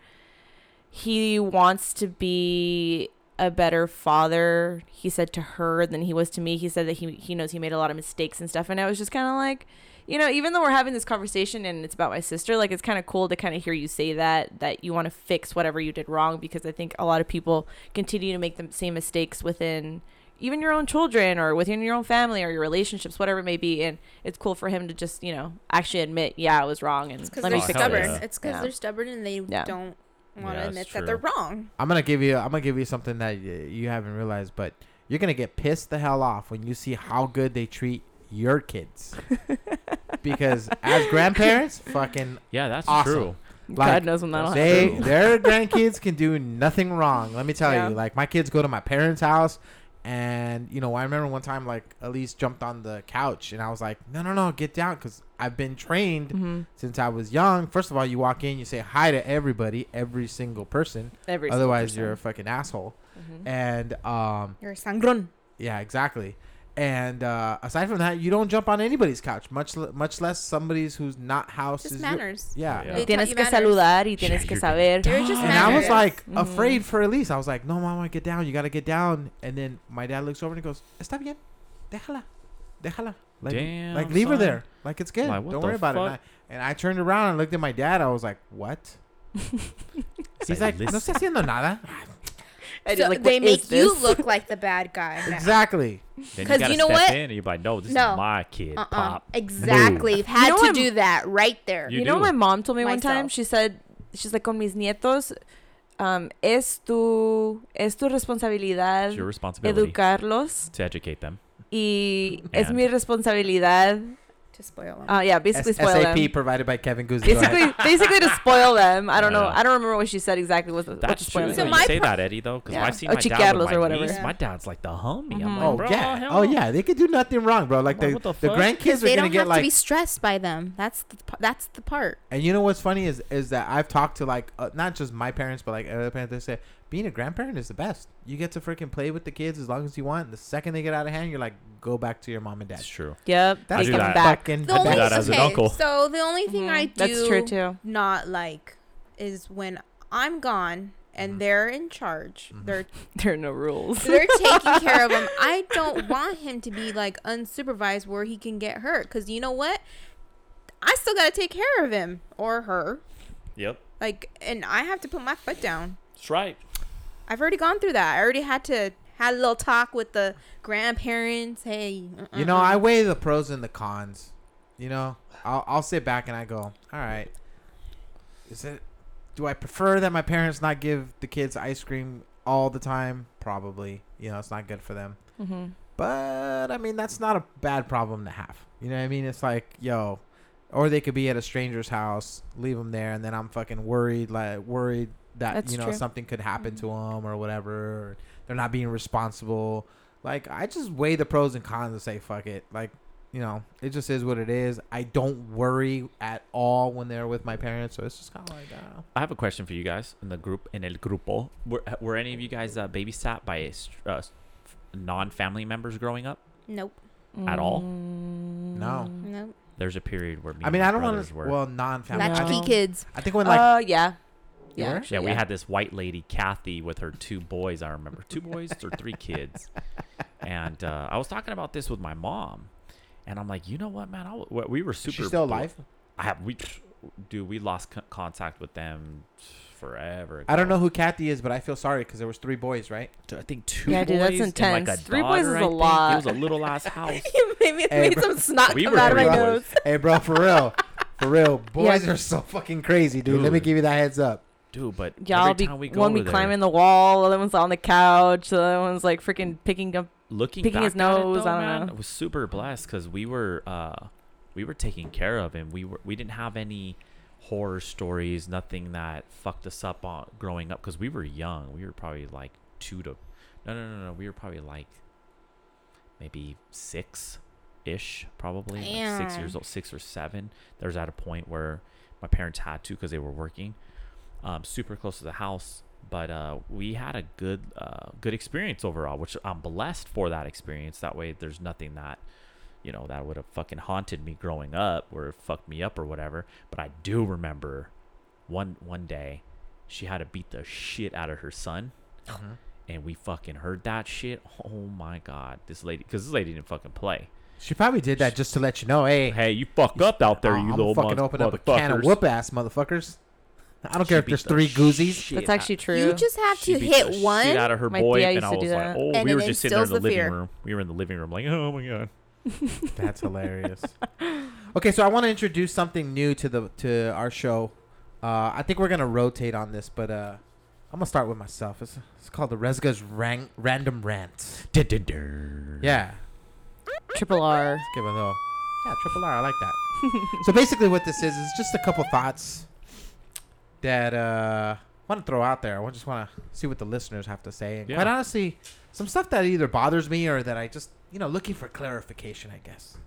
[SPEAKER 2] he wants to be a better father he said to her than he was to me he said that he he knows he made a lot of mistakes and stuff and i was just kind of like you know even though we're having this conversation and it's about my sister like it's kind of cool to kind of hear you say that that you want to fix whatever you did wrong because i think a lot of people continue to make the same mistakes within even your own children or within your own family or your relationships whatever it may be and it's cool for him to just you know actually admit yeah i was wrong and
[SPEAKER 6] Because
[SPEAKER 2] let me
[SPEAKER 6] they're
[SPEAKER 3] Oh,
[SPEAKER 2] fix
[SPEAKER 3] hell
[SPEAKER 6] stubborn.
[SPEAKER 2] it
[SPEAKER 3] yeah.
[SPEAKER 6] It's because
[SPEAKER 2] Yeah.
[SPEAKER 6] they're stubborn and they
[SPEAKER 2] Yeah.
[SPEAKER 6] don't want
[SPEAKER 3] Yeah,
[SPEAKER 6] to
[SPEAKER 3] that's
[SPEAKER 6] admit
[SPEAKER 3] true.
[SPEAKER 6] that they're wrong.
[SPEAKER 1] I'm gonna give you I'm gonna give you something that y- you haven't realized, but you're gonna get pissed the hell off when you see how good they treat your kids, because as grandparents, fucking
[SPEAKER 3] Yeah, that's
[SPEAKER 1] Awesome.
[SPEAKER 3] true.
[SPEAKER 1] like,
[SPEAKER 2] god knows when that'll happen
[SPEAKER 1] they
[SPEAKER 3] True.
[SPEAKER 1] their grandkids can do nothing wrong. Let me tell
[SPEAKER 2] Yeah.
[SPEAKER 1] you, like my kids go to my parents' house, and you know I remember one time like Elise jumped on the couch, and I was like, no, no, no, get down, because I've been trained
[SPEAKER 2] Mm. Mm-hmm.
[SPEAKER 1] since I was young. First of all, you walk in, you say hi to everybody, every single person.
[SPEAKER 2] Every single
[SPEAKER 1] Otherwise,
[SPEAKER 2] person.
[SPEAKER 1] you're a fucking asshole. And um,
[SPEAKER 6] You're a sangron.
[SPEAKER 1] yeah, exactly. And uh, aside from that, you don't jump on anybody's couch, much le- much less somebody's who's not house.
[SPEAKER 6] Just
[SPEAKER 1] is your-
[SPEAKER 6] manners.
[SPEAKER 1] yeah.
[SPEAKER 3] Yeah.
[SPEAKER 1] yeah.
[SPEAKER 6] They taught
[SPEAKER 2] Tienes
[SPEAKER 6] you
[SPEAKER 2] que
[SPEAKER 6] manners.
[SPEAKER 2] saludar y tienes
[SPEAKER 3] Yeah,
[SPEAKER 2] que
[SPEAKER 3] you're-
[SPEAKER 2] saber.
[SPEAKER 6] They're just
[SPEAKER 1] And I was
[SPEAKER 6] Manners.
[SPEAKER 1] like
[SPEAKER 3] Mm-hmm.
[SPEAKER 2] Mhm.
[SPEAKER 1] afraid for Elise. I was like, no, mama, get down. You got to get down. And then my dad looks over and he goes, está bien. Déjala. Déjala. Like,
[SPEAKER 3] Damn,
[SPEAKER 1] like leave her
[SPEAKER 3] son.
[SPEAKER 1] there. Like, it's good.
[SPEAKER 3] Like, what
[SPEAKER 1] Don't
[SPEAKER 3] the
[SPEAKER 1] worry about it. And I,
[SPEAKER 3] fuck?
[SPEAKER 1] and I turned around and looked at my dad. I was like,
[SPEAKER 3] [LAUGHS]
[SPEAKER 1] what? He's like, no
[SPEAKER 3] "Listen."
[SPEAKER 1] está haciendo
[SPEAKER 6] [LAUGHS]
[SPEAKER 1] nada.
[SPEAKER 2] I did,
[SPEAKER 6] So
[SPEAKER 2] like,
[SPEAKER 6] they
[SPEAKER 2] what is
[SPEAKER 6] make you
[SPEAKER 2] this?
[SPEAKER 6] look like the bad guy. now.
[SPEAKER 1] Exactly.
[SPEAKER 3] Then
[SPEAKER 6] 'Cause
[SPEAKER 3] you, gotta
[SPEAKER 6] you know
[SPEAKER 3] step
[SPEAKER 6] what?
[SPEAKER 3] In and you're like, no, this
[SPEAKER 6] No.
[SPEAKER 3] is my kid.
[SPEAKER 6] Uh-uh.
[SPEAKER 3] Pop.
[SPEAKER 6] Exactly. You've had
[SPEAKER 2] You know
[SPEAKER 6] to
[SPEAKER 2] I'm-
[SPEAKER 6] do that right there.
[SPEAKER 3] You
[SPEAKER 2] You, know
[SPEAKER 3] do.
[SPEAKER 2] what my mom told me one time?
[SPEAKER 6] Myself.
[SPEAKER 2] She said, she's like, con mis nietos, um, es tu, es tu responsabilidad
[SPEAKER 3] It's your responsibility
[SPEAKER 2] educarlos
[SPEAKER 3] to educate them.
[SPEAKER 2] y es
[SPEAKER 3] And-
[SPEAKER 2] mi responsabilidad.
[SPEAKER 6] to spoil him.
[SPEAKER 2] Uh, yeah, basically
[SPEAKER 1] S-
[SPEAKER 2] spoil
[SPEAKER 1] SAP
[SPEAKER 2] them.
[SPEAKER 1] provided by Kevin Guzzi. Go ahead.
[SPEAKER 2] Basically, basically to spoil them. I don't know.
[SPEAKER 3] Yeah.
[SPEAKER 2] I don't remember what she said exactly. Was what to
[SPEAKER 3] That's
[SPEAKER 2] spoil
[SPEAKER 3] true.
[SPEAKER 2] them.
[SPEAKER 6] So
[SPEAKER 3] So you
[SPEAKER 6] my
[SPEAKER 3] say
[SPEAKER 6] pro-
[SPEAKER 3] that, Eddie, though, because
[SPEAKER 2] Yeah.
[SPEAKER 3] I've seen
[SPEAKER 2] Or
[SPEAKER 3] my dad
[SPEAKER 2] chiqueros
[SPEAKER 3] with
[SPEAKER 2] or
[SPEAKER 3] my
[SPEAKER 2] whatever.
[SPEAKER 3] niece.
[SPEAKER 6] Yeah.
[SPEAKER 3] My dad's like the homie. I'm
[SPEAKER 2] Mhm.
[SPEAKER 3] like,
[SPEAKER 1] Oh
[SPEAKER 3] bro,
[SPEAKER 1] yeah.
[SPEAKER 3] hell
[SPEAKER 1] Oh
[SPEAKER 3] no."
[SPEAKER 1] yeah. They could do nothing wrong, bro. Like
[SPEAKER 3] Like,
[SPEAKER 1] the
[SPEAKER 3] what the
[SPEAKER 1] the
[SPEAKER 3] fuck?
[SPEAKER 1] grandkids are
[SPEAKER 6] they
[SPEAKER 1] gonna
[SPEAKER 6] don't
[SPEAKER 1] get
[SPEAKER 6] have to
[SPEAKER 1] like
[SPEAKER 6] be stressed by them. That's the p- that's the part.
[SPEAKER 1] And you know what's funny is is that I've talked to like uh, not just my parents but like other parents. They say being a grandparent is the best. You get to freaking play with the kids as long as you want. The second they get out of hand, you're like, go back to your mom and dad.
[SPEAKER 3] That's true.
[SPEAKER 2] Yep.
[SPEAKER 1] That's
[SPEAKER 3] I do
[SPEAKER 2] take them
[SPEAKER 3] that.
[SPEAKER 2] back.
[SPEAKER 1] fucking
[SPEAKER 6] The
[SPEAKER 1] the
[SPEAKER 3] do
[SPEAKER 6] only,
[SPEAKER 1] best.
[SPEAKER 3] that as an
[SPEAKER 6] okay,
[SPEAKER 3] uncle.
[SPEAKER 6] So the only thing I do
[SPEAKER 2] Mm-hmm. That's true
[SPEAKER 1] [LAUGHS]
[SPEAKER 2] too.
[SPEAKER 6] not like is when I'm gone and
[SPEAKER 3] Mm-hmm.
[SPEAKER 6] they're in charge. They're
[SPEAKER 2] There are no rules.
[SPEAKER 6] they're taking care of him. I don't want him to be like unsupervised where he can get hurt cuz you know what? I still got to take care of him or her.
[SPEAKER 3] Yep.
[SPEAKER 6] Like and I have to put my foot down.
[SPEAKER 3] That's right.
[SPEAKER 6] I've already gone through that. I already had to had a little talk with the grandparents. Hey, uh-uh.
[SPEAKER 1] You know, I weigh the pros and the cons. You know, I'll I'll sit back and I go, all right. Is it? Do I prefer that my parents not give the kids ice cream all the time? Probably. You know, it's not good for them.
[SPEAKER 2] hmm
[SPEAKER 1] But I mean, that's not a bad problem to have. You know what I mean? It's like, yo, or they could be at a stranger's house, leave them there, and then I'm fucking worried, like worried that
[SPEAKER 2] That's
[SPEAKER 1] you know
[SPEAKER 2] true. Mm-hmm.
[SPEAKER 1] something could happen to 'em to them or whatever. Or they're not being responsible. Like I just weigh the pros and cons and say, fuck it. Like you know, it just is what it is. I don't worry at all when they're with my parents, so it's just kind of like, uh, I don't know.
[SPEAKER 3] I have a question for you guys in the group, in el grupo. Were, were any of you guys uh, babysat by a str- uh, non family members growing up?
[SPEAKER 6] nope,
[SPEAKER 2] Mm-hmm.
[SPEAKER 3] At all?
[SPEAKER 1] no.
[SPEAKER 6] nope.
[SPEAKER 3] There's a period where me
[SPEAKER 1] I mean,
[SPEAKER 3] and
[SPEAKER 1] I
[SPEAKER 3] my
[SPEAKER 1] don't want
[SPEAKER 3] brothers
[SPEAKER 1] to.
[SPEAKER 3] were.
[SPEAKER 1] Well, non-family. I
[SPEAKER 2] Latchkey
[SPEAKER 1] think,
[SPEAKER 6] Latchkey
[SPEAKER 2] No.
[SPEAKER 6] kids.
[SPEAKER 1] I think when
[SPEAKER 3] [LAUGHS]
[SPEAKER 1] like
[SPEAKER 2] uh, yeah.
[SPEAKER 1] You
[SPEAKER 2] Yeah.
[SPEAKER 1] were?
[SPEAKER 2] actually,
[SPEAKER 3] Yeah, we had this white lady, Kathy, with her two boys. I remember two boys or three kids. And uh, I was talking about this with my mom, and I'm like, you know what, man? I w- we were super.
[SPEAKER 1] she's still alive.
[SPEAKER 3] I have we, dude. We lost c- contact with them forever.
[SPEAKER 1] I don't
[SPEAKER 3] ago.
[SPEAKER 1] know who Kathy is, but I feel sorry because there was three boys, right?
[SPEAKER 3] I think two
[SPEAKER 2] Yeah,
[SPEAKER 3] boys
[SPEAKER 2] dude, that's
[SPEAKER 3] and like
[SPEAKER 2] intense.
[SPEAKER 3] a
[SPEAKER 2] Three boys
[SPEAKER 3] daughter,
[SPEAKER 2] is
[SPEAKER 3] I
[SPEAKER 2] a
[SPEAKER 3] think.
[SPEAKER 2] lot.
[SPEAKER 3] It was a little ass house.
[SPEAKER 2] [LAUGHS] you made, me,
[SPEAKER 1] Hey,
[SPEAKER 2] made
[SPEAKER 1] bro.
[SPEAKER 2] some snot
[SPEAKER 3] We
[SPEAKER 2] come
[SPEAKER 3] were
[SPEAKER 2] out of my
[SPEAKER 3] three boys.
[SPEAKER 2] nose.
[SPEAKER 1] hey, bro, for real, for [LAUGHS] real, boys
[SPEAKER 2] Yeah.
[SPEAKER 1] are so fucking crazy, dude. Let me
[SPEAKER 3] Dude.
[SPEAKER 1] give you that heads up.
[SPEAKER 3] [LAUGHS] Dude, but
[SPEAKER 2] Y'all
[SPEAKER 3] every
[SPEAKER 2] be
[SPEAKER 3] time we go
[SPEAKER 2] one be
[SPEAKER 3] over there,
[SPEAKER 2] climbing the wall, the other one's on the couch, the other one's like freaking picking up.
[SPEAKER 3] looking
[SPEAKER 2] picking
[SPEAKER 3] back
[SPEAKER 2] his
[SPEAKER 3] at it,
[SPEAKER 2] nose,
[SPEAKER 3] though,
[SPEAKER 2] I don't
[SPEAKER 3] man,
[SPEAKER 2] know.
[SPEAKER 3] I was super blessed because we were uh, we were taken care of, and we were we didn't have any horror stories, nothing that fucked us up on growing up because we were young. We were probably like two to no no no no. We were probably like maybe six ish, probably like six
[SPEAKER 6] Damn.
[SPEAKER 3] years old, six or seven. There's at a point where my parents had to because they were working um, super close to the house. But uh, we had a good uh, good experience overall, which I'm blessed for that experience. That way, there's nothing that you know that would have fucking haunted me growing up, or fucked me up, or whatever. But I do remember one one day she had to beat the shit out of her son.
[SPEAKER 1] Mm-hmm.
[SPEAKER 3] And we fucking heard that shit. Oh my god, this lady, because this lady didn't fucking play.
[SPEAKER 1] She probably did that just to let you know, hey,
[SPEAKER 3] Hey, you fuck up out there,
[SPEAKER 1] I-
[SPEAKER 3] you
[SPEAKER 1] I'ma
[SPEAKER 3] little
[SPEAKER 1] fucking
[SPEAKER 3] mon-
[SPEAKER 1] open up a
[SPEAKER 3] motherfuckers.
[SPEAKER 1] can of whoop ass, motherfuckers. I don't care
[SPEAKER 3] She
[SPEAKER 1] if there's
[SPEAKER 3] beat the
[SPEAKER 1] three goozies.
[SPEAKER 3] shit
[SPEAKER 2] That's
[SPEAKER 3] out-
[SPEAKER 2] actually true.
[SPEAKER 6] You just have
[SPEAKER 3] She
[SPEAKER 6] to
[SPEAKER 3] beat the
[SPEAKER 6] hit
[SPEAKER 3] shit
[SPEAKER 6] one.
[SPEAKER 3] out of her
[SPEAKER 2] My
[SPEAKER 3] boy,
[SPEAKER 2] tia
[SPEAKER 3] and
[SPEAKER 2] used
[SPEAKER 3] I
[SPEAKER 2] to
[SPEAKER 3] was
[SPEAKER 2] do
[SPEAKER 3] like,
[SPEAKER 2] that.
[SPEAKER 3] oh,
[SPEAKER 6] And
[SPEAKER 3] we
[SPEAKER 6] it
[SPEAKER 3] were just sitting there in
[SPEAKER 6] instills
[SPEAKER 3] the,
[SPEAKER 6] the
[SPEAKER 3] living
[SPEAKER 6] fear.
[SPEAKER 3] room. We were in the living room, like, oh my
[SPEAKER 1] [LAUGHS]
[SPEAKER 3] god.
[SPEAKER 1] That's
[SPEAKER 3] [LAUGHS]
[SPEAKER 1] hilarious. okay, so I want to introduce something new to the to our show. Uh, I think we're gonna rotate on this, but uh, I'm gonna start with myself. It's, it's called the Resga's Ran- Random Rant.
[SPEAKER 3] Dun, dun, dun.
[SPEAKER 1] Yeah,
[SPEAKER 2] [LAUGHS] Triple R.
[SPEAKER 1] Give it a little. Yeah, triple R. I like that.
[SPEAKER 6] [LAUGHS]
[SPEAKER 1] so basically, what this is is just a couple thoughts that uh, I want to throw out there. I just want to see what the listeners have to say. And
[SPEAKER 3] Yeah.
[SPEAKER 1] quite honestly, some stuff that either bothers me or that I just, you know, looking for clarification. I guess.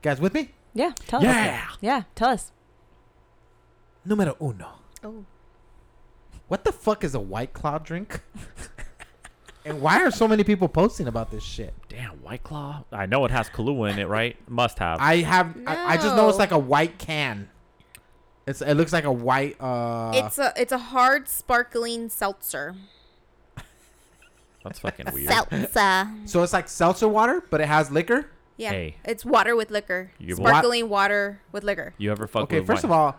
[SPEAKER 1] guys, with me?
[SPEAKER 2] Yeah,
[SPEAKER 6] Oh,
[SPEAKER 2] tell
[SPEAKER 1] Yeah.
[SPEAKER 2] us. Yeah, tell us.
[SPEAKER 1] Numero uno.
[SPEAKER 6] Oh. [LAUGHS]
[SPEAKER 1] What the fuck is a white claw drink? And why are so many people posting about this shit?
[SPEAKER 3] Damn, White Claw. I know it has Kahlua in it, right? Must have.
[SPEAKER 1] I have. I, I just know it's
[SPEAKER 6] No.
[SPEAKER 1] like a white can. It's. It looks like a white. Uh,
[SPEAKER 6] it's a it's a hard sparkling seltzer.
[SPEAKER 3] That's fucking weird. [LAUGHS]
[SPEAKER 6] Seltzer.
[SPEAKER 1] so it's like seltzer water, but it has liquor.
[SPEAKER 6] Yeah.
[SPEAKER 3] Hey.
[SPEAKER 6] It's water with liquor.
[SPEAKER 3] You-
[SPEAKER 6] Sparkling water with liquor.
[SPEAKER 3] You ever fuck
[SPEAKER 1] Okay,
[SPEAKER 3] with
[SPEAKER 1] first of
[SPEAKER 3] white-
[SPEAKER 1] all,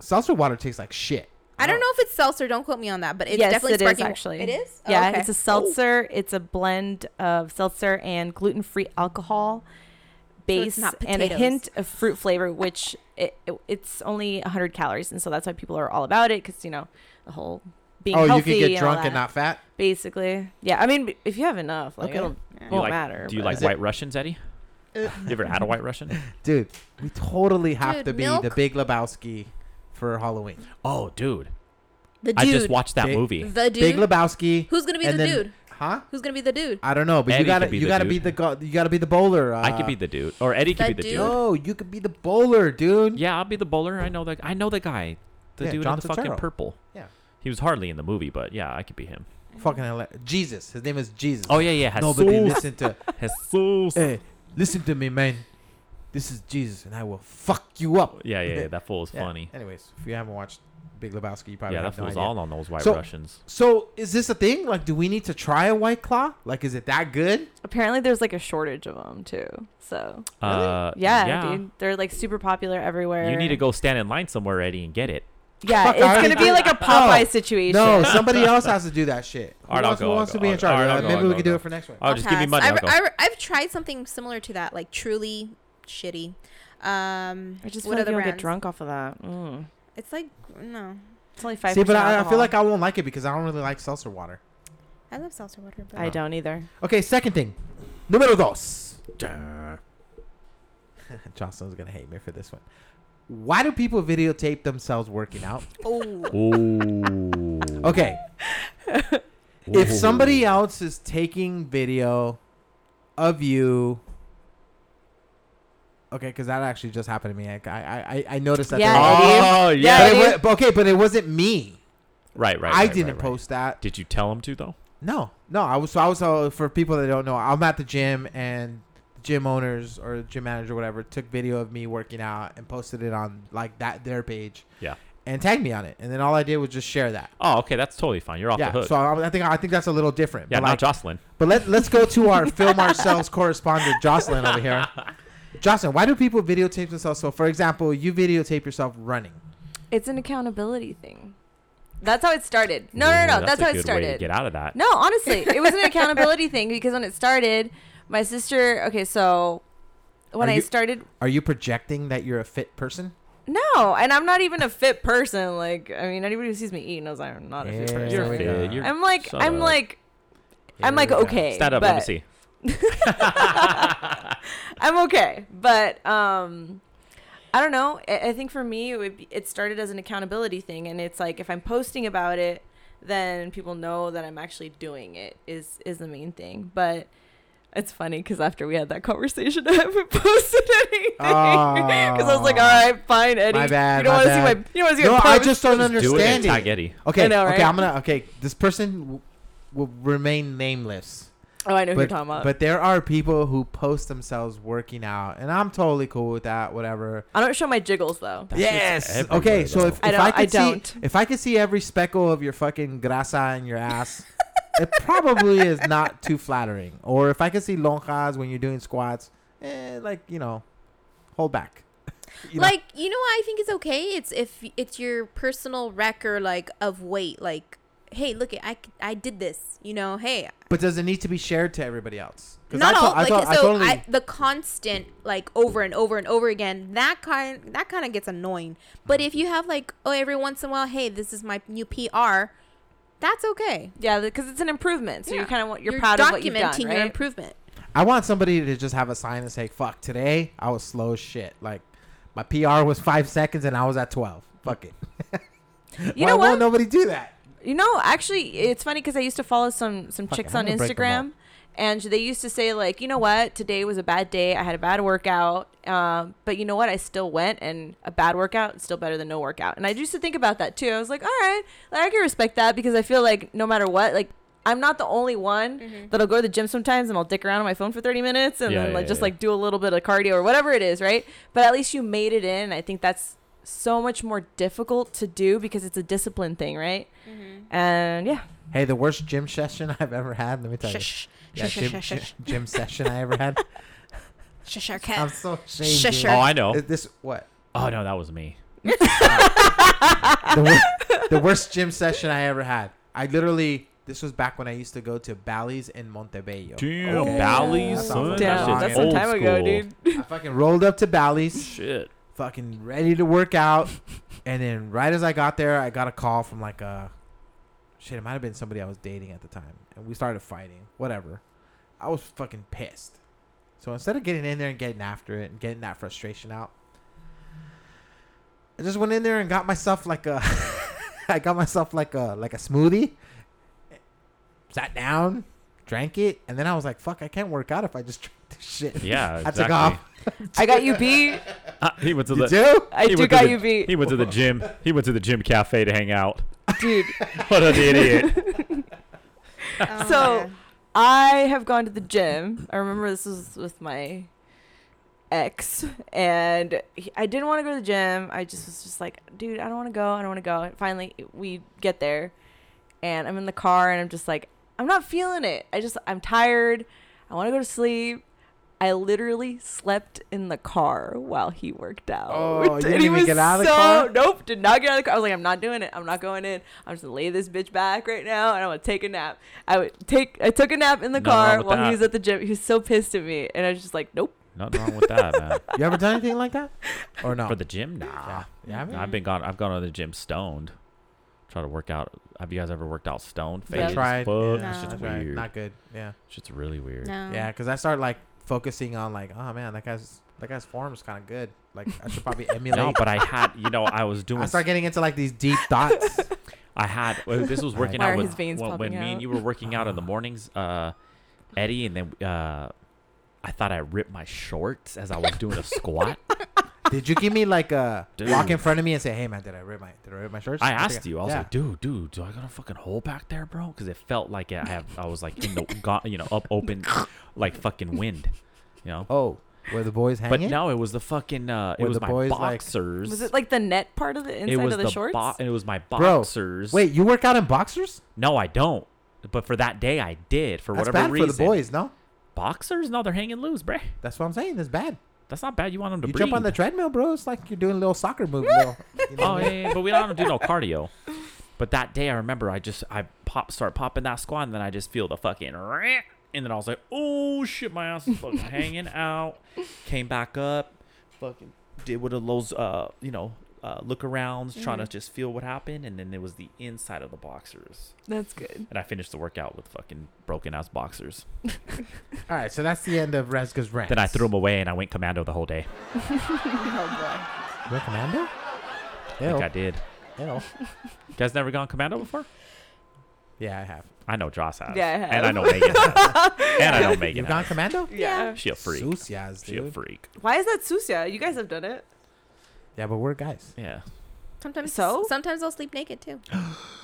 [SPEAKER 1] seltzer water tastes like shit.
[SPEAKER 6] I don't know if it's seltzer. Don't quote me on that, but it's
[SPEAKER 2] yes,
[SPEAKER 6] definitely
[SPEAKER 2] it is
[SPEAKER 6] sparkling.
[SPEAKER 2] actually.
[SPEAKER 6] It is. Oh,
[SPEAKER 2] yeah,
[SPEAKER 6] okay.
[SPEAKER 2] it's a seltzer. It's a blend of seltzer and gluten-free alcohol base
[SPEAKER 6] not
[SPEAKER 2] and a
[SPEAKER 6] potatoes.
[SPEAKER 2] hint of fruit flavor, which it, it- it's only 100 calories, and so that's why people are all about it because you know the whole being
[SPEAKER 1] Oh, you can
[SPEAKER 2] healthy
[SPEAKER 1] get
[SPEAKER 2] and all
[SPEAKER 1] drunk and
[SPEAKER 2] that.
[SPEAKER 1] not fat.
[SPEAKER 2] basically. Yeah, I mean, if you have enough, like
[SPEAKER 1] Okay.
[SPEAKER 2] it'll
[SPEAKER 3] Do you
[SPEAKER 6] Oh.
[SPEAKER 2] won't
[SPEAKER 3] like-
[SPEAKER 2] matter.
[SPEAKER 3] Do you
[SPEAKER 2] but-
[SPEAKER 3] like
[SPEAKER 1] Is it-
[SPEAKER 3] White Russians, Eddie? you ever had a
[SPEAKER 1] [LAUGHS]
[SPEAKER 3] White Russian?
[SPEAKER 1] Dude, we totally have
[SPEAKER 6] Dude,
[SPEAKER 1] to be the
[SPEAKER 6] milk?
[SPEAKER 1] Big Lebowski for Halloween.
[SPEAKER 3] Oh, dude.
[SPEAKER 6] the dude.
[SPEAKER 3] I just watched that
[SPEAKER 1] Big-
[SPEAKER 3] movie.
[SPEAKER 6] the dude.
[SPEAKER 1] Big Lebowski.
[SPEAKER 6] Who's gonna be
[SPEAKER 1] and
[SPEAKER 6] the dude?
[SPEAKER 1] Huh?
[SPEAKER 6] Who's gonna be the dude?
[SPEAKER 1] I don't know, but
[SPEAKER 3] Eddie
[SPEAKER 1] you gotta
[SPEAKER 3] could be
[SPEAKER 1] you
[SPEAKER 3] the
[SPEAKER 1] gotta
[SPEAKER 3] dude.
[SPEAKER 1] be the go- you gotta be the bowler. Uh,
[SPEAKER 3] I could be the dude, or Eddie could
[SPEAKER 6] the
[SPEAKER 3] be the dude.
[SPEAKER 6] dude.
[SPEAKER 1] No, you could be the bowler, dude.
[SPEAKER 3] Yeah, I'll be the bowler. I know the. I know the guy. The
[SPEAKER 1] Yeah,
[SPEAKER 3] dude
[SPEAKER 1] John
[SPEAKER 3] in the fucking
[SPEAKER 1] Turturro.
[SPEAKER 3] purple.
[SPEAKER 1] Yeah.
[SPEAKER 3] He was hardly in the movie, but yeah, I could be him.
[SPEAKER 1] Fucking hell. Jesus. His name is Jesus.
[SPEAKER 3] Oh yeah, yeah.
[SPEAKER 1] Nobody
[SPEAKER 3] Jesus.
[SPEAKER 1] listen to.
[SPEAKER 3] Jesus.
[SPEAKER 1] hey, listen to me, man. This is Jesus, and I will fuck you up.
[SPEAKER 3] Yeah, yeah, yeah. That fool was
[SPEAKER 1] Yeah.
[SPEAKER 3] funny.
[SPEAKER 1] Anyways, if you haven't watched Big Lebowski, you probably
[SPEAKER 3] Yeah, that
[SPEAKER 1] have no
[SPEAKER 3] fool's
[SPEAKER 1] idea.
[SPEAKER 3] all on those White
[SPEAKER 1] So-
[SPEAKER 3] Russians.
[SPEAKER 1] So, is this a thing? Like, do we need to try a White Claw? Like, is it that good?
[SPEAKER 2] Apparently, there's like a shortage of them too. So
[SPEAKER 3] Uh,
[SPEAKER 2] yeah, dude, they're like super popular everywhere.
[SPEAKER 3] You need to go stand in line somewhere, Eddie, and get it.
[SPEAKER 2] Yeah,
[SPEAKER 1] Fuck, I
[SPEAKER 2] it's
[SPEAKER 1] already
[SPEAKER 2] gonna be
[SPEAKER 1] did.
[SPEAKER 2] like a Popeye
[SPEAKER 1] No.
[SPEAKER 2] situation.
[SPEAKER 1] No, somebody else has to do that shit. Who
[SPEAKER 3] All right, I'll
[SPEAKER 1] wants, who
[SPEAKER 3] go, I'll
[SPEAKER 1] wants
[SPEAKER 3] go,
[SPEAKER 1] to be
[SPEAKER 3] I'll
[SPEAKER 1] in
[SPEAKER 3] go.
[SPEAKER 1] charge?
[SPEAKER 3] All right,
[SPEAKER 1] Uh,
[SPEAKER 3] I'll go,
[SPEAKER 1] Maybe we
[SPEAKER 3] I'll go,
[SPEAKER 1] can
[SPEAKER 3] I'll
[SPEAKER 1] do
[SPEAKER 3] go.
[SPEAKER 1] it for next one.
[SPEAKER 3] Oh, just give me
[SPEAKER 6] pass.
[SPEAKER 3] money. I'll
[SPEAKER 6] I've,
[SPEAKER 3] go.
[SPEAKER 6] I've, I've tried something similar to that, like truly shitty. Um,
[SPEAKER 2] I just feel
[SPEAKER 6] what
[SPEAKER 2] like
[SPEAKER 6] other
[SPEAKER 2] you'll
[SPEAKER 6] brands?
[SPEAKER 2] get drunk off of that. Mm.
[SPEAKER 6] It's like no,
[SPEAKER 2] It's only five.
[SPEAKER 1] See, but I, I feel like I won't like it because I don't really like seltzer water.
[SPEAKER 6] I love seltzer water, but
[SPEAKER 2] I don't either.
[SPEAKER 1] Okay, second thing. Numero dos. [LAUGHS] Jocelyn's gonna hate me for this one. Why do people videotape themselves working out?
[SPEAKER 2] [LAUGHS]
[SPEAKER 6] oh,
[SPEAKER 3] Ooh.
[SPEAKER 1] Okay, if somebody uh, else is taking video of you, okay, because that actually just happened to me. I I I, I noticed that.
[SPEAKER 2] Yeah,
[SPEAKER 1] there was-
[SPEAKER 2] it is.
[SPEAKER 3] Oh yeah.
[SPEAKER 1] but it
[SPEAKER 2] it
[SPEAKER 1] wa-
[SPEAKER 2] is.
[SPEAKER 1] but okay, but it wasn't me.
[SPEAKER 3] Right, right.
[SPEAKER 1] I
[SPEAKER 3] right,
[SPEAKER 1] didn't
[SPEAKER 3] right, right.
[SPEAKER 1] post that.
[SPEAKER 3] Did you tell him to though?
[SPEAKER 1] No, no. I was so I was uh, for people that don't know. I'm at the gym and the gym owners or gym manager, whatever, took video of me working out and posted it on like that their page
[SPEAKER 3] Yeah.
[SPEAKER 1] and tagged me on it. And then all I did was just share that.
[SPEAKER 3] Oh, okay. That's totally fine. You're off the
[SPEAKER 1] yeah.
[SPEAKER 3] hook.
[SPEAKER 1] So I, I think I think that's a little different.
[SPEAKER 3] yeah,
[SPEAKER 1] but,
[SPEAKER 3] not
[SPEAKER 1] like,
[SPEAKER 3] Jocelyn.
[SPEAKER 1] but let let's go to
[SPEAKER 2] [LAUGHS]
[SPEAKER 1] our film ourselves correspondent Jocelyn over here. Jocelyn, why do people videotape themselves? So, for example, you videotape yourself running.
[SPEAKER 2] It's an accountability thing. That's how it started. No,
[SPEAKER 3] Ooh,
[SPEAKER 2] no, no. That's,
[SPEAKER 3] a good
[SPEAKER 2] how it
[SPEAKER 3] Way to
[SPEAKER 2] started.
[SPEAKER 3] get out of that.
[SPEAKER 2] No, honestly, it was an accountability thing because when it started, my sister. Okay, so when
[SPEAKER 1] Are
[SPEAKER 2] I
[SPEAKER 1] you-
[SPEAKER 2] started,
[SPEAKER 1] Are you projecting that you're a fit person?
[SPEAKER 2] no, and I'm not even a fit person. Like, I mean, anybody who sees me eat knows I'm not a fit
[SPEAKER 1] Yeah.
[SPEAKER 2] person.
[SPEAKER 3] You're
[SPEAKER 1] Sorry.
[SPEAKER 3] fit. You're,
[SPEAKER 2] I'm like,
[SPEAKER 3] shut
[SPEAKER 2] I'm
[SPEAKER 3] up.
[SPEAKER 2] like, [LAUGHS] I'm like
[SPEAKER 1] Here we go.
[SPEAKER 2] okay.
[SPEAKER 3] Stand up. Let me
[SPEAKER 2] but- [LAUGHS]
[SPEAKER 3] see.
[SPEAKER 2] I'm okay, but um, I don't know. I, I think for me, it would be, it started as an accountability thing, and it's like if I'm posting about it, then people know that I'm actually doing it. Is is the main thing, but. It's funny because after we had that conversation, [LAUGHS] I haven't posted anything [LAUGHS] because I was like,
[SPEAKER 1] Aw.
[SPEAKER 2] "All right, fine, Eddie.
[SPEAKER 1] My bad,
[SPEAKER 2] you don't
[SPEAKER 1] my
[SPEAKER 2] want to see my.
[SPEAKER 1] bad.
[SPEAKER 2] You don't want to see
[SPEAKER 1] No,
[SPEAKER 2] my
[SPEAKER 1] I
[SPEAKER 2] post."
[SPEAKER 1] just don't
[SPEAKER 3] Do it and
[SPEAKER 1] understand
[SPEAKER 3] tag
[SPEAKER 1] it.
[SPEAKER 3] Eddie.
[SPEAKER 1] Okay,
[SPEAKER 2] I know,
[SPEAKER 1] okay,
[SPEAKER 2] right?
[SPEAKER 1] I'm gonna okay. This person w- will remain nameless,
[SPEAKER 2] Oh, I know who you're
[SPEAKER 1] but,
[SPEAKER 2] talking about.
[SPEAKER 1] but there are people who post themselves working out, and I'm totally cool with that. Whatever.
[SPEAKER 2] I don't show my jiggles though.
[SPEAKER 3] That shit's everywhere,
[SPEAKER 1] Okay. So
[SPEAKER 3] though.
[SPEAKER 1] if, if
[SPEAKER 2] I
[SPEAKER 1] I,
[SPEAKER 2] don't- I
[SPEAKER 1] could see
[SPEAKER 2] don't.
[SPEAKER 1] if I could see every speckle of your fucking grasa in your ass, it probably is not too flattering. Or if I could see lonjas when you're doing squats, eh, like you know, hold back. You know?
[SPEAKER 6] like you know what I think is okay. It's if it's your personal record, like of weight, like hey, look, I c- I did this. You know, hey,
[SPEAKER 1] but does it need to be shared to everybody else? 'Cause
[SPEAKER 6] not
[SPEAKER 1] I to-
[SPEAKER 6] all.
[SPEAKER 1] I
[SPEAKER 6] like
[SPEAKER 1] to- I
[SPEAKER 6] so,
[SPEAKER 1] totally-
[SPEAKER 6] I, the constant, like over and over and over again. That kind that kind of gets annoying. But if you have like oh, every once in a while, hey, this is my new PR. That's okay.
[SPEAKER 2] Yeah, because it's an improvement. So you
[SPEAKER 6] Yeah.
[SPEAKER 2] kind of want you're, proud
[SPEAKER 6] documenting
[SPEAKER 2] of what you've done,
[SPEAKER 6] your
[SPEAKER 2] right?
[SPEAKER 6] improvement.
[SPEAKER 1] I want somebody to just have a sign and say, "Fuck, today I was slow as shit. Like my PR was five seconds and I was at twelve. Fuck it."
[SPEAKER 2] You
[SPEAKER 1] Why
[SPEAKER 2] know
[SPEAKER 1] won't
[SPEAKER 2] what?
[SPEAKER 1] nobody do that?
[SPEAKER 2] You know, actually, it's funny because I used to follow some some
[SPEAKER 1] Fuck it,
[SPEAKER 2] chicks
[SPEAKER 1] I'm
[SPEAKER 2] on
[SPEAKER 1] gonna break them all.
[SPEAKER 2] Instagram, and they used to say like, you know what, today was a bad day. I had a bad workout, um, but you know what, I still went, and a bad workout is still better than no workout. And I used to think about that too. I was like, all right, like, I can respect that because I feel like no matter what, like I'm not the only one that'll go to the gym sometimes and I'll dick around on my phone for 30 minutes and
[SPEAKER 3] Yeah,
[SPEAKER 2] then
[SPEAKER 3] yeah,
[SPEAKER 2] like,
[SPEAKER 3] yeah,
[SPEAKER 2] just
[SPEAKER 3] yeah.
[SPEAKER 2] like do a little bit of cardio or whatever it is, right? But at least you made it in. I think that's so much more difficult to do because it's a discipline thing, right? mm-hmm. And yeah,
[SPEAKER 1] Hey, the worst gym session [LAUGHS] I've ever had. Let me tell you.
[SPEAKER 6] Shush.
[SPEAKER 1] Yeah,
[SPEAKER 6] Shush,
[SPEAKER 1] gym,
[SPEAKER 6] shush, shush.
[SPEAKER 1] gym session I ever
[SPEAKER 6] [LAUGHS]
[SPEAKER 1] had.
[SPEAKER 6] Shush our
[SPEAKER 1] I'm
[SPEAKER 6] cat.
[SPEAKER 1] so ashamed.
[SPEAKER 6] Shush
[SPEAKER 1] dude.
[SPEAKER 6] her.
[SPEAKER 3] Oh, I know.
[SPEAKER 1] Uh, This
[SPEAKER 6] [LAUGHS]
[SPEAKER 1] what
[SPEAKER 3] Oh no, that was me.
[SPEAKER 1] the, wor- the worst gym session I ever had. I literally this was back when I used to go to Bally's in Montebello.
[SPEAKER 3] Damn,
[SPEAKER 1] Okay.
[SPEAKER 3] Bally's,
[SPEAKER 1] That sounds
[SPEAKER 3] son.
[SPEAKER 1] like
[SPEAKER 3] that
[SPEAKER 1] a
[SPEAKER 2] damn,
[SPEAKER 3] shit's
[SPEAKER 1] long
[SPEAKER 2] that's
[SPEAKER 1] time.
[SPEAKER 2] some
[SPEAKER 3] old
[SPEAKER 2] time ago,
[SPEAKER 3] school.
[SPEAKER 2] dude.
[SPEAKER 1] I fucking rolled up to Bally's,
[SPEAKER 3] Shit.
[SPEAKER 1] fucking ready to work out, and then right as I got there, I got a call from like a shit. It might have been somebody I was dating at the time, and we started fighting. Whatever. I was fucking pissed. So instead of getting in there and getting after it and getting that frustration out, I just went in there and got myself like a, [LAUGHS] I got myself like a like a smoothie. Sat down, drank it, and then I was like, "Fuck, I can't work out if I just [LAUGHS] drink this shit."
[SPEAKER 3] Yeah,
[SPEAKER 1] I took
[SPEAKER 3] exactly.
[SPEAKER 1] off.
[SPEAKER 2] I got you beat.
[SPEAKER 3] Ah, he went to
[SPEAKER 1] You
[SPEAKER 3] the.
[SPEAKER 1] do?
[SPEAKER 2] I
[SPEAKER 3] he went
[SPEAKER 2] do
[SPEAKER 3] to
[SPEAKER 2] got
[SPEAKER 3] the-
[SPEAKER 2] you beat.
[SPEAKER 3] He
[SPEAKER 1] [LAUGHS]
[SPEAKER 3] went to the gym. He went to the gym cafe to hang out.
[SPEAKER 2] Dude,
[SPEAKER 3] What an
[SPEAKER 1] [LAUGHS]
[SPEAKER 3] idiot.
[SPEAKER 6] Oh,
[SPEAKER 2] So-
[SPEAKER 6] yeah.
[SPEAKER 2] I have gone to the gym. I remember this was with my ex, and he, I didn't want to go to the gym. I just was just like, dude, I don't want to go. I don't want to go. And finally, we get there, and I'm in the car, and I'm just like, I'm not feeling it. I just, I'm tired. I want to go to sleep. I literally slept in the car while he worked out. [LAUGHS]
[SPEAKER 1] Oh, you
[SPEAKER 2] And
[SPEAKER 1] didn't
[SPEAKER 2] he
[SPEAKER 1] even
[SPEAKER 2] was
[SPEAKER 1] get out of the
[SPEAKER 2] so-
[SPEAKER 1] car?
[SPEAKER 2] Nope, did not get out of the car. I was like, I'm not doing it. I'm not going in. I'm just gonna lay this bitch back right now, and I'm gonna take a nap. I would take. I took a nap in the
[SPEAKER 3] Nothing wrong
[SPEAKER 2] car
[SPEAKER 3] with
[SPEAKER 2] while
[SPEAKER 3] that.
[SPEAKER 2] he was at the gym. He was so pissed at me, and I was just like, nope.
[SPEAKER 3] Nothing wrong with
[SPEAKER 1] [LAUGHS]
[SPEAKER 3] that, man.
[SPEAKER 1] You ever done anything
[SPEAKER 3] [LAUGHS]
[SPEAKER 1] like that? Or no?
[SPEAKER 3] For the gym, nah.
[SPEAKER 1] yeah, yeah, I mean,
[SPEAKER 3] I've been gone. I've gone to the gym stoned. Try to work out. Have you guys ever worked out stoned?
[SPEAKER 2] Yeah.
[SPEAKER 3] Faded as
[SPEAKER 1] tried.
[SPEAKER 3] Fuck.
[SPEAKER 1] yeah,
[SPEAKER 3] That
[SPEAKER 6] No.
[SPEAKER 3] shit's
[SPEAKER 1] I tried.
[SPEAKER 3] weird.
[SPEAKER 1] Not good. Yeah,
[SPEAKER 3] Shit's really weird.
[SPEAKER 6] No.
[SPEAKER 1] yeah, because I started like focusing on like, oh man, that guy's that guy's form is kind of good. Like I should
[SPEAKER 3] [LAUGHS]
[SPEAKER 1] probably emulate.
[SPEAKER 3] No, but I had. You know, I was
[SPEAKER 1] [LAUGHS]
[SPEAKER 3] doing.
[SPEAKER 1] I start getting into like these
[SPEAKER 3] [LAUGHS]
[SPEAKER 1] deep thoughts.
[SPEAKER 3] I had well, this was
[SPEAKER 1] [LAUGHS]
[SPEAKER 3] working
[SPEAKER 1] Why
[SPEAKER 3] out
[SPEAKER 1] are
[SPEAKER 3] with
[SPEAKER 2] his veins
[SPEAKER 3] when, when
[SPEAKER 2] popping
[SPEAKER 3] me and
[SPEAKER 2] out?
[SPEAKER 3] you were
[SPEAKER 1] [SIGHS]
[SPEAKER 3] working out in the mornings, uh, Eddie, and then uh, I thought I ripped my shorts as I was doing
[SPEAKER 1] [LAUGHS]
[SPEAKER 3] a squat.
[SPEAKER 1] did you give me like a
[SPEAKER 3] Dude.
[SPEAKER 1] walk in front of me and say, hey man, did I rip my did I rip my shirts?
[SPEAKER 3] I asked you. I was
[SPEAKER 1] yeah.
[SPEAKER 3] like, dude, dude, do I got a fucking hole back there, bro? Because it felt like I have. I was like
[SPEAKER 1] [LAUGHS]
[SPEAKER 3] in the go- you know up open, like fucking wind, you know.
[SPEAKER 1] oh, were the boys
[SPEAKER 3] But
[SPEAKER 1] hanging?
[SPEAKER 3] no, it was the fucking. Uh, it
[SPEAKER 1] Were
[SPEAKER 3] was
[SPEAKER 1] the
[SPEAKER 3] my
[SPEAKER 1] boys, like-
[SPEAKER 3] boxers.
[SPEAKER 2] Was it like the net part of the
[SPEAKER 3] it
[SPEAKER 2] inside
[SPEAKER 3] was
[SPEAKER 2] of the, shorts?
[SPEAKER 3] bo- it was my
[SPEAKER 1] Bro,
[SPEAKER 3] boxers.
[SPEAKER 1] Wait, you work out in boxers?
[SPEAKER 3] no, I don't. But for that day, I did for
[SPEAKER 1] That's
[SPEAKER 3] whatever
[SPEAKER 1] bad
[SPEAKER 3] reason.
[SPEAKER 1] for the boys. No,
[SPEAKER 3] Boxers? No, they're hanging loose, bruh.
[SPEAKER 1] that's what I'm saying. That's bad.
[SPEAKER 3] That's not bad. You want them to
[SPEAKER 1] You
[SPEAKER 3] breathe.
[SPEAKER 1] jump on the treadmill, bro. It's like you're doing a little soccer
[SPEAKER 3] [LAUGHS]
[SPEAKER 1] move. little, you know
[SPEAKER 3] Oh
[SPEAKER 1] what I
[SPEAKER 3] yeah,
[SPEAKER 1] mean?
[SPEAKER 3] yeah, yeah, but we don't do no cardio. But that day, I remember I just I pop start popping that squat, and then I just feel the fucking [LAUGHS] and then I was like, oh shit, my ass
[SPEAKER 1] [LAUGHS]
[SPEAKER 3] is fucking hanging out. Came back up, fucking did what of those uh you know uh, look arounds, trying
[SPEAKER 1] Mm-hmm.
[SPEAKER 3] to just feel what happened, and then there was the inside of the boxers,
[SPEAKER 2] That's good.
[SPEAKER 3] and I finished the workout with fucking broken ass boxers.
[SPEAKER 1] All right, so that's the end of Rezka's rant.
[SPEAKER 3] Then I threw them away, and I went commando the whole day.
[SPEAKER 6] Oh,
[SPEAKER 1] You're a commando?
[SPEAKER 3] I think
[SPEAKER 1] Ew,
[SPEAKER 3] I did.
[SPEAKER 1] ew.
[SPEAKER 3] You guys never gone commando before?
[SPEAKER 1] Yeah, I have.
[SPEAKER 3] I know Joss has.
[SPEAKER 2] Yeah, I have.
[SPEAKER 3] And I know Megan has. and I know Megan
[SPEAKER 1] You've
[SPEAKER 3] has.
[SPEAKER 1] gone commando?
[SPEAKER 2] Yeah.
[SPEAKER 3] She a freak.
[SPEAKER 1] Sucias,
[SPEAKER 3] She a
[SPEAKER 1] dude.
[SPEAKER 3] freak.
[SPEAKER 2] Why is that Susia? You guys have done it.
[SPEAKER 1] Yeah, but we're guys.
[SPEAKER 3] Yeah.
[SPEAKER 6] boy. Sometimes
[SPEAKER 2] So?
[SPEAKER 6] Sometimes they'll sleep naked too.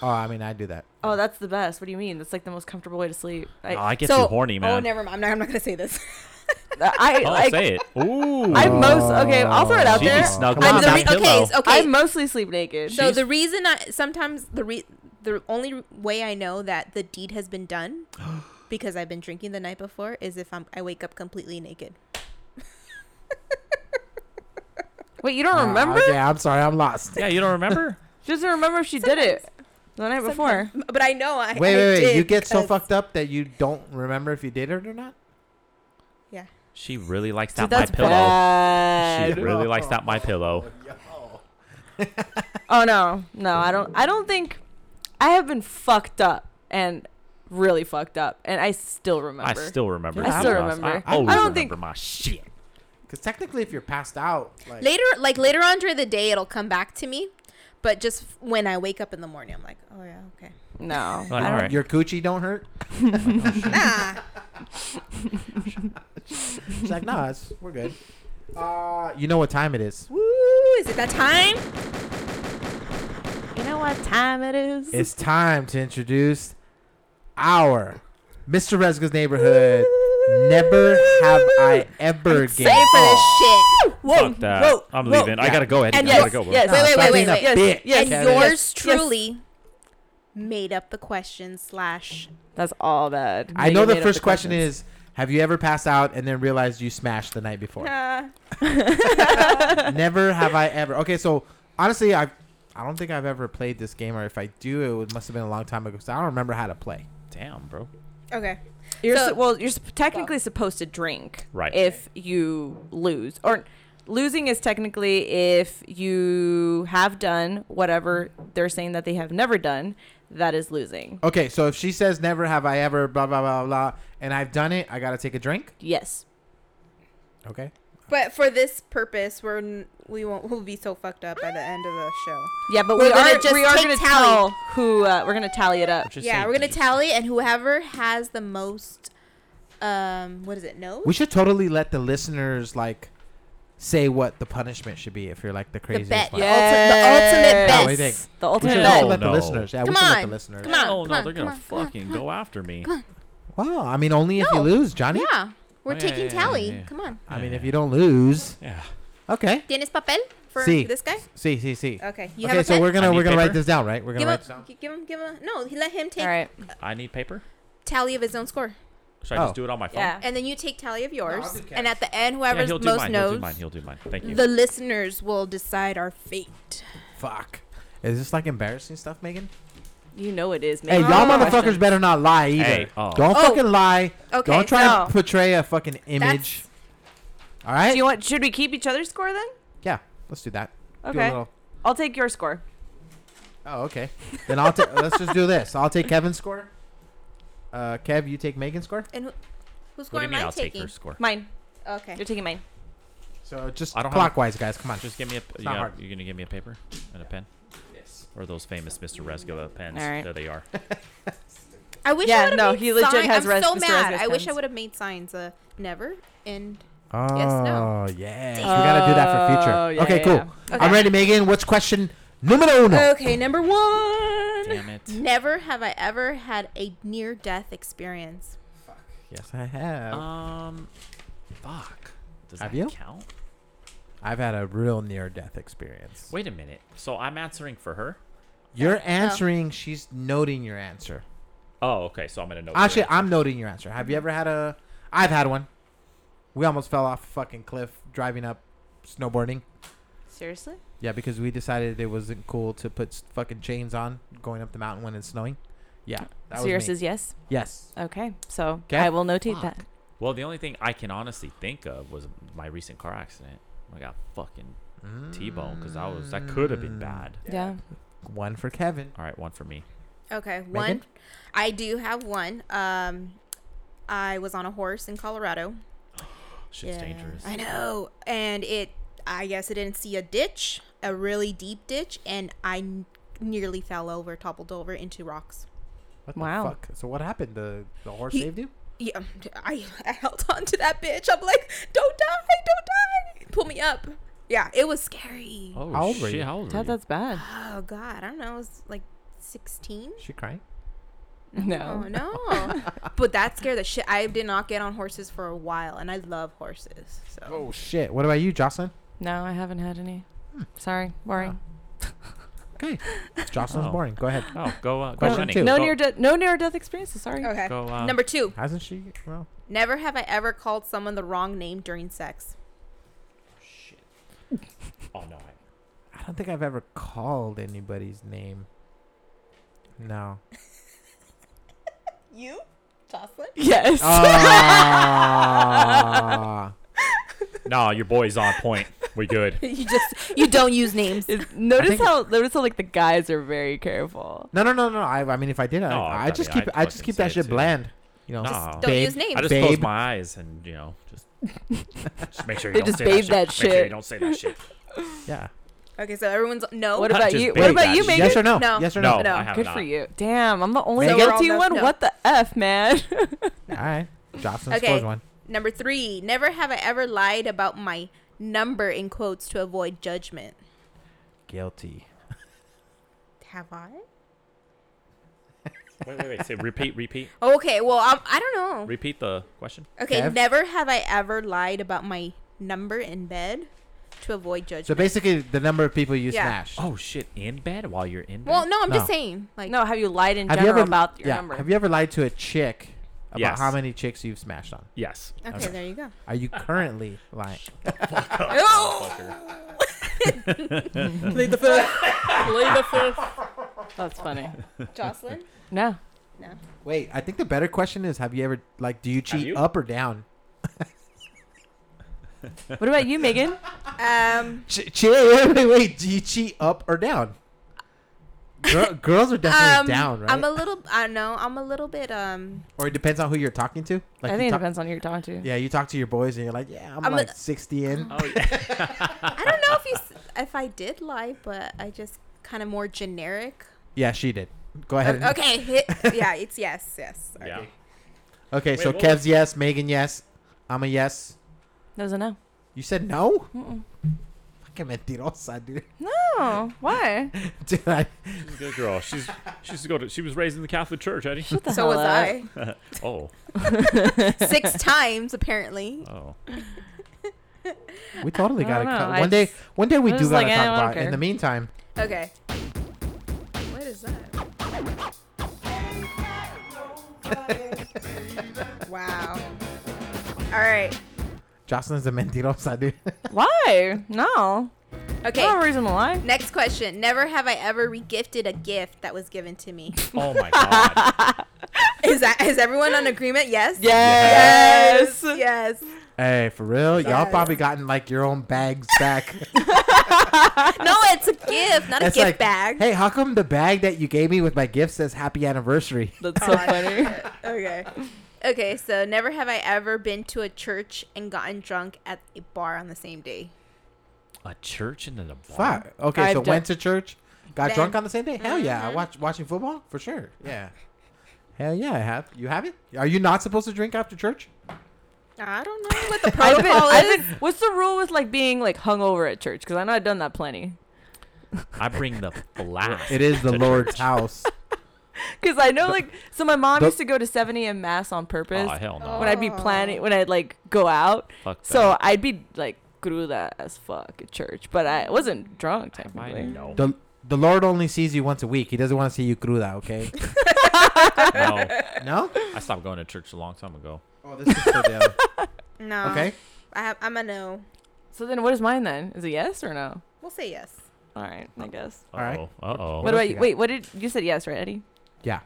[SPEAKER 1] Oh, I mean, I do that.
[SPEAKER 2] Oh, that's the best. What do you mean? That's like the most comfortable way to sleep. I,
[SPEAKER 3] I get
[SPEAKER 6] so,
[SPEAKER 3] too horny, man.
[SPEAKER 6] Oh, never mind. I'm not, I'm not gonna
[SPEAKER 1] [LAUGHS]
[SPEAKER 6] say this.
[SPEAKER 2] I,
[SPEAKER 3] I'll
[SPEAKER 2] I,
[SPEAKER 3] say it. Ooh.
[SPEAKER 2] I most okay. I'll throw it out
[SPEAKER 3] She'd be
[SPEAKER 2] there.
[SPEAKER 3] snuggled
[SPEAKER 6] I'm
[SPEAKER 3] on
[SPEAKER 6] the
[SPEAKER 3] that
[SPEAKER 6] re- okay,
[SPEAKER 3] pillow.
[SPEAKER 6] s- okay.
[SPEAKER 2] I mostly sleep naked.
[SPEAKER 6] so the reason I sometimes the re- the only way I know that the deed has
[SPEAKER 1] [GASPS]
[SPEAKER 6] been done because I've been drinking the night before is if I'm I wake up completely naked.
[SPEAKER 2] Wait, you don't remember?
[SPEAKER 1] Yeah, I'm sorry. I'm lost.
[SPEAKER 3] [LAUGHS] Yeah, you don't remember?
[SPEAKER 2] She doesn't remember if she did it the night before.
[SPEAKER 6] Sometimes. [LAUGHS] But I know I
[SPEAKER 1] Wait, wait,
[SPEAKER 6] I
[SPEAKER 1] wait.
[SPEAKER 6] did
[SPEAKER 1] You get so
[SPEAKER 6] because-
[SPEAKER 1] fucked up that you don't remember if you did it or not?
[SPEAKER 6] Yeah.
[SPEAKER 3] She really likes
[SPEAKER 2] Dude,
[SPEAKER 3] that my
[SPEAKER 2] that's
[SPEAKER 3] pillow. She
[SPEAKER 2] bad.
[SPEAKER 3] really likes that my pillow.
[SPEAKER 2] Oh no, no, I don't. I don't think I have been fucked up and really fucked up, and I still remember.
[SPEAKER 3] I still remember.
[SPEAKER 1] I
[SPEAKER 3] that,
[SPEAKER 1] still
[SPEAKER 3] Ross.
[SPEAKER 2] remember.
[SPEAKER 3] I, always
[SPEAKER 2] I don't
[SPEAKER 3] remember
[SPEAKER 2] think-
[SPEAKER 3] my shit.
[SPEAKER 1] Because technically, if you're passed out, like,
[SPEAKER 6] Later, like later on during the day, it'll come back to me. But just f- when I wake up in the morning, I'm like, oh yeah,
[SPEAKER 2] [LAUGHS]
[SPEAKER 6] okay.
[SPEAKER 2] no.
[SPEAKER 3] Like, all right.
[SPEAKER 1] your coochie don't hurt.
[SPEAKER 6] Nah.
[SPEAKER 1] She's like, no, it's, we're good. Uh, you know what time it is?
[SPEAKER 6] Woo! Is it that time?
[SPEAKER 2] You know what time it is?
[SPEAKER 1] It's time to introduce our Mr. Resga's neighborhood. Never have I ever
[SPEAKER 6] Save for this shit.
[SPEAKER 2] Whoa,
[SPEAKER 3] Fuck that.
[SPEAKER 2] whoa,
[SPEAKER 3] I'm
[SPEAKER 2] whoa.
[SPEAKER 3] leaving. I gotta go, Eddie.
[SPEAKER 2] And
[SPEAKER 3] I
[SPEAKER 2] yes,
[SPEAKER 3] gotta go. bro.
[SPEAKER 2] yes,
[SPEAKER 1] No,
[SPEAKER 2] wait,
[SPEAKER 1] stop
[SPEAKER 2] wait,
[SPEAKER 1] being
[SPEAKER 2] wait,
[SPEAKER 1] a
[SPEAKER 2] wait, yes,
[SPEAKER 1] bitch,
[SPEAKER 2] yes,
[SPEAKER 1] Kevin.
[SPEAKER 6] and
[SPEAKER 1] Yes,
[SPEAKER 6] yours
[SPEAKER 2] yes.
[SPEAKER 6] truly made up the question slash
[SPEAKER 2] That's all that.
[SPEAKER 1] I know
[SPEAKER 2] Megan
[SPEAKER 1] the
[SPEAKER 2] made up
[SPEAKER 1] first question
[SPEAKER 2] questions.
[SPEAKER 1] is Have you ever passed out and then realized you smashed the night
[SPEAKER 6] [LAUGHS]
[SPEAKER 1] before?
[SPEAKER 6] uh,
[SPEAKER 1] Never have I ever. Okay, so honestly, I I don't think I've ever played this game, or if I do, it would, must have been a long time ago because I don't remember how to play.
[SPEAKER 3] Damn, bro.
[SPEAKER 6] okay
[SPEAKER 2] You're
[SPEAKER 6] So-
[SPEAKER 2] su- well, you're sup- technically supposed to drink,
[SPEAKER 3] Right.
[SPEAKER 2] If you lose, or losing is technically if you have done whatever they're saying that they have never done, that is losing.
[SPEAKER 1] Okay, so if she says never have I ever blah blah blah blah, and I've done it, I gotta take a drink.
[SPEAKER 2] Yes.
[SPEAKER 1] Okay.
[SPEAKER 6] but for this purpose we're n- we won't we'll be so fucked up by the end of the show
[SPEAKER 2] Yeah, but
[SPEAKER 6] We're
[SPEAKER 2] we
[SPEAKER 6] gonna
[SPEAKER 2] are
[SPEAKER 6] just
[SPEAKER 2] we are
[SPEAKER 6] take
[SPEAKER 2] going to
[SPEAKER 6] tally.
[SPEAKER 2] tell who uh, we're going to tally it up.
[SPEAKER 3] Just
[SPEAKER 6] yeah
[SPEAKER 3] say-
[SPEAKER 6] we're gonna
[SPEAKER 3] just-
[SPEAKER 6] tally and whoever has the most um what is it no
[SPEAKER 1] We should totally let the listeners like say what the punishment should be if you're like the
[SPEAKER 6] the
[SPEAKER 1] craziest
[SPEAKER 6] bet
[SPEAKER 1] one.
[SPEAKER 6] the ulti- the
[SPEAKER 1] Yeah,
[SPEAKER 6] ultimate
[SPEAKER 1] what do you
[SPEAKER 6] best
[SPEAKER 1] think?
[SPEAKER 2] The
[SPEAKER 1] We
[SPEAKER 2] ultimate
[SPEAKER 1] should
[SPEAKER 3] No,
[SPEAKER 1] also
[SPEAKER 2] bet.
[SPEAKER 1] let the
[SPEAKER 3] no.
[SPEAKER 1] listeners. Yeah,
[SPEAKER 6] Come
[SPEAKER 1] we should let the
[SPEAKER 6] on.
[SPEAKER 1] listeners.
[SPEAKER 6] Come on,
[SPEAKER 3] Oh
[SPEAKER 6] come
[SPEAKER 3] no,
[SPEAKER 6] on,
[SPEAKER 3] they're
[SPEAKER 6] come
[SPEAKER 3] gonna
[SPEAKER 6] on, come on,
[SPEAKER 3] fucking
[SPEAKER 6] come
[SPEAKER 3] go after me.
[SPEAKER 1] Wow, I mean only if you
[SPEAKER 6] No.
[SPEAKER 1] lose, Johnny.
[SPEAKER 6] yeah we're
[SPEAKER 3] Oh, yeah,
[SPEAKER 6] taking
[SPEAKER 3] yeah, yeah,
[SPEAKER 6] tally
[SPEAKER 3] yeah, yeah.
[SPEAKER 6] come on
[SPEAKER 1] I mean if you don't lose,
[SPEAKER 3] Yeah.
[SPEAKER 1] okay.
[SPEAKER 6] tienes papel for
[SPEAKER 1] Sí.
[SPEAKER 6] this guy
[SPEAKER 1] See, see, see.
[SPEAKER 6] okay Uh, you
[SPEAKER 1] Okay,
[SPEAKER 6] have a
[SPEAKER 1] so
[SPEAKER 6] pen?
[SPEAKER 1] we're
[SPEAKER 3] I
[SPEAKER 1] gonna
[SPEAKER 3] need
[SPEAKER 1] we're gonna write
[SPEAKER 3] paper.
[SPEAKER 1] this down, right? We're gonna
[SPEAKER 6] give
[SPEAKER 1] write
[SPEAKER 6] up
[SPEAKER 1] this down.
[SPEAKER 6] give him give him no let him take
[SPEAKER 2] All right.
[SPEAKER 3] I need paper.
[SPEAKER 6] tally of his own score
[SPEAKER 3] Should I
[SPEAKER 1] Oh.
[SPEAKER 3] just do it on my phone?
[SPEAKER 2] Yeah.
[SPEAKER 6] and then you take tally of yours
[SPEAKER 1] I'll do
[SPEAKER 6] and at the end
[SPEAKER 3] Yeah,
[SPEAKER 6] whoever's
[SPEAKER 3] he'll do
[SPEAKER 6] most
[SPEAKER 3] mine. He'll
[SPEAKER 6] knows
[SPEAKER 3] do mine. He'll do mine. Thank you.
[SPEAKER 6] the listeners will decide our fate
[SPEAKER 1] Fuck. Is this like embarrassing stuff, Megan?
[SPEAKER 2] You know it is,
[SPEAKER 1] Hey,
[SPEAKER 2] man.
[SPEAKER 1] y'all
[SPEAKER 6] Oh.
[SPEAKER 1] motherfuckers better not lie either.
[SPEAKER 3] Hey, oh.
[SPEAKER 1] Don't
[SPEAKER 6] Oh.
[SPEAKER 1] fucking lie.
[SPEAKER 6] Okay,
[SPEAKER 1] Don't try
[SPEAKER 6] no.
[SPEAKER 1] to portray a fucking image. All right.
[SPEAKER 2] Do you want should we keep each other's score then?
[SPEAKER 1] yeah, let's do that. Do a
[SPEAKER 2] Okay.
[SPEAKER 1] little-
[SPEAKER 2] I'll take your score.
[SPEAKER 1] Oh, okay. Then I'll take. let's just do this. I'll take Kevin's score. Uh, Kev, you take Megan's score.
[SPEAKER 6] and who, whose
[SPEAKER 3] what
[SPEAKER 6] score
[SPEAKER 3] do you
[SPEAKER 6] am
[SPEAKER 3] mean?
[SPEAKER 6] i
[SPEAKER 3] I'll take
[SPEAKER 6] taking
[SPEAKER 3] her score.
[SPEAKER 2] Mine.
[SPEAKER 6] okay
[SPEAKER 2] You're taking mine.
[SPEAKER 1] So just
[SPEAKER 3] I don't have a-
[SPEAKER 1] clockwise, guys. Come on.
[SPEAKER 3] Just give me a.
[SPEAKER 1] not
[SPEAKER 3] yeah,
[SPEAKER 1] hard.
[SPEAKER 3] You're gonna give me a paper and a pen. Yes. Or those famous Mr. Resgo pens.
[SPEAKER 2] All right.
[SPEAKER 3] There they
[SPEAKER 2] [LAUGHS]
[SPEAKER 3] are.
[SPEAKER 6] I wish
[SPEAKER 2] Yeah,
[SPEAKER 6] I would
[SPEAKER 2] no,
[SPEAKER 6] have made
[SPEAKER 2] he legit
[SPEAKER 6] sign-
[SPEAKER 2] has
[SPEAKER 6] I'm
[SPEAKER 2] res-
[SPEAKER 6] so
[SPEAKER 2] Mr.
[SPEAKER 6] mad.
[SPEAKER 2] Resnick
[SPEAKER 6] I wish I
[SPEAKER 2] pens.
[SPEAKER 6] would have made signs. Uh, never and
[SPEAKER 1] Oh,
[SPEAKER 6] no.
[SPEAKER 1] yes. We gotta do that for future.
[SPEAKER 2] Oh, yeah,
[SPEAKER 1] okay,
[SPEAKER 2] yeah,
[SPEAKER 1] cool.
[SPEAKER 2] yeah.
[SPEAKER 1] I'm ready, Megan. What's question numero uno?
[SPEAKER 6] okay. Number one.
[SPEAKER 3] Damn
[SPEAKER 1] [LAUGHS]
[SPEAKER 6] [LAUGHS]
[SPEAKER 3] it.
[SPEAKER 6] Never have I ever had a near-death experience.
[SPEAKER 1] Yes, I have.
[SPEAKER 3] Um. Fuck. Does
[SPEAKER 1] Have
[SPEAKER 3] that
[SPEAKER 1] you?
[SPEAKER 3] count?
[SPEAKER 1] I've had a real near-death experience.
[SPEAKER 3] Wait a minute. So I'm answering for her.
[SPEAKER 1] You're answering. She's noting your answer.
[SPEAKER 3] Oh, okay. So I'm gonna know.
[SPEAKER 1] Actually, I'm noting your answer. Have you ever had a? I've had one. We almost fell off a fucking cliff driving up, snowboarding.
[SPEAKER 2] Seriously?
[SPEAKER 1] Yeah, because we decided it wasn't cool to put s- fucking chains on going up the mountain when it's snowing. Yeah, that
[SPEAKER 2] so
[SPEAKER 1] was
[SPEAKER 2] yours
[SPEAKER 1] me.
[SPEAKER 2] is yes.
[SPEAKER 1] yes.
[SPEAKER 2] Okay. So
[SPEAKER 1] Okay.
[SPEAKER 2] I will notate
[SPEAKER 3] Fuck.
[SPEAKER 2] that.
[SPEAKER 3] Well, the only thing I can honestly think of was my recent car accident. I got fucking
[SPEAKER 1] Oh,
[SPEAKER 3] T-boned because I was that could have
[SPEAKER 1] Mm.
[SPEAKER 3] been bad.
[SPEAKER 2] Yeah.
[SPEAKER 1] One for Kevin.
[SPEAKER 3] All right, one for me.
[SPEAKER 6] Okay, one. I do have one. Um, I was on a horse in Colorado.
[SPEAKER 3] Shit's dangerous.
[SPEAKER 6] I know, and it. I guess I didn't see a ditch, a really deep ditch, and I n- nearly fell over, toppled over into rocks.
[SPEAKER 1] What the
[SPEAKER 2] Wow.
[SPEAKER 1] fuck? So what happened? The the horse
[SPEAKER 6] He-
[SPEAKER 1] saved you.
[SPEAKER 6] Yeah, I, I held on to that bitch. I'm like, don't die, don't die. Pull me up. Yeah, it was scary. Oh,
[SPEAKER 3] Oh
[SPEAKER 1] How old were
[SPEAKER 3] shit!
[SPEAKER 1] you?
[SPEAKER 3] How old were
[SPEAKER 2] That,
[SPEAKER 3] you?
[SPEAKER 2] that's bad.
[SPEAKER 6] God, I don't know. I was like 16.
[SPEAKER 1] She crying.
[SPEAKER 6] Oh
[SPEAKER 2] No.
[SPEAKER 6] no! but that scared the shit. I did not get on horses for a while, and I love horses. So
[SPEAKER 1] Oh shit! What about you, Jocelyn?
[SPEAKER 2] No, I haven't had any. Sorry. Boring.
[SPEAKER 1] Okay, Jocelyn's
[SPEAKER 3] Oh.
[SPEAKER 1] boring. Go ahead.
[SPEAKER 3] Oh, go. Uh,
[SPEAKER 1] Question
[SPEAKER 3] go running.
[SPEAKER 1] two.
[SPEAKER 2] No
[SPEAKER 3] Go-
[SPEAKER 2] near death no near death experiences, sorry.
[SPEAKER 6] okay.
[SPEAKER 3] Go, uh,
[SPEAKER 6] Number two.
[SPEAKER 1] Hasn't she? Well,
[SPEAKER 6] Never have I ever called someone the wrong name during sex.
[SPEAKER 2] [LAUGHS]
[SPEAKER 3] Oh no. I-
[SPEAKER 1] I don't think I've ever called anybody's name. No.
[SPEAKER 6] You, Jocelyn?
[SPEAKER 2] Yes.
[SPEAKER 1] [LAUGHS] Uh,
[SPEAKER 2] [LAUGHS]
[SPEAKER 1] Ah.
[SPEAKER 3] No, your boy's on point. We
[SPEAKER 2] [LAUGHS]
[SPEAKER 3] good.
[SPEAKER 6] [LAUGHS] you just you don't use names.
[SPEAKER 2] It- notice
[SPEAKER 1] think-
[SPEAKER 2] how notice how like the guys are very careful.
[SPEAKER 1] no, no, no, no. I, I mean, if I did, I,
[SPEAKER 3] No,
[SPEAKER 1] I,
[SPEAKER 3] I
[SPEAKER 1] just
[SPEAKER 3] mean,
[SPEAKER 1] keep,
[SPEAKER 3] I'd
[SPEAKER 1] I just
[SPEAKER 3] fucking
[SPEAKER 1] keep
[SPEAKER 3] say
[SPEAKER 1] that
[SPEAKER 3] it
[SPEAKER 1] shit
[SPEAKER 3] too.
[SPEAKER 1] bland. You know,
[SPEAKER 3] No.
[SPEAKER 6] Don't
[SPEAKER 1] babe.
[SPEAKER 6] use names.
[SPEAKER 3] I just
[SPEAKER 1] Babe.
[SPEAKER 3] close my eyes and you know just just make sure you
[SPEAKER 2] They
[SPEAKER 3] don't
[SPEAKER 2] just
[SPEAKER 3] say
[SPEAKER 2] bathe
[SPEAKER 3] that,
[SPEAKER 2] that
[SPEAKER 3] shit. Make sure you
[SPEAKER 2] shit.
[SPEAKER 3] don't say that
[SPEAKER 2] [LAUGHS]
[SPEAKER 3] shit.
[SPEAKER 1] yeah.
[SPEAKER 6] okay, so everyone's no.
[SPEAKER 2] What
[SPEAKER 3] Not
[SPEAKER 2] about
[SPEAKER 3] just
[SPEAKER 2] you?
[SPEAKER 3] big
[SPEAKER 2] What about you,
[SPEAKER 3] guys.
[SPEAKER 2] Megan?
[SPEAKER 1] Yes or no?
[SPEAKER 6] No.
[SPEAKER 1] Yes or
[SPEAKER 3] No,
[SPEAKER 1] no?
[SPEAKER 6] No.
[SPEAKER 3] I have
[SPEAKER 2] Good
[SPEAKER 3] not.
[SPEAKER 2] for you. Damn, I'm the only
[SPEAKER 6] So we're all
[SPEAKER 2] guilty
[SPEAKER 6] no-
[SPEAKER 2] one.
[SPEAKER 6] no.
[SPEAKER 2] What the f, man? [LAUGHS]
[SPEAKER 1] All right. Jocelyn
[SPEAKER 6] Okay.
[SPEAKER 1] scores one.
[SPEAKER 6] Number three. Never have I ever lied about my number in quotes to avoid judgment.
[SPEAKER 1] Guilty.
[SPEAKER 6] Have I?
[SPEAKER 3] Wait, wait, wait. Say repeat, repeat,
[SPEAKER 6] Okay, well, um, I don't know.
[SPEAKER 3] repeat the
[SPEAKER 2] [LAUGHS]
[SPEAKER 3] question.
[SPEAKER 6] Okay,
[SPEAKER 1] Kev?
[SPEAKER 6] never have I ever lied about my number in bed to avoid judgment.
[SPEAKER 1] So basically, the number of people you
[SPEAKER 6] Yeah.
[SPEAKER 1] smashed.
[SPEAKER 3] Oh shit! In bed while you're in bed.
[SPEAKER 6] well, no, I'm just
[SPEAKER 1] No.
[SPEAKER 6] saying. Like,
[SPEAKER 2] No, have you lied in
[SPEAKER 1] Have you
[SPEAKER 2] general
[SPEAKER 1] ever
[SPEAKER 2] about your
[SPEAKER 1] yeah,
[SPEAKER 2] number?
[SPEAKER 1] Have you ever lied to a chick about
[SPEAKER 3] Yes.
[SPEAKER 1] how many chicks you've smashed on?
[SPEAKER 2] [LAUGHS]
[SPEAKER 3] Yes.
[SPEAKER 6] Okay, there you
[SPEAKER 1] [LAUGHS]
[SPEAKER 6] go.
[SPEAKER 1] Are you currently lying?
[SPEAKER 3] Oh,
[SPEAKER 6] Plead the fifth.
[SPEAKER 2] Play the fifth.
[SPEAKER 1] [LAUGHS]
[SPEAKER 2] That's funny.
[SPEAKER 6] Jocelyn?
[SPEAKER 2] No.
[SPEAKER 6] No.
[SPEAKER 1] Wait, I think the better question is: Have you ever like do you cheat
[SPEAKER 3] you?
[SPEAKER 1] up or down?
[SPEAKER 2] What about you, Megan?
[SPEAKER 6] Um,
[SPEAKER 1] Ch- [LAUGHS] ch- wait, wait, wait. Do you cheat up or down?
[SPEAKER 2] [LAUGHS]
[SPEAKER 1] Girl, girls are definitely
[SPEAKER 6] um,
[SPEAKER 1] down, right?
[SPEAKER 6] I'm a little, I know, I'm a little bit, um,
[SPEAKER 1] or it depends on who you're talking to. Like
[SPEAKER 2] I
[SPEAKER 1] you
[SPEAKER 2] think it
[SPEAKER 1] talk-
[SPEAKER 2] depends on who you're talking to.
[SPEAKER 1] Yeah, you talk to your boys and you're like, yeah, I'm,
[SPEAKER 6] I'm a-
[SPEAKER 1] like 60
[SPEAKER 2] Uh-huh.
[SPEAKER 1] in.
[SPEAKER 3] Oh
[SPEAKER 2] [LAUGHS]
[SPEAKER 3] yeah.
[SPEAKER 6] I don't know if
[SPEAKER 1] [LAUGHS]
[SPEAKER 6] you, s- if I did lie, but I just kind of more generic.
[SPEAKER 1] Yeah, she did. Go ahead. and-
[SPEAKER 6] Okay, hit,
[SPEAKER 1] [LAUGHS]
[SPEAKER 6] yeah, it's yes, yes. sorry.
[SPEAKER 3] yeah.
[SPEAKER 1] Okay, so
[SPEAKER 3] what
[SPEAKER 1] Kev's
[SPEAKER 3] was-
[SPEAKER 1] yes, Megan yes, I'm a yes.
[SPEAKER 2] That was a no.
[SPEAKER 1] You said no? Fucking mentirosa, dude. [LAUGHS]
[SPEAKER 2] No. Oh, [LAUGHS] Why?
[SPEAKER 1] dude I,
[SPEAKER 3] She's a good girl. She's she's go to. She was raised in the Catholic Church,
[SPEAKER 2] [LAUGHS]
[SPEAKER 3] Eddie. [LAUGHS]
[SPEAKER 6] So was I.
[SPEAKER 3] oh.
[SPEAKER 6] Six times, apparently. [LAUGHS]
[SPEAKER 3] Oh.
[SPEAKER 1] we totally
[SPEAKER 2] I
[SPEAKER 1] gotta
[SPEAKER 2] don't know,
[SPEAKER 1] cut.
[SPEAKER 2] I
[SPEAKER 1] One day,
[SPEAKER 2] just-
[SPEAKER 1] one day we
[SPEAKER 2] I
[SPEAKER 1] do
[SPEAKER 2] was
[SPEAKER 1] gotta
[SPEAKER 2] like, eh,
[SPEAKER 1] talk
[SPEAKER 2] I don't
[SPEAKER 1] about. it. In
[SPEAKER 2] care.
[SPEAKER 1] the meantime,
[SPEAKER 6] Okay. What is that? [LAUGHS] wow. All right.
[SPEAKER 1] Jocelyn's a mentirosa, [LAUGHS] dude.
[SPEAKER 2] Why? No.
[SPEAKER 6] Okay.
[SPEAKER 2] No reason to lie.
[SPEAKER 6] Next question. Never have I ever regifted a gift that was given to me.
[SPEAKER 3] Oh my god.
[SPEAKER 6] Is that is everyone on agreement? Yes.
[SPEAKER 2] Yes.
[SPEAKER 6] Yes.
[SPEAKER 1] hey, for real, y'all
[SPEAKER 6] Yes.
[SPEAKER 1] probably gotten like your own bags [LAUGHS] back.
[SPEAKER 6] No, it's a gift, not a
[SPEAKER 1] It's
[SPEAKER 6] gift
[SPEAKER 1] like,
[SPEAKER 6] bag.
[SPEAKER 1] Hey, how come the bag that you gave me with my gift says "Happy Anniversary"?
[SPEAKER 2] That's
[SPEAKER 6] Oh,
[SPEAKER 2] so funny.
[SPEAKER 6] Okay. Okay, so never have I ever been to a church and gotten drunk at a bar on the same day.
[SPEAKER 3] A church and then a bar.
[SPEAKER 1] Fuck. Okay,
[SPEAKER 2] I've
[SPEAKER 1] so
[SPEAKER 2] done-
[SPEAKER 1] went to church, got
[SPEAKER 6] Then-
[SPEAKER 1] drunk on the same day. Hell yeah! I watch watching football for sure. Mm-hmm. Yeah. Hell yeah, I have. You have it? Are you not supposed to drink after church?
[SPEAKER 6] I don't [LAUGHS] know what the [LAUGHS]
[SPEAKER 2] I've been,
[SPEAKER 6] protocol
[SPEAKER 2] I've
[SPEAKER 6] is.
[SPEAKER 2] been, what's the rule with like being like hungover at church? Because I know I've done that plenty.
[SPEAKER 3] I bring the
[SPEAKER 1] [LAUGHS]
[SPEAKER 3] flask.
[SPEAKER 1] It [LAUGHS] is the Lord's house.
[SPEAKER 2] Because I know like so my mom
[SPEAKER 1] the-
[SPEAKER 2] used to go to 7 a.m. mass on purpose
[SPEAKER 3] Oh hell no.
[SPEAKER 2] when I'd be planning when I'd like go out.
[SPEAKER 3] Fuck
[SPEAKER 2] So
[SPEAKER 3] that.
[SPEAKER 2] I'd be like gruda as fuck at church, but I wasn't drunk
[SPEAKER 3] I
[SPEAKER 2] [LAUGHS] technically.
[SPEAKER 3] know.
[SPEAKER 1] The the Lord only sees you once a week. He doesn't want to see you cruda, okay?
[SPEAKER 3] No.
[SPEAKER 1] No?
[SPEAKER 3] I stopped going to church a long time ago.
[SPEAKER 1] [LAUGHS] Oh, this is for the other.
[SPEAKER 6] No.
[SPEAKER 1] Okay.
[SPEAKER 6] I have, I'm a no.
[SPEAKER 2] So then what is mine then? Is it yes or no?
[SPEAKER 6] We'll say yes.
[SPEAKER 2] All right, I guess.
[SPEAKER 3] Uh
[SPEAKER 1] All right.
[SPEAKER 3] oh. Uh oh.
[SPEAKER 1] else
[SPEAKER 2] What, about
[SPEAKER 1] you
[SPEAKER 2] you?
[SPEAKER 1] got?
[SPEAKER 2] Wait, what did you said yes, right, Eddie?
[SPEAKER 1] Yeah.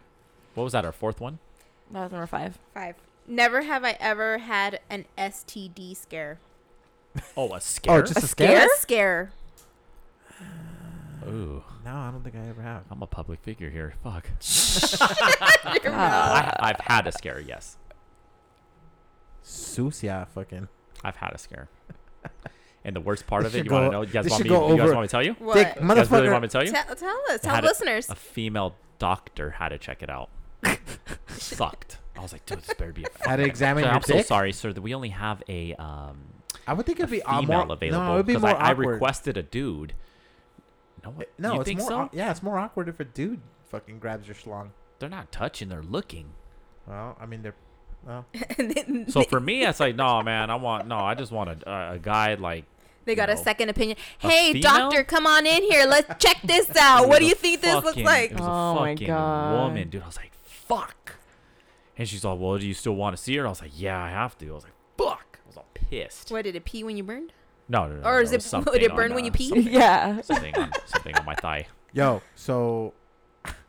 [SPEAKER 3] What was that? Our fourth one?
[SPEAKER 2] That was
[SPEAKER 3] [LAUGHS]
[SPEAKER 2] number five.
[SPEAKER 6] Five. Never have I ever had an STD scare.
[SPEAKER 3] Oh, a scare.
[SPEAKER 1] Oh, just a,
[SPEAKER 6] A
[SPEAKER 1] scare?
[SPEAKER 6] scare.
[SPEAKER 3] Ooh,
[SPEAKER 1] No, I don't think I ever have.
[SPEAKER 3] I'm a public figure here. Fuck.
[SPEAKER 2] Ah.
[SPEAKER 3] I, I've had a scare. Yes,
[SPEAKER 1] Susia, fucking.
[SPEAKER 3] I've had a scare. And the worst part
[SPEAKER 1] This
[SPEAKER 3] of it,
[SPEAKER 1] should
[SPEAKER 3] you want
[SPEAKER 1] go-
[SPEAKER 3] to know? You guys
[SPEAKER 1] this
[SPEAKER 3] want
[SPEAKER 1] should
[SPEAKER 3] me?
[SPEAKER 1] go
[SPEAKER 3] You guys
[SPEAKER 1] over-
[SPEAKER 3] want me to tell you?
[SPEAKER 6] What?
[SPEAKER 1] Dick,
[SPEAKER 3] You guys
[SPEAKER 1] motherfucker.
[SPEAKER 3] really want me to tell you?
[SPEAKER 6] tell, tell us.
[SPEAKER 3] I
[SPEAKER 6] Tell
[SPEAKER 3] had a-
[SPEAKER 6] listeners.
[SPEAKER 3] A female doctor had to check it out. Sucked. I was like, dude, this better be. A
[SPEAKER 1] Had
[SPEAKER 3] [LAUGHS]
[SPEAKER 1] to examine
[SPEAKER 3] Sir,
[SPEAKER 1] your
[SPEAKER 3] I'm so
[SPEAKER 1] dick?
[SPEAKER 3] sorry, sir. That we only have a um,
[SPEAKER 1] I would think it'd be uh,
[SPEAKER 3] female
[SPEAKER 1] more,
[SPEAKER 3] available.
[SPEAKER 1] No, it'd be
[SPEAKER 3] 'cause
[SPEAKER 1] more
[SPEAKER 3] I, I
[SPEAKER 1] awkward.
[SPEAKER 3] requested a dude. No, what-
[SPEAKER 1] no,
[SPEAKER 3] you
[SPEAKER 1] it's
[SPEAKER 3] think
[SPEAKER 1] more.
[SPEAKER 3] so?
[SPEAKER 1] au- yeah, it's more awkward if a dude fucking grabs your schlong.
[SPEAKER 3] They're not touching. They're looking.
[SPEAKER 1] Well, I mean, they're.
[SPEAKER 3] [LAUGHS]
[SPEAKER 1] Well,
[SPEAKER 6] [LAUGHS] And then
[SPEAKER 3] So for me, it's like, no, man. I want no. I just want a, a, a guy like
[SPEAKER 6] they got a
[SPEAKER 3] no.
[SPEAKER 6] second opinion.
[SPEAKER 3] A
[SPEAKER 6] Hey,
[SPEAKER 3] female?
[SPEAKER 6] doctor, come on in here. Let's check this out.
[SPEAKER 3] It
[SPEAKER 6] Oh, what
[SPEAKER 3] was
[SPEAKER 6] do
[SPEAKER 3] a
[SPEAKER 6] you think this looks
[SPEAKER 3] fucking-
[SPEAKER 6] like?
[SPEAKER 3] It was
[SPEAKER 2] Oh
[SPEAKER 3] a
[SPEAKER 2] my
[SPEAKER 3] fucking
[SPEAKER 2] God.
[SPEAKER 3] woman, dude. I was like, fuck. And she's all, well, do you still want to see her? I was like, yeah, I have to. I was like, fuck. I was all pissed.
[SPEAKER 6] What did it pee when you burned?
[SPEAKER 3] No, no, no.
[SPEAKER 6] Or
[SPEAKER 3] no,
[SPEAKER 6] is
[SPEAKER 3] was
[SPEAKER 6] it-
[SPEAKER 3] something
[SPEAKER 6] would it
[SPEAKER 3] on,
[SPEAKER 6] burn when you
[SPEAKER 3] uh,
[SPEAKER 6] pee?
[SPEAKER 3] Something,
[SPEAKER 2] [LAUGHS] Yeah.
[SPEAKER 3] something, on, something on my thigh.
[SPEAKER 1] yo, so. [LAUGHS]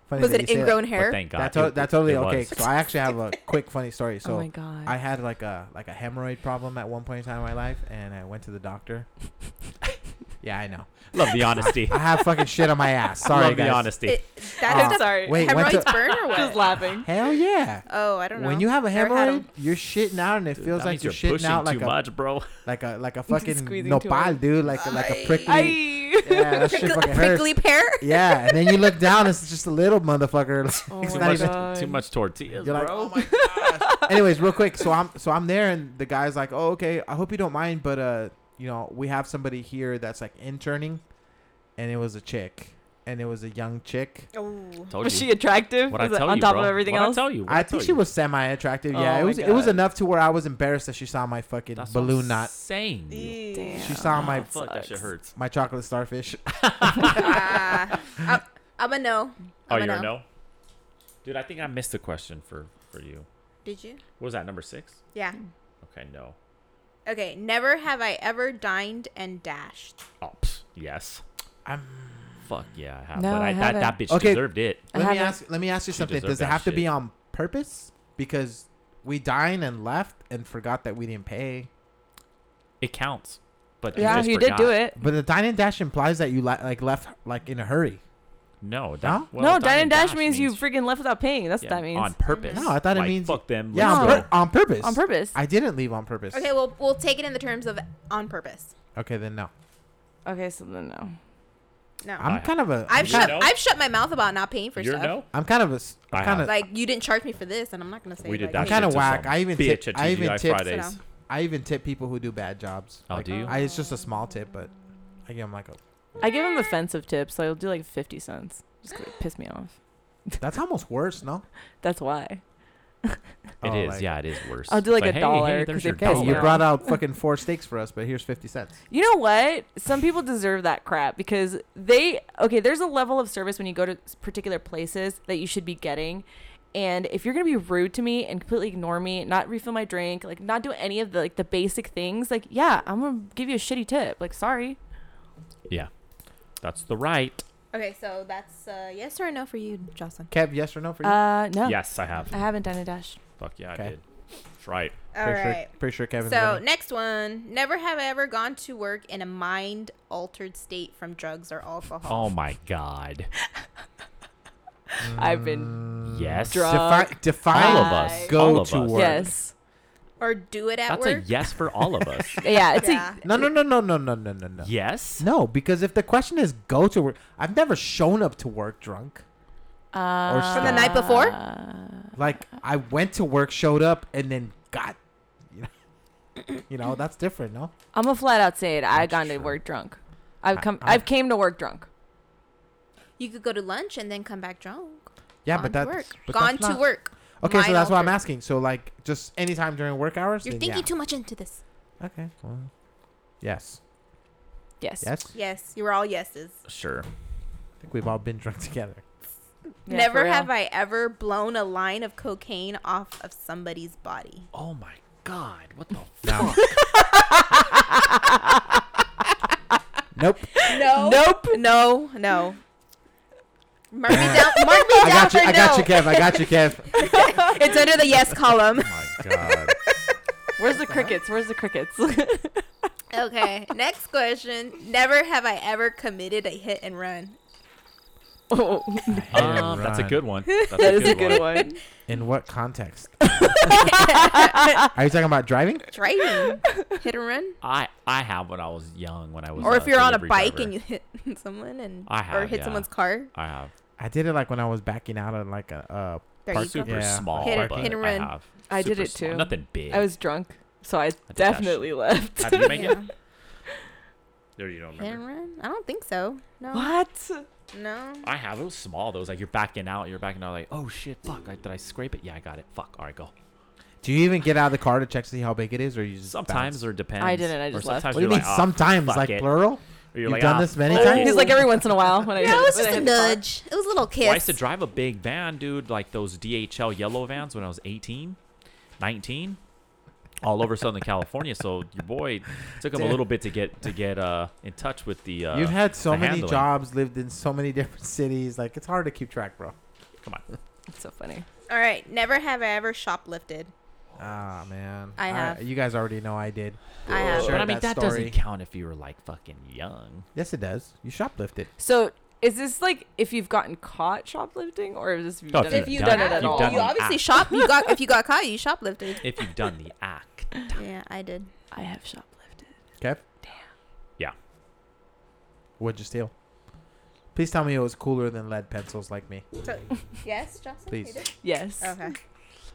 [SPEAKER 1] funny
[SPEAKER 6] Was
[SPEAKER 1] that
[SPEAKER 6] it
[SPEAKER 1] you say that.
[SPEAKER 6] ingrown
[SPEAKER 3] But
[SPEAKER 6] hair?
[SPEAKER 3] thank God.
[SPEAKER 1] That's
[SPEAKER 3] it-
[SPEAKER 1] to- that's totally
[SPEAKER 3] it was.
[SPEAKER 1] okay. So I actually
[SPEAKER 3] [LAUGHS]
[SPEAKER 1] have a quick funny story. So
[SPEAKER 2] my God.
[SPEAKER 1] I had like a like a hemorrhoid problem at one point in time in my life, and I went to the
[SPEAKER 3] [LAUGHS]
[SPEAKER 1] doctor. yeah, I know.
[SPEAKER 3] Love the honesty.
[SPEAKER 1] I have fucking shit on my ass. [LAUGHS] Sorry,
[SPEAKER 3] Love
[SPEAKER 1] guys.
[SPEAKER 3] the honesty.
[SPEAKER 6] It,
[SPEAKER 1] Uh,
[SPEAKER 6] that's
[SPEAKER 2] sorry.
[SPEAKER 6] a
[SPEAKER 3] [LAUGHS]
[SPEAKER 1] wait, went
[SPEAKER 6] hemorrhoids
[SPEAKER 1] to-
[SPEAKER 6] burn or
[SPEAKER 1] [LAUGHS]
[SPEAKER 6] what?
[SPEAKER 2] Just laughing.
[SPEAKER 1] Hell yeah.
[SPEAKER 6] Oh, I don't know.
[SPEAKER 1] When
[SPEAKER 6] [LAUGHS]
[SPEAKER 1] you have a
[SPEAKER 6] Never had 'em.
[SPEAKER 1] hemorrhoid, you're shitting out, and it
[SPEAKER 3] Dude,
[SPEAKER 1] feels
[SPEAKER 3] that
[SPEAKER 1] like
[SPEAKER 3] means
[SPEAKER 1] you're,
[SPEAKER 3] you're
[SPEAKER 1] shitting out
[SPEAKER 3] pushing
[SPEAKER 1] like
[SPEAKER 3] too
[SPEAKER 1] a
[SPEAKER 3] much, bro.
[SPEAKER 1] like a
[SPEAKER 2] [LAUGHS]
[SPEAKER 1] like a fucking
[SPEAKER 2] Squeezing too
[SPEAKER 1] nopal,
[SPEAKER 2] hard.
[SPEAKER 1] dude. Like a, like a prickly.
[SPEAKER 2] I.
[SPEAKER 1] yeah, that shit
[SPEAKER 6] Prickly,
[SPEAKER 1] fucking hurts.
[SPEAKER 6] prickly pear?
[SPEAKER 1] Yeah, and then you look down, it's just a little motherfucker. [LAUGHS]
[SPEAKER 2] Oh
[SPEAKER 1] It's
[SPEAKER 2] my
[SPEAKER 1] not
[SPEAKER 3] Too
[SPEAKER 1] even-
[SPEAKER 2] God.
[SPEAKER 3] much, too much tortillas,
[SPEAKER 1] You're like, oh
[SPEAKER 3] bro.
[SPEAKER 1] Anyways, real quick, so I'm so I'm there, and the guy's like, "Oh, okay. I hope you don't mind, but uh, you know, we have somebody here that's like interning, and it was a chick, and it was a young chick.
[SPEAKER 6] Oh.
[SPEAKER 3] Told
[SPEAKER 2] Was
[SPEAKER 3] you.
[SPEAKER 2] she attractive?
[SPEAKER 3] What I
[SPEAKER 2] Was it
[SPEAKER 3] tell
[SPEAKER 2] on
[SPEAKER 3] you,
[SPEAKER 2] top
[SPEAKER 3] bro.
[SPEAKER 2] of everything
[SPEAKER 3] What'd
[SPEAKER 2] else.
[SPEAKER 3] I tell you. What'd
[SPEAKER 1] I,
[SPEAKER 3] tell
[SPEAKER 1] think she
[SPEAKER 3] you?
[SPEAKER 1] was semi attractive. Yeah,
[SPEAKER 2] Oh
[SPEAKER 1] it
[SPEAKER 2] my
[SPEAKER 1] was. It was
[SPEAKER 2] God.
[SPEAKER 1] enough to where I was embarrassed that she saw my fucking
[SPEAKER 3] That's what I'm
[SPEAKER 1] balloon knot.
[SPEAKER 3] Saying. you. Ah,
[SPEAKER 1] [LAUGHS]
[SPEAKER 2] Damn.
[SPEAKER 6] [LAUGHS]
[SPEAKER 1] She saw my
[SPEAKER 2] That
[SPEAKER 3] Fuck that shit
[SPEAKER 2] sucks.
[SPEAKER 3] hurts.
[SPEAKER 1] my chocolate starfish.
[SPEAKER 6] Ah. I'm, I'm a no.
[SPEAKER 3] Oh,
[SPEAKER 6] I'm a
[SPEAKER 3] you're a
[SPEAKER 6] no.
[SPEAKER 3] no. Dude, I think I missed the question for for you.
[SPEAKER 6] Did you?
[SPEAKER 3] What was that number six?
[SPEAKER 6] Yeah.
[SPEAKER 3] Okay, no.
[SPEAKER 6] Okay. Never have I ever dined and dashed.
[SPEAKER 3] Oh, pff, yes.
[SPEAKER 1] I'm-
[SPEAKER 3] Fuck yeah, I have.
[SPEAKER 2] No,
[SPEAKER 3] but
[SPEAKER 2] I
[SPEAKER 3] I, that, that bitch
[SPEAKER 1] Okay.
[SPEAKER 3] deserved it.
[SPEAKER 2] I
[SPEAKER 1] Let me
[SPEAKER 2] haven't-
[SPEAKER 1] ask. Let me ask you
[SPEAKER 3] She
[SPEAKER 1] something.
[SPEAKER 3] deserved
[SPEAKER 1] Does it
[SPEAKER 3] that
[SPEAKER 1] have to be
[SPEAKER 3] shit.
[SPEAKER 1] on purpose? Because we dined and left and forgot that we didn't pay.
[SPEAKER 3] It counts. But
[SPEAKER 2] Yeah,
[SPEAKER 3] just
[SPEAKER 2] he did do
[SPEAKER 3] forgot.
[SPEAKER 2] it.
[SPEAKER 1] But the dine and dash implies that you li- like left like in a hurry.
[SPEAKER 3] No, that,
[SPEAKER 1] No?
[SPEAKER 3] well,
[SPEAKER 2] no, dine and dash, means, you
[SPEAKER 3] freaking
[SPEAKER 2] freaking left without paying. That's what that means.
[SPEAKER 3] on purpose.
[SPEAKER 1] No, I thought it
[SPEAKER 3] Like,
[SPEAKER 1] means-
[SPEAKER 3] fuck them.
[SPEAKER 1] Yeah,
[SPEAKER 3] let's
[SPEAKER 1] on,
[SPEAKER 3] go.
[SPEAKER 1] pur- on purpose.
[SPEAKER 2] On purpose.
[SPEAKER 1] I didn't leave on purpose.
[SPEAKER 6] Okay. Well, we'll take it in the terms of on purpose.
[SPEAKER 1] Okay, then no.
[SPEAKER 2] okay, so then no.
[SPEAKER 6] No.
[SPEAKER 1] I'm
[SPEAKER 3] I-
[SPEAKER 1] kind of a. I'm
[SPEAKER 6] I've
[SPEAKER 3] You're
[SPEAKER 1] kind
[SPEAKER 6] shut.
[SPEAKER 1] of,
[SPEAKER 3] no?
[SPEAKER 6] I've shut my mouth about not paying for
[SPEAKER 3] You're
[SPEAKER 6] stuff.
[SPEAKER 3] no.
[SPEAKER 1] I'm kind of a. s-
[SPEAKER 3] I
[SPEAKER 1] I'm
[SPEAKER 3] have.
[SPEAKER 1] kind of.
[SPEAKER 6] [LAUGHS] Like you didn't charge me for this, and I'm not gonna say.
[SPEAKER 3] We did
[SPEAKER 6] like,
[SPEAKER 3] that.
[SPEAKER 1] I'm kinda
[SPEAKER 3] shit to
[SPEAKER 1] whack.
[SPEAKER 3] some
[SPEAKER 1] I even
[SPEAKER 3] bitch
[SPEAKER 1] tip-
[SPEAKER 3] at
[SPEAKER 1] I even
[SPEAKER 3] TGI
[SPEAKER 1] tipped-
[SPEAKER 3] Fridays.
[SPEAKER 6] Sit down.
[SPEAKER 1] I even tip people who do bad jobs.
[SPEAKER 3] Oh,
[SPEAKER 1] Like,
[SPEAKER 3] do you?
[SPEAKER 1] I, it's just a small tip, but I give them like a.
[SPEAKER 2] I give him offensive tips, so he'll do like 50 cents. Just 'cause it piss me off.
[SPEAKER 6] [LAUGHS]
[SPEAKER 1] That's almost worse, no?
[SPEAKER 2] That's why.
[SPEAKER 3] It
[SPEAKER 1] Oh,
[SPEAKER 3] is.
[SPEAKER 1] like-
[SPEAKER 3] yeah, it is worse.
[SPEAKER 2] I'll do like
[SPEAKER 3] But
[SPEAKER 2] a
[SPEAKER 3] hey,
[SPEAKER 2] dollar
[SPEAKER 3] Hey,
[SPEAKER 2] 'cause
[SPEAKER 3] there's
[SPEAKER 2] they
[SPEAKER 3] your
[SPEAKER 2] pissed me
[SPEAKER 1] Okay, you
[SPEAKER 2] off.
[SPEAKER 3] dollar.
[SPEAKER 1] brought out fucking four steaks for us, but here's fifty cents.
[SPEAKER 2] You know what? Some people deserve that crap because they okay, there's a level of service when you go to s- particular places that you should be getting. And if you're going to be rude to me and completely ignore me, not refill my drink, like not do any of the like the basic things, like yeah, I'm going to give you a shitty tip. Like sorry.
[SPEAKER 3] Yeah, that's the right.
[SPEAKER 6] Okay, so that's uh, yes or no for you, Jocelyn.
[SPEAKER 1] Kev, yes or no for you?
[SPEAKER 2] Uh no.
[SPEAKER 3] Yes, I have.
[SPEAKER 2] I haven't done a dash.
[SPEAKER 3] Fuck yeah,
[SPEAKER 1] Okay.
[SPEAKER 3] I did. That's right.
[SPEAKER 6] All
[SPEAKER 1] pretty,
[SPEAKER 6] right.
[SPEAKER 1] sure, pretty sure Kevin's
[SPEAKER 6] So
[SPEAKER 1] winning.
[SPEAKER 6] next one. Never have I ever gone to work in a mind altered state from drugs or alcohol.
[SPEAKER 3] Oh my god.
[SPEAKER 2] I've been
[SPEAKER 3] Yes.
[SPEAKER 2] Drunk.
[SPEAKER 1] Defi- define
[SPEAKER 3] All of us.
[SPEAKER 1] Go
[SPEAKER 3] all of
[SPEAKER 1] to
[SPEAKER 3] us.
[SPEAKER 1] work.
[SPEAKER 2] yes.
[SPEAKER 6] Or do it at
[SPEAKER 3] That's a
[SPEAKER 6] work.
[SPEAKER 3] yes for all of us.
[SPEAKER 2] Yeah, it's
[SPEAKER 6] Yeah.
[SPEAKER 2] a
[SPEAKER 1] No, no, no, no, no, no, no, no, no.
[SPEAKER 3] yes.
[SPEAKER 1] No, because if the question is go to work, I've never shown up to work drunk.
[SPEAKER 2] uh,
[SPEAKER 1] From the
[SPEAKER 6] night before?
[SPEAKER 1] Like I went to work, showed up, and then got, you know, you know [LAUGHS] that's different, no?
[SPEAKER 2] I'm a flat out say it. I've
[SPEAKER 1] That's
[SPEAKER 2] gone to
[SPEAKER 1] true.
[SPEAKER 2] work drunk. I've
[SPEAKER 1] I-
[SPEAKER 2] come.
[SPEAKER 1] I-
[SPEAKER 2] I, have came to work drunk.
[SPEAKER 6] You could go to lunch and then come back drunk.
[SPEAKER 1] Yeah,
[SPEAKER 6] Gone
[SPEAKER 1] but
[SPEAKER 6] to
[SPEAKER 1] that's
[SPEAKER 6] work.
[SPEAKER 1] but
[SPEAKER 6] gone
[SPEAKER 1] that's
[SPEAKER 6] to
[SPEAKER 1] not-
[SPEAKER 6] work.
[SPEAKER 1] Okay, so
[SPEAKER 6] Mind
[SPEAKER 1] that's what I'm
[SPEAKER 6] altered.
[SPEAKER 1] asking. So like, just anytime during work hours.
[SPEAKER 6] You're
[SPEAKER 1] then
[SPEAKER 6] thinking
[SPEAKER 1] yeah.
[SPEAKER 6] too much into this.
[SPEAKER 1] Okay. Well, yes.
[SPEAKER 2] Yes.
[SPEAKER 1] Yes.
[SPEAKER 6] Yes, you were all yeses.
[SPEAKER 3] Sure.
[SPEAKER 1] I think we've all been drunk together.
[SPEAKER 2] Yeah, for
[SPEAKER 6] Never
[SPEAKER 2] real.
[SPEAKER 6] have I ever blown a line of cocaine off of somebody's body.
[SPEAKER 3] Oh my god. What the
[SPEAKER 1] No.
[SPEAKER 3] [LAUGHS] fuck?
[SPEAKER 1] nope.
[SPEAKER 6] No.
[SPEAKER 2] Nope.
[SPEAKER 6] No. No. Mark
[SPEAKER 1] [LAUGHS]
[SPEAKER 6] me down. Mark me
[SPEAKER 1] I
[SPEAKER 6] down
[SPEAKER 1] got you.
[SPEAKER 6] for
[SPEAKER 1] I got you,
[SPEAKER 6] no.
[SPEAKER 1] Kev. I got you, Kev.
[SPEAKER 6] It's under the yes column. [LAUGHS]
[SPEAKER 3] my [LAUGHS] god.
[SPEAKER 2] Where's the crickets? Where's the crickets?
[SPEAKER 6] Okay. Next question. Never have I ever committed a hit and run.
[SPEAKER 2] [LAUGHS] oh,
[SPEAKER 3] [LAUGHS] Um, that's a good one. That's
[SPEAKER 2] that is a good [LAUGHS] one.
[SPEAKER 1] In what context? Are you talking about driving?
[SPEAKER 6] Driving. hit and run.
[SPEAKER 3] I I have when I was young when I was.
[SPEAKER 6] Or if you're on a
[SPEAKER 3] delivery
[SPEAKER 6] bike
[SPEAKER 3] driver.
[SPEAKER 6] and you hit [LAUGHS] someone and
[SPEAKER 3] I
[SPEAKER 6] or
[SPEAKER 3] have,
[SPEAKER 6] hit
[SPEAKER 3] yeah.
[SPEAKER 6] someone's car.
[SPEAKER 3] I have.
[SPEAKER 1] I did it like when I was backing out of like a. Uh,
[SPEAKER 6] There
[SPEAKER 3] Parts
[SPEAKER 6] you go.
[SPEAKER 3] super
[SPEAKER 1] Yeah.
[SPEAKER 3] small,
[SPEAKER 6] Hit it-
[SPEAKER 3] but
[SPEAKER 6] hit and
[SPEAKER 3] I
[SPEAKER 6] run.
[SPEAKER 3] have.
[SPEAKER 2] I did
[SPEAKER 3] Super
[SPEAKER 2] it
[SPEAKER 3] small.
[SPEAKER 2] too.
[SPEAKER 3] Nothing big.
[SPEAKER 2] I was drunk, so I
[SPEAKER 3] that
[SPEAKER 2] definitely left.
[SPEAKER 6] [LAUGHS]
[SPEAKER 3] How did you make it?
[SPEAKER 6] Yeah.
[SPEAKER 3] There you don't
[SPEAKER 6] Hit and
[SPEAKER 3] remember.
[SPEAKER 6] run? I don't think so. No.
[SPEAKER 2] [LAUGHS] What?
[SPEAKER 6] No.
[SPEAKER 3] I have. It was small though. It was like you're backing out. You're backing out. Like oh shit, fuck. I, did I scrape it? Yeah, I got it. Fuck. All right, go.
[SPEAKER 1] do you even get out of the car to check to see how big it is, or you just
[SPEAKER 3] Sometimes
[SPEAKER 1] bounce?
[SPEAKER 3] or depends.
[SPEAKER 2] I didn't, I just
[SPEAKER 3] or
[SPEAKER 2] left.
[SPEAKER 3] sometimes
[SPEAKER 1] What do you
[SPEAKER 3] you're
[SPEAKER 1] mean
[SPEAKER 3] like, "Ah,
[SPEAKER 1] sometimes?
[SPEAKER 3] fuck
[SPEAKER 1] Like
[SPEAKER 3] it."
[SPEAKER 1] plural?
[SPEAKER 3] Or you're
[SPEAKER 1] You've
[SPEAKER 3] like,
[SPEAKER 1] done
[SPEAKER 3] "Ah,
[SPEAKER 1] this many
[SPEAKER 3] fuck
[SPEAKER 1] times?
[SPEAKER 2] He's like every once in a while when I.
[SPEAKER 6] No, it was
[SPEAKER 2] when
[SPEAKER 6] just
[SPEAKER 2] I
[SPEAKER 6] a
[SPEAKER 2] hit the car.
[SPEAKER 6] nudge. It was a little kiss.
[SPEAKER 3] Well, I used to drive a big van, dude, like those DHL yellow vans when I was 18, 19, all over Southern California. So your boy took him a
[SPEAKER 1] Dude.
[SPEAKER 3] little bit to get to get uh in touch with the. Uh,
[SPEAKER 1] You've had so
[SPEAKER 3] the
[SPEAKER 1] many
[SPEAKER 3] handling.
[SPEAKER 1] jobs, lived in so many [LAUGHS] different cities. Like it's hard to keep track, bro.
[SPEAKER 3] Come on.
[SPEAKER 2] It's so funny.
[SPEAKER 6] All right. Never have I ever shoplifted.
[SPEAKER 1] Ah man,
[SPEAKER 6] I have.
[SPEAKER 1] you guys already know I did.
[SPEAKER 6] I have.
[SPEAKER 1] Sure.
[SPEAKER 3] but I mean
[SPEAKER 1] that
[SPEAKER 3] that
[SPEAKER 1] story.
[SPEAKER 3] doesn't count if you were like fucking young.
[SPEAKER 1] Yes, it does. You shoplifted.
[SPEAKER 2] So. Is this like if you've gotten caught shoplifting, or is this if you've
[SPEAKER 3] No,
[SPEAKER 2] done,
[SPEAKER 3] Oh, if
[SPEAKER 2] it,
[SPEAKER 6] If you
[SPEAKER 3] done
[SPEAKER 6] done
[SPEAKER 2] it
[SPEAKER 3] it,
[SPEAKER 2] at
[SPEAKER 3] you've
[SPEAKER 2] all?
[SPEAKER 3] done
[SPEAKER 6] you
[SPEAKER 3] it.
[SPEAKER 6] obviously
[SPEAKER 3] Ah.
[SPEAKER 6] shop. You got if you
[SPEAKER 3] [LAUGHS]
[SPEAKER 6] got caught, you shoplifted.
[SPEAKER 3] If you've done the act.
[SPEAKER 6] Yeah, I did.
[SPEAKER 2] I have shoplifted.
[SPEAKER 1] Kev,
[SPEAKER 3] Yeah.
[SPEAKER 1] what'd you steal? Please tell me it was cooler than lead pencils, like me.
[SPEAKER 6] So, yes, Jocelyn.
[SPEAKER 1] Please.
[SPEAKER 6] You did?
[SPEAKER 2] Yes.
[SPEAKER 6] Okay.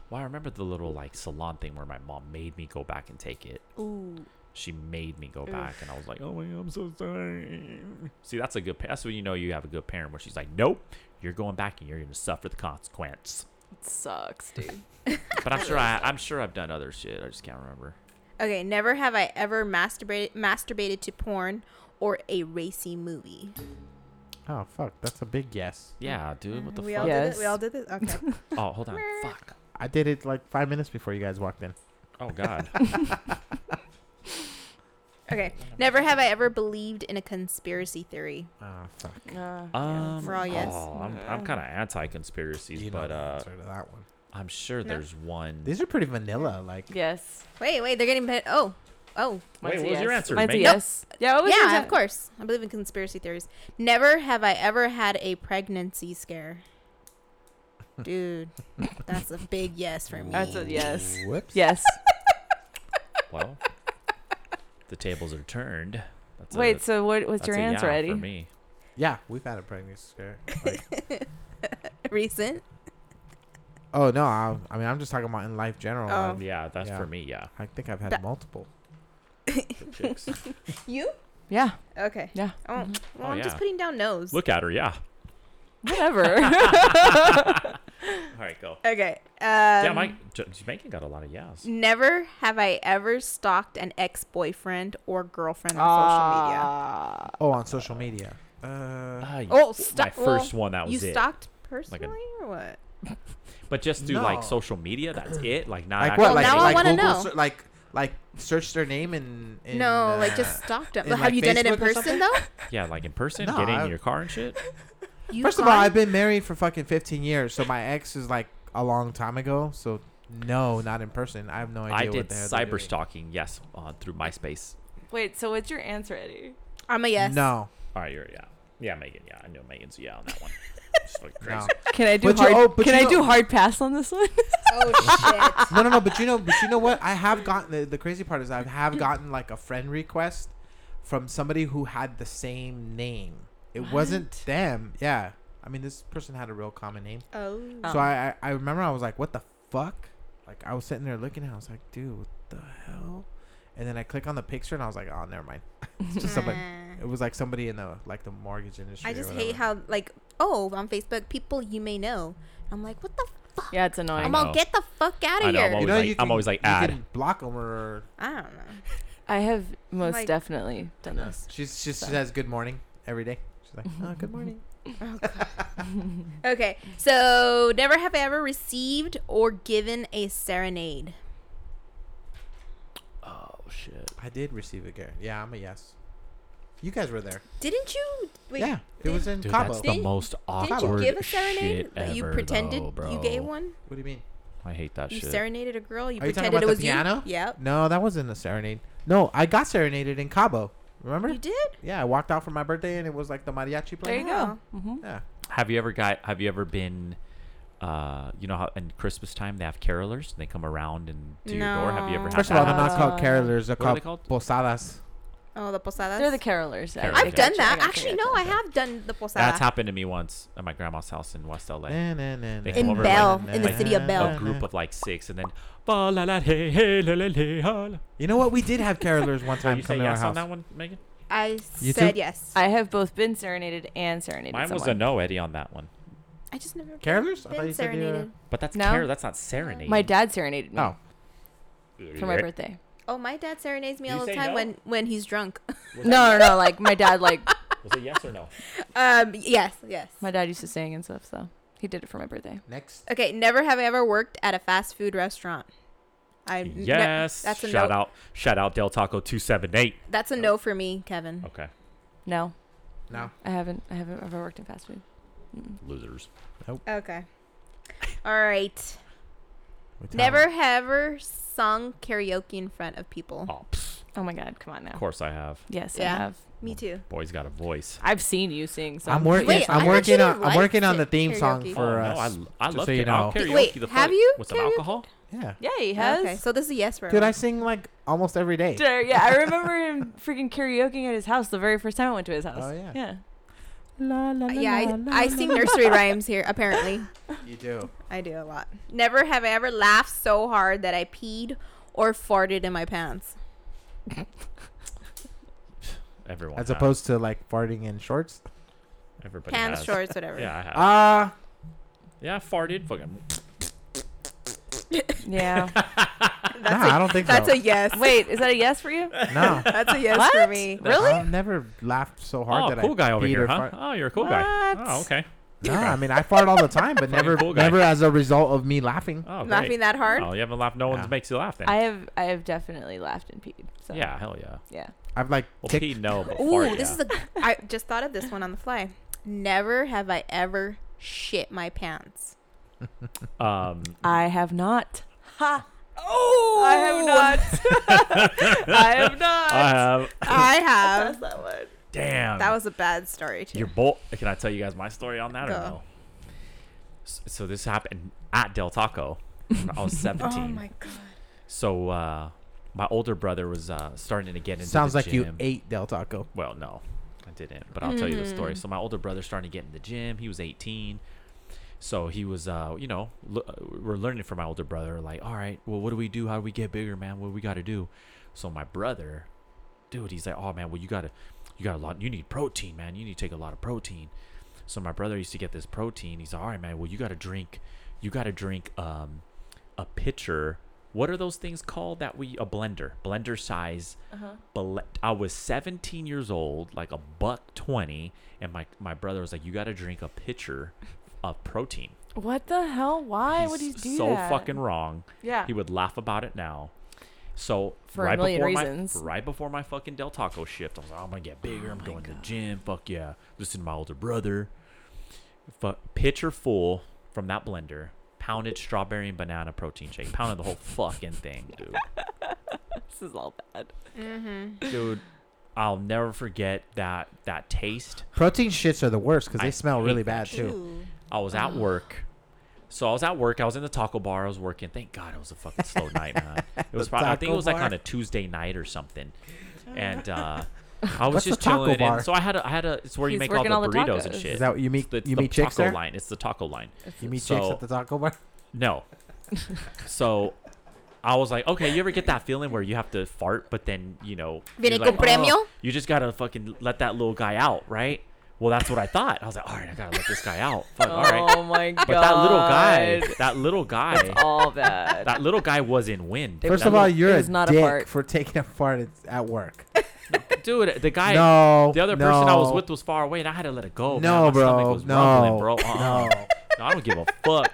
[SPEAKER 3] Well, I remember the little like salon thing where my mom made me go back and take it.
[SPEAKER 6] Ooh.
[SPEAKER 3] she made me go back, and I was like, "Oh my, I'm so sorry." See, that's a good. pa- That's when you know you have a good parent, where she's like, "Nope, you're going back, and you're going to suffer the consequence."
[SPEAKER 2] It
[SPEAKER 6] [LAUGHS]
[SPEAKER 2] sucks, dude.
[SPEAKER 3] But I'm sure I, I'm sure I've done other shit. I just can't remember.
[SPEAKER 6] Okay, never have I ever masturbated masturbated to porn or a racy movie.
[SPEAKER 1] Oh fuck, that's a big yes.
[SPEAKER 3] Yeah, dude, what the
[SPEAKER 6] we
[SPEAKER 3] fuck?
[SPEAKER 6] all did
[SPEAKER 2] Yes.
[SPEAKER 6] it. We all did this. Okay.
[SPEAKER 2] [LAUGHS]
[SPEAKER 3] Oh, hold on, fuck.
[SPEAKER 1] I did it like five minutes before you guys walked in.
[SPEAKER 3] Oh god.
[SPEAKER 6] okay. Never have I ever believed in a conspiracy theory.
[SPEAKER 1] Oh fuck.
[SPEAKER 2] Uh,
[SPEAKER 3] Um,
[SPEAKER 6] We're all yes.
[SPEAKER 3] oh, I'm, I'm kind of anti conspiracies,
[SPEAKER 1] You know
[SPEAKER 3] but
[SPEAKER 1] the
[SPEAKER 3] uh,
[SPEAKER 1] answer to that one.
[SPEAKER 3] I'm sure
[SPEAKER 6] No?
[SPEAKER 3] there's one.
[SPEAKER 1] These are pretty vanilla. Like
[SPEAKER 2] yes.
[SPEAKER 6] Wait, wait, they're getting bit. Oh, oh.
[SPEAKER 3] Wait,
[SPEAKER 2] Mine's a
[SPEAKER 3] what was your
[SPEAKER 2] yes.
[SPEAKER 3] answer,
[SPEAKER 2] Mine's a
[SPEAKER 3] Megan?
[SPEAKER 2] yes. Oh, Yeah, what was yours?
[SPEAKER 6] Yeah, of course. I believe in conspiracy theories. Never have I ever had a pregnancy scare.
[SPEAKER 3] [LAUGHS]
[SPEAKER 6] Dude, that's a big yes for me.
[SPEAKER 2] That's a yes.
[SPEAKER 1] whoops.
[SPEAKER 3] [LAUGHS]
[SPEAKER 2] Yes.
[SPEAKER 3] Well, the tables are turned. That's a-
[SPEAKER 2] Wait, so what, what's
[SPEAKER 3] that's
[SPEAKER 2] your
[SPEAKER 3] a
[SPEAKER 2] answer,
[SPEAKER 3] yeah
[SPEAKER 2] Eddie?
[SPEAKER 3] For me,
[SPEAKER 1] Yeah, we've had a pregnancy scare. Like,
[SPEAKER 6] [LAUGHS]
[SPEAKER 1] [LAUGHS]
[SPEAKER 6] Recent.
[SPEAKER 1] oh no, I, I mean I'm just talking about in life general.
[SPEAKER 6] Oh.
[SPEAKER 1] I've-
[SPEAKER 3] yeah, that's
[SPEAKER 1] Yeah.
[SPEAKER 3] for me.
[SPEAKER 1] [LAUGHS]
[SPEAKER 3] Yeah,
[SPEAKER 1] I think I've had
[SPEAKER 6] That-
[SPEAKER 1] multiple.
[SPEAKER 3] the chicks.
[SPEAKER 6] You?
[SPEAKER 2] Yeah.
[SPEAKER 6] Okay.
[SPEAKER 2] Yeah.
[SPEAKER 6] Oh, well, I'm
[SPEAKER 3] Mm-hmm. yeah.
[SPEAKER 6] just putting down nose.
[SPEAKER 3] Look at her. Yeah.
[SPEAKER 1] [LAUGHS]
[SPEAKER 2] Whatever.
[SPEAKER 3] All right, go.
[SPEAKER 6] Okay. Um,
[SPEAKER 3] yeah, Mike. J- Jamaican got a lot of yes.
[SPEAKER 6] Never have I ever stalked an ex boyfriend or girlfriend on
[SPEAKER 2] Ah.
[SPEAKER 1] Oh, on social media. Uh,
[SPEAKER 3] Ah,
[SPEAKER 6] social media. Oh,
[SPEAKER 3] my
[SPEAKER 6] stalk.
[SPEAKER 3] first one. That was
[SPEAKER 6] You
[SPEAKER 3] it.
[SPEAKER 6] stalked personally or what?
[SPEAKER 3] But just through like
[SPEAKER 1] No.
[SPEAKER 3] social media, [CLEARS THROAT] that's it. Like not
[SPEAKER 1] like
[SPEAKER 3] actually
[SPEAKER 1] what?
[SPEAKER 6] Well,
[SPEAKER 1] Like,
[SPEAKER 6] now I
[SPEAKER 1] like
[SPEAKER 6] wanna
[SPEAKER 1] Google,
[SPEAKER 6] know.
[SPEAKER 1] ser- like like search their name and, and
[SPEAKER 6] no, like
[SPEAKER 1] uh,
[SPEAKER 6] just stalked him.
[SPEAKER 1] in,
[SPEAKER 6] Have
[SPEAKER 1] like,
[SPEAKER 6] you done it in
[SPEAKER 1] Facebook or
[SPEAKER 6] person
[SPEAKER 1] something?
[SPEAKER 6] though?
[SPEAKER 1] [LAUGHS]
[SPEAKER 3] yeah, like in person,
[SPEAKER 1] No,
[SPEAKER 3] getting
[SPEAKER 1] I-
[SPEAKER 3] in your car and shit.
[SPEAKER 6] You
[SPEAKER 1] First of all,
[SPEAKER 6] gone?
[SPEAKER 1] I've been married for fucking 15 years, so my ex is like a long time ago. So no, not in person. I have no idea.
[SPEAKER 3] I
[SPEAKER 1] what
[SPEAKER 3] did
[SPEAKER 1] the hell they're
[SPEAKER 3] cyber
[SPEAKER 1] doing.
[SPEAKER 3] stalking. Yes, uh, through MySpace.
[SPEAKER 2] Wait, so what's your answer, Eddie?
[SPEAKER 6] I'm a yes.
[SPEAKER 1] No,
[SPEAKER 3] All right, you're yeah, yeah, Megan. Yeah, I know Megan's yeah on that one. Just [LAUGHS] like crazy.
[SPEAKER 1] no,
[SPEAKER 2] Can I do
[SPEAKER 1] But you-
[SPEAKER 2] hard?
[SPEAKER 1] oh, but
[SPEAKER 2] can
[SPEAKER 1] you
[SPEAKER 2] I
[SPEAKER 1] know-
[SPEAKER 2] do hard pass on this one?
[SPEAKER 6] [LAUGHS] Oh
[SPEAKER 1] [LAUGHS]
[SPEAKER 6] shit.
[SPEAKER 1] no, no, no. But you know, but you know what? I have gotten the, the crazy part is I have gotten like a friend request from somebody who had the same name. It wasn't them. Yeah, I mean, this person had a real common name.
[SPEAKER 6] oh.
[SPEAKER 2] Oh.
[SPEAKER 1] So I, I I remember I was like, what the fuck? Like I was sitting there looking at, it, I was like, dude, what the hell? And then I click on the picture and I was like, oh, never mind. it's just somebody.
[SPEAKER 6] Nah.
[SPEAKER 1] It was like somebody in the like the mortgage industry.
[SPEAKER 6] I
[SPEAKER 1] or
[SPEAKER 6] just
[SPEAKER 1] whatever.
[SPEAKER 6] hate how like oh on Facebook people you may know. I'm like what the fuck?
[SPEAKER 2] yeah, it's
[SPEAKER 3] I
[SPEAKER 6] I'm
[SPEAKER 2] annoying.
[SPEAKER 3] know.
[SPEAKER 6] all get the fuck out
[SPEAKER 3] I
[SPEAKER 6] of
[SPEAKER 3] know, I'm
[SPEAKER 6] here.
[SPEAKER 3] always like- I'm always like,
[SPEAKER 1] you
[SPEAKER 3] "Ad."
[SPEAKER 1] can block them or
[SPEAKER 6] I don't know.
[SPEAKER 2] [LAUGHS] I have most
[SPEAKER 6] Like-
[SPEAKER 2] definitely done this.
[SPEAKER 1] she's she says good morning every day. She's like, oh, good
[SPEAKER 6] [LAUGHS]
[SPEAKER 1] morning.
[SPEAKER 6] Okay, so never have I ever received or given a serenade.
[SPEAKER 3] Oh shit.
[SPEAKER 1] I did receive a gift. Yeah, I'm a yes. You guys were there.
[SPEAKER 6] Didn't you? Wait,
[SPEAKER 1] yeah, it was in
[SPEAKER 3] Dude,
[SPEAKER 1] Cabo.
[SPEAKER 3] that's
[SPEAKER 1] what
[SPEAKER 3] the
[SPEAKER 6] Didn't-
[SPEAKER 3] most
[SPEAKER 6] Didn't
[SPEAKER 3] awkward
[SPEAKER 6] you give a
[SPEAKER 3] shit
[SPEAKER 6] serenade? Like, you
[SPEAKER 3] ever,
[SPEAKER 6] pretended
[SPEAKER 3] though,
[SPEAKER 6] you
[SPEAKER 3] bro.
[SPEAKER 6] gave one.
[SPEAKER 1] do you mean?
[SPEAKER 3] I hate that
[SPEAKER 6] You
[SPEAKER 3] shit.
[SPEAKER 6] serenaded a girl. You
[SPEAKER 1] Are you talking about
[SPEAKER 6] pretended it
[SPEAKER 1] the
[SPEAKER 6] was
[SPEAKER 1] piano?
[SPEAKER 6] you. Yep.
[SPEAKER 1] No, that wasn't a serenade. No, I got serenaded in Cabo. Remember?
[SPEAKER 6] You did.
[SPEAKER 1] Yeah, I walked out for my birthday and it was like the mariachi
[SPEAKER 2] There
[SPEAKER 1] playing.
[SPEAKER 2] you go. hmm
[SPEAKER 1] Yeah.
[SPEAKER 3] Have you ever got? Have you ever been? Uh, you know how in Christmas time they have carolers and they come around and to your door. Have you ever
[SPEAKER 2] No.
[SPEAKER 3] had
[SPEAKER 1] First of all,
[SPEAKER 3] that?
[SPEAKER 1] they're not called
[SPEAKER 2] Uh,
[SPEAKER 1] carolers. They're
[SPEAKER 3] what are they
[SPEAKER 1] called,
[SPEAKER 3] called?
[SPEAKER 1] posadas.
[SPEAKER 6] Oh, the posadas.
[SPEAKER 2] They're the carolers. I
[SPEAKER 3] Carolers.
[SPEAKER 2] gotcha,
[SPEAKER 6] I've done
[SPEAKER 2] I
[SPEAKER 6] that.
[SPEAKER 2] gotcha,
[SPEAKER 6] Actually,
[SPEAKER 2] gotcha.
[SPEAKER 6] no, I have done the posada.
[SPEAKER 3] That's happened to me once at my grandma's house in West LA.
[SPEAKER 1] Na, na, na, na,
[SPEAKER 3] They come
[SPEAKER 6] In
[SPEAKER 3] over,
[SPEAKER 6] Bell,
[SPEAKER 3] like,
[SPEAKER 6] in the
[SPEAKER 3] like,
[SPEAKER 6] city of Bell.
[SPEAKER 3] A group of like six, and then ba la la hey hey la la la ha la.
[SPEAKER 1] You know what? We did have carolers
[SPEAKER 3] [LAUGHS]
[SPEAKER 1] one
[SPEAKER 3] Did
[SPEAKER 1] time
[SPEAKER 3] you say
[SPEAKER 1] come to our
[SPEAKER 3] yes on
[SPEAKER 1] house.
[SPEAKER 3] that one, Megan?
[SPEAKER 6] I
[SPEAKER 1] You
[SPEAKER 6] said
[SPEAKER 1] too?
[SPEAKER 6] yes. I,
[SPEAKER 2] I have both been serenaded and serenaded.
[SPEAKER 3] Mine was a
[SPEAKER 2] someone.
[SPEAKER 3] no, Eddie, on that one.
[SPEAKER 6] just never been-
[SPEAKER 1] Carolers? I thought
[SPEAKER 6] been
[SPEAKER 1] you said you were-
[SPEAKER 6] serenaded.
[SPEAKER 3] But that's
[SPEAKER 2] No?
[SPEAKER 3] carol. That's not serenade.
[SPEAKER 2] My dad serenaded me
[SPEAKER 1] Oh,
[SPEAKER 2] for my birthday.
[SPEAKER 6] Oh, my dad serenades me
[SPEAKER 3] Did you
[SPEAKER 6] all the
[SPEAKER 3] say
[SPEAKER 6] time
[SPEAKER 3] no?
[SPEAKER 6] when when he's drunk. [LAUGHS]
[SPEAKER 3] Was that
[SPEAKER 2] No, no, no. Like my dad, like
[SPEAKER 3] Was it yes or
[SPEAKER 2] [LAUGHS]
[SPEAKER 3] no?
[SPEAKER 6] um, yes, yes.
[SPEAKER 2] my dad used to sing and stuff. So he did it for my birthday.
[SPEAKER 1] next.
[SPEAKER 6] Okay, never have I ever worked at a fast food restaurant. I ne-
[SPEAKER 3] Yes.
[SPEAKER 6] that's a
[SPEAKER 3] shout
[SPEAKER 6] no.
[SPEAKER 3] out. Shout out Del Taco two seven eight.
[SPEAKER 6] That's a no for me, Kevin.
[SPEAKER 3] Okay.
[SPEAKER 2] No,
[SPEAKER 1] No.
[SPEAKER 2] I haven't. I haven't ever worked in fast food.
[SPEAKER 3] Losers.
[SPEAKER 6] Okay. All right.
[SPEAKER 1] We tell
[SPEAKER 6] Never
[SPEAKER 1] them.
[SPEAKER 6] have ever sung karaoke in front of people.
[SPEAKER 3] Oh, pfft,
[SPEAKER 2] Oh my god, come on
[SPEAKER 3] of
[SPEAKER 2] now.
[SPEAKER 3] course I have.
[SPEAKER 2] Yes,
[SPEAKER 6] Yeah.
[SPEAKER 2] I have.
[SPEAKER 6] Me too.
[SPEAKER 3] Boy's got a voice.
[SPEAKER 2] I've seen you sing. So
[SPEAKER 1] I'm working.
[SPEAKER 6] Wait, I
[SPEAKER 1] I'm
[SPEAKER 6] thought
[SPEAKER 1] working
[SPEAKER 6] you
[SPEAKER 1] on. I'm
[SPEAKER 6] liked
[SPEAKER 1] working on
[SPEAKER 6] it,
[SPEAKER 1] the theme song
[SPEAKER 6] karaoke.
[SPEAKER 1] for
[SPEAKER 3] oh, no,
[SPEAKER 1] us.
[SPEAKER 3] I, I
[SPEAKER 1] just
[SPEAKER 3] love
[SPEAKER 1] so you
[SPEAKER 3] karaoke. I'll
[SPEAKER 1] know.
[SPEAKER 3] karaoke
[SPEAKER 6] Wait,
[SPEAKER 3] the
[SPEAKER 6] have
[SPEAKER 3] fuck-
[SPEAKER 6] you
[SPEAKER 3] with some
[SPEAKER 6] karaoke?
[SPEAKER 3] alcohol?
[SPEAKER 1] yeah.
[SPEAKER 2] Yeah, he has.
[SPEAKER 6] Okay, so this is a yes for
[SPEAKER 1] Dude, I
[SPEAKER 6] everyone.
[SPEAKER 1] sing like almost every day.
[SPEAKER 2] Sure, yeah, I remember him [LAUGHS] freaking karaokeing at his house the very first time I went to his house.
[SPEAKER 1] Oh, yeah.
[SPEAKER 2] Yeah.
[SPEAKER 1] La, la, la,
[SPEAKER 6] yeah,
[SPEAKER 1] la,
[SPEAKER 6] I,
[SPEAKER 1] la,
[SPEAKER 6] I
[SPEAKER 1] la,
[SPEAKER 6] sing
[SPEAKER 1] la.
[SPEAKER 6] [LAUGHS] nursery rhymes here. Apparently,
[SPEAKER 1] You do.
[SPEAKER 6] I do a lot. Never have I ever laughed so hard that I peed or farted in my pants.
[SPEAKER 3] Everyone
[SPEAKER 1] as
[SPEAKER 3] has.
[SPEAKER 1] opposed to like farting in shorts.
[SPEAKER 3] everybody
[SPEAKER 6] Pants,
[SPEAKER 3] has.
[SPEAKER 6] shorts, whatever.
[SPEAKER 3] Yeah, I have.
[SPEAKER 1] Ah,
[SPEAKER 3] yeah, I farted. Fucking.
[SPEAKER 2] [LAUGHS] Yeah.
[SPEAKER 6] That's
[SPEAKER 1] nah,
[SPEAKER 6] a-
[SPEAKER 1] I don't think
[SPEAKER 6] That's
[SPEAKER 1] so.
[SPEAKER 6] a yes.
[SPEAKER 2] Wait, is that a
[SPEAKER 3] [LAUGHS]
[SPEAKER 2] yes for you?
[SPEAKER 1] [LAUGHS] no.
[SPEAKER 6] That's a yes
[SPEAKER 2] What?
[SPEAKER 6] for me.
[SPEAKER 2] Really?
[SPEAKER 1] I've never laughed so hard
[SPEAKER 3] Oh,
[SPEAKER 1] that
[SPEAKER 3] cool
[SPEAKER 1] I
[SPEAKER 3] guy over
[SPEAKER 1] peed
[SPEAKER 3] here,
[SPEAKER 1] or
[SPEAKER 3] huh?
[SPEAKER 1] fart-
[SPEAKER 3] Oh, you're a cool guy.
[SPEAKER 6] What?
[SPEAKER 3] Oh, okay.
[SPEAKER 1] No, I mean I fart all the time,
[SPEAKER 3] [LAUGHS]
[SPEAKER 1] but never,
[SPEAKER 3] cool guy.
[SPEAKER 1] never as a result of me laughing.
[SPEAKER 3] Oh, great.
[SPEAKER 6] Laughing that hard?
[SPEAKER 3] Oh, you haven't laughed. No
[SPEAKER 1] Yeah.
[SPEAKER 3] one makes you laugh then.
[SPEAKER 2] I have I have definitely laughed and peed. So
[SPEAKER 3] yeah, hell yeah.
[SPEAKER 2] Yeah.
[SPEAKER 1] I've like
[SPEAKER 3] Well,
[SPEAKER 1] tick-
[SPEAKER 3] pee, no, but
[SPEAKER 6] Ooh,
[SPEAKER 3] fart,
[SPEAKER 6] this
[SPEAKER 3] yeah.
[SPEAKER 6] is a. I just thought of this one on the fly. Never have I ever shit my
[SPEAKER 3] [LAUGHS]
[SPEAKER 6] pants. [LAUGHS]
[SPEAKER 3] Um, [LAUGHS]
[SPEAKER 2] I have not. Ha.
[SPEAKER 6] Oh,
[SPEAKER 2] I have
[SPEAKER 6] [LAUGHS]
[SPEAKER 2] not. [LAUGHS] I have
[SPEAKER 3] [LAUGHS]
[SPEAKER 2] not.
[SPEAKER 3] I have.
[SPEAKER 6] I have.
[SPEAKER 2] that one.
[SPEAKER 3] Damn.
[SPEAKER 6] That was a bad story too.
[SPEAKER 3] Your bolt. Can I tell you guys my story on that or
[SPEAKER 6] Go.
[SPEAKER 3] no? S- So this happened at Del Taco. when I was
[SPEAKER 6] [LAUGHS]
[SPEAKER 3] 17.
[SPEAKER 6] oh my god.
[SPEAKER 3] So uh, my older brother was uh, starting to get into
[SPEAKER 1] sounds
[SPEAKER 3] the
[SPEAKER 1] like you
[SPEAKER 3] gym.
[SPEAKER 1] ate Del Taco.
[SPEAKER 3] Well, no, I didn't. But I'll tell you the story. So my older brother started to get in the gym. He was 18. So he was, uh, you know, l- we're learning from my older brother. Like, all right, well, what do we do? How do we get bigger, man? What do we got to do? So my brother, dude, he's like, oh man, well, you gotta, you got a lot. You need protein, man. You need to take a lot of protein. So my brother used to get this protein. He's like, all right, man. Well, you gotta drink, you gotta drink, um, a pitcher. What are those things called that we a blender, blender size?
[SPEAKER 2] Uh-huh.
[SPEAKER 3] ble- I was 17 years old, like a buck 20, and my my brother was like, "You got to drink a pitcher of protein."
[SPEAKER 2] What the hell? Why would he
[SPEAKER 3] He's
[SPEAKER 2] do
[SPEAKER 3] so
[SPEAKER 2] that?
[SPEAKER 3] fucking wrong.
[SPEAKER 2] Yeah.
[SPEAKER 3] He would laugh about it now. So
[SPEAKER 2] For a
[SPEAKER 3] right
[SPEAKER 2] million
[SPEAKER 3] before
[SPEAKER 2] reasons. Oh
[SPEAKER 3] my right before my fucking Del Taco shift, I was like, I'm gonna get bigger. I'm going to the gym. Fuck yeah! Listen to my older brother. Fuck, pitcher full from that blender, pounded strawberry and banana protein shake, pounded the whole fucking thing,
[SPEAKER 2] [LAUGHS]
[SPEAKER 3] dude.
[SPEAKER 2] This is all bad.
[SPEAKER 6] Mm-hmm.
[SPEAKER 3] Dude, I'll never forget that that taste.
[SPEAKER 1] Protein shits are the worst because
[SPEAKER 3] I
[SPEAKER 1] they smell
[SPEAKER 3] hate
[SPEAKER 1] really
[SPEAKER 3] that
[SPEAKER 1] bad too.
[SPEAKER 6] Ooh.
[SPEAKER 3] I was at work. So I was at work. I was in the taco bar. I was working. Thank God it was a fucking slow
[SPEAKER 1] [LAUGHS]
[SPEAKER 3] night, man. It was probably I think
[SPEAKER 1] taco
[SPEAKER 3] it was like
[SPEAKER 1] bar.
[SPEAKER 3] on a Tuesday night or something. And
[SPEAKER 1] [LAUGHS]
[SPEAKER 3] uh, I was
[SPEAKER 1] What's
[SPEAKER 3] just
[SPEAKER 1] a taco
[SPEAKER 3] chilling.
[SPEAKER 1] bar?
[SPEAKER 3] And so I had a, I had a. It's where you
[SPEAKER 2] He's
[SPEAKER 3] make all the
[SPEAKER 2] working all the
[SPEAKER 3] burritos and
[SPEAKER 2] tacos.
[SPEAKER 3] shit.
[SPEAKER 1] Is that what you meet?
[SPEAKER 3] It's the,
[SPEAKER 1] you
[SPEAKER 3] the
[SPEAKER 1] meet
[SPEAKER 3] taco
[SPEAKER 1] chicks there?
[SPEAKER 3] line. It's the taco line.
[SPEAKER 1] You meet chicks
[SPEAKER 3] So-
[SPEAKER 1] at the taco
[SPEAKER 2] [LAUGHS]
[SPEAKER 1] bar?
[SPEAKER 3] No. so I was like, okay, you ever get that feeling where you have to fart, but then, you know, you're
[SPEAKER 6] Viene
[SPEAKER 3] like, "Oh,
[SPEAKER 6] con premio?
[SPEAKER 3] you just got to fucking let that little guy out, right? Well, that's what I thought. I was like, all right, I got to let this guy out. Fuck, all right.
[SPEAKER 2] Oh my god.
[SPEAKER 3] But that little guy, that little guy,
[SPEAKER 2] all bad.
[SPEAKER 3] that little guy was in wind.
[SPEAKER 1] First
[SPEAKER 3] That
[SPEAKER 1] of all,
[SPEAKER 3] little-
[SPEAKER 1] you're
[SPEAKER 2] it
[SPEAKER 1] a
[SPEAKER 2] was not a
[SPEAKER 1] dick
[SPEAKER 2] fart.
[SPEAKER 1] for taking a fart at- at work.
[SPEAKER 3] dude, the guy,
[SPEAKER 1] no,
[SPEAKER 3] the other person I was
[SPEAKER 1] no.
[SPEAKER 3] with was far away, and I had to let it go. man.
[SPEAKER 1] No,
[SPEAKER 3] My stomach
[SPEAKER 1] bro,
[SPEAKER 3] was
[SPEAKER 1] no,
[SPEAKER 3] rumbling, bro. Uh-uh.
[SPEAKER 1] no.
[SPEAKER 3] No, I don't give a fuck.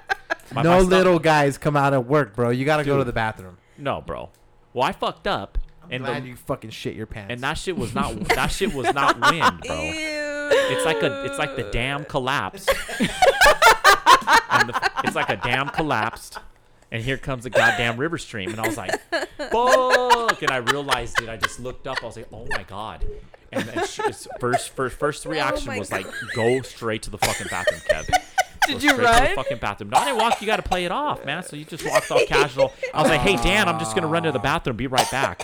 [SPEAKER 3] My-
[SPEAKER 1] no
[SPEAKER 3] my stomach-
[SPEAKER 1] little guys come out of work, bro. You gotta go to
[SPEAKER 3] Dude.
[SPEAKER 1] the bathroom.
[SPEAKER 3] no, bro. Well, I fucked up, and the-
[SPEAKER 1] Glad you fucking shit your pants.
[SPEAKER 3] and
[SPEAKER 2] [LAUGHS]
[SPEAKER 3] that shit was not that shit was not wind,
[SPEAKER 1] [LAUGHS]
[SPEAKER 3] bro. [LAUGHS] It's like a it's like the dam collapsed. and the, it's like a dam collapsed, and here comes a goddamn river stream, and I was like, "Fuck!" And I realized it. I just looked up. I was like, "Oh my god!" And then sh- his first first first reaction
[SPEAKER 6] my
[SPEAKER 3] was like, "Go straight to the fucking bathroom, Kev." Did
[SPEAKER 2] you run?
[SPEAKER 3] fucking bathroom. No, I didn't walk. You got to play it off, man. So you just walked off casual. I was like, "Hey, Dan, I'm just gonna run to the bathroom. Be right back."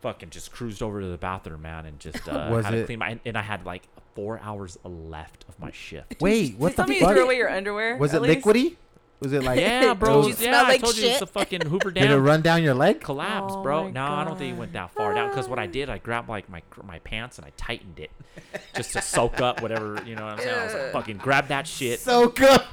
[SPEAKER 3] Fucking just cruised over to the bathroom, man, and just uh,
[SPEAKER 1] Was
[SPEAKER 3] had to
[SPEAKER 1] it-
[SPEAKER 3] clean my. And I had like four hours left of my shift.
[SPEAKER 1] [LAUGHS] Wait, what the
[SPEAKER 2] Tell me you threw
[SPEAKER 1] fuck?
[SPEAKER 2] away your underwear.
[SPEAKER 1] [LAUGHS] Was it
[SPEAKER 2] at least?
[SPEAKER 1] liquidy? Was it like
[SPEAKER 2] [LAUGHS]
[SPEAKER 3] Yeah, bro.
[SPEAKER 1] those-
[SPEAKER 6] you
[SPEAKER 3] yeah,
[SPEAKER 6] smell
[SPEAKER 3] I
[SPEAKER 6] like
[SPEAKER 3] told you it's
[SPEAKER 6] shit?
[SPEAKER 3] the fucking Hoover Dam
[SPEAKER 1] Did it run down your [LAUGHS] leg?
[SPEAKER 3] collapse,
[SPEAKER 2] Oh
[SPEAKER 3] bro.
[SPEAKER 2] my
[SPEAKER 3] No, I don't think it went that far down because what I did, I grabbed like my cr- my pants and I tightened it just to soak up whatever you know. what I'm saying I was like, fucking grab that shit.
[SPEAKER 1] So
[SPEAKER 3] [LAUGHS]
[SPEAKER 1] good.
[SPEAKER 2] [LAUGHS]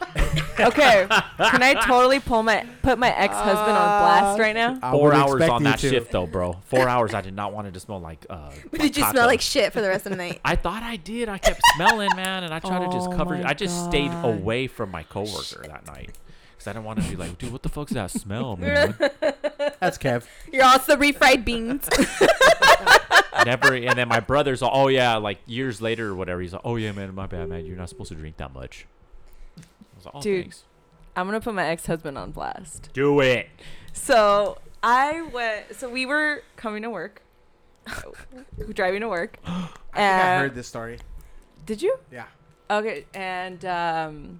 [SPEAKER 2] Okay. Can I totally pull my put my ex husband on blast right now?
[SPEAKER 1] I
[SPEAKER 3] Four
[SPEAKER 1] would
[SPEAKER 3] hours
[SPEAKER 1] expect
[SPEAKER 3] on
[SPEAKER 1] you
[SPEAKER 3] that
[SPEAKER 1] to.
[SPEAKER 3] shift though, bro. Four hours. I did not want it to smell like. Uh,
[SPEAKER 6] But did you
[SPEAKER 3] taco.
[SPEAKER 6] smell like shit for the rest of the
[SPEAKER 3] [LAUGHS]
[SPEAKER 6] night?
[SPEAKER 3] I thought I did. I kept smelling, man, and I tried to just
[SPEAKER 2] Oh
[SPEAKER 3] cover.
[SPEAKER 2] my
[SPEAKER 3] I just stayed
[SPEAKER 2] God.
[SPEAKER 3] away from my coworker that night because I didn't want to be like, dude, what the fuck's that smell, man?
[SPEAKER 1] That's Kev.
[SPEAKER 6] You're also refried [LAUGHS] beans.
[SPEAKER 3] never and then my brother's all, oh yeah like years later or whatever he's like oh yeah man my bad man you're not supposed to drink that much I was like, oh,
[SPEAKER 2] Dude.
[SPEAKER 3] thanks.
[SPEAKER 2] I'm gonna put my ex husband on blast.
[SPEAKER 3] do it
[SPEAKER 2] So I went. So we were coming to work, [LAUGHS] driving to work.
[SPEAKER 1] I think I
[SPEAKER 2] Uh,
[SPEAKER 1] heard this story.
[SPEAKER 2] Did you?
[SPEAKER 1] Yeah.
[SPEAKER 2] Okay, and um,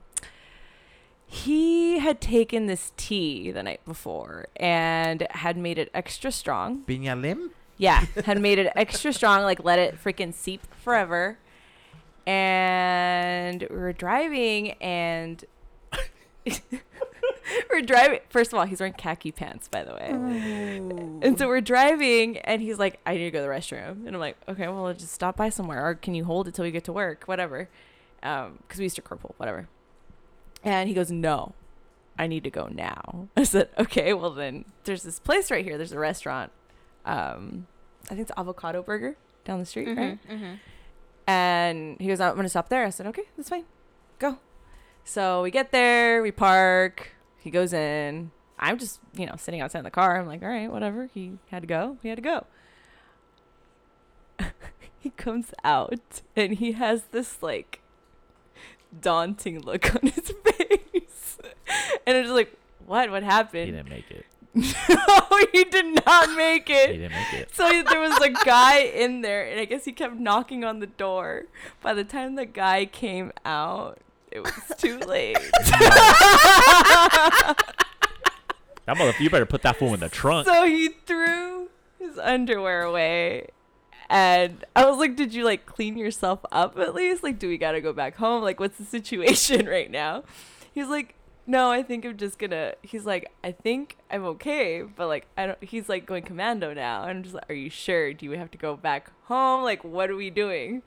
[SPEAKER 2] he had taken this tea the night before and had made it extra strong.
[SPEAKER 1] Piña lim?
[SPEAKER 2] Yeah, had made it extra strong, like let it freaking seep forever. And we were driving, and we're driving. First of all, he's wearing khaki pants, by the way. And so we're driving, and he's like, I need to go to the restroom. And I'm like, okay, well, let's just stop by somewhere, or can you hold it till we get to work? Whatever. Because we used to carpool, whatever. And he goes, no, I need to go now. [LAUGHS] I said, okay, well, then there's this place right here. There's a restaurant. Um, I think it's Avocado Burger down the street,
[SPEAKER 6] Mm-hmm.
[SPEAKER 2] right? And he goes, I'm going to stop there. I said, okay, that's fine. Go. So we get there, we park, he goes in. I'm just, you know, sitting outside in the car. I'm like, all right, whatever. He had to go. He had to go. [LAUGHS] he comes out and he has this like daunting look on his [LAUGHS] face. and I'm just like, what? What
[SPEAKER 3] He
[SPEAKER 2] happened?
[SPEAKER 3] didn't make it.
[SPEAKER 2] [LAUGHS] no, he did not make
[SPEAKER 3] He
[SPEAKER 2] it.
[SPEAKER 3] didn't make
[SPEAKER 2] [LAUGHS]
[SPEAKER 3] it.
[SPEAKER 2] So there was a guy in there, and I guess he kept knocking on the door. By the time the guy came out, it was too late.
[SPEAKER 3] That mother, you better put that fool in the trunk.
[SPEAKER 2] So he threw his underwear away. And I was like, did you like clean yourself up at least? Like, do we got to go back home? Like, what's the situation [LAUGHS] right now? He's like, no, I think I'm just gonna. He's like, I think I'm okay, but like, I don't. He's like going commando now. And I'm just like, are you sure? Do you have to go back home? Like, what are we doing?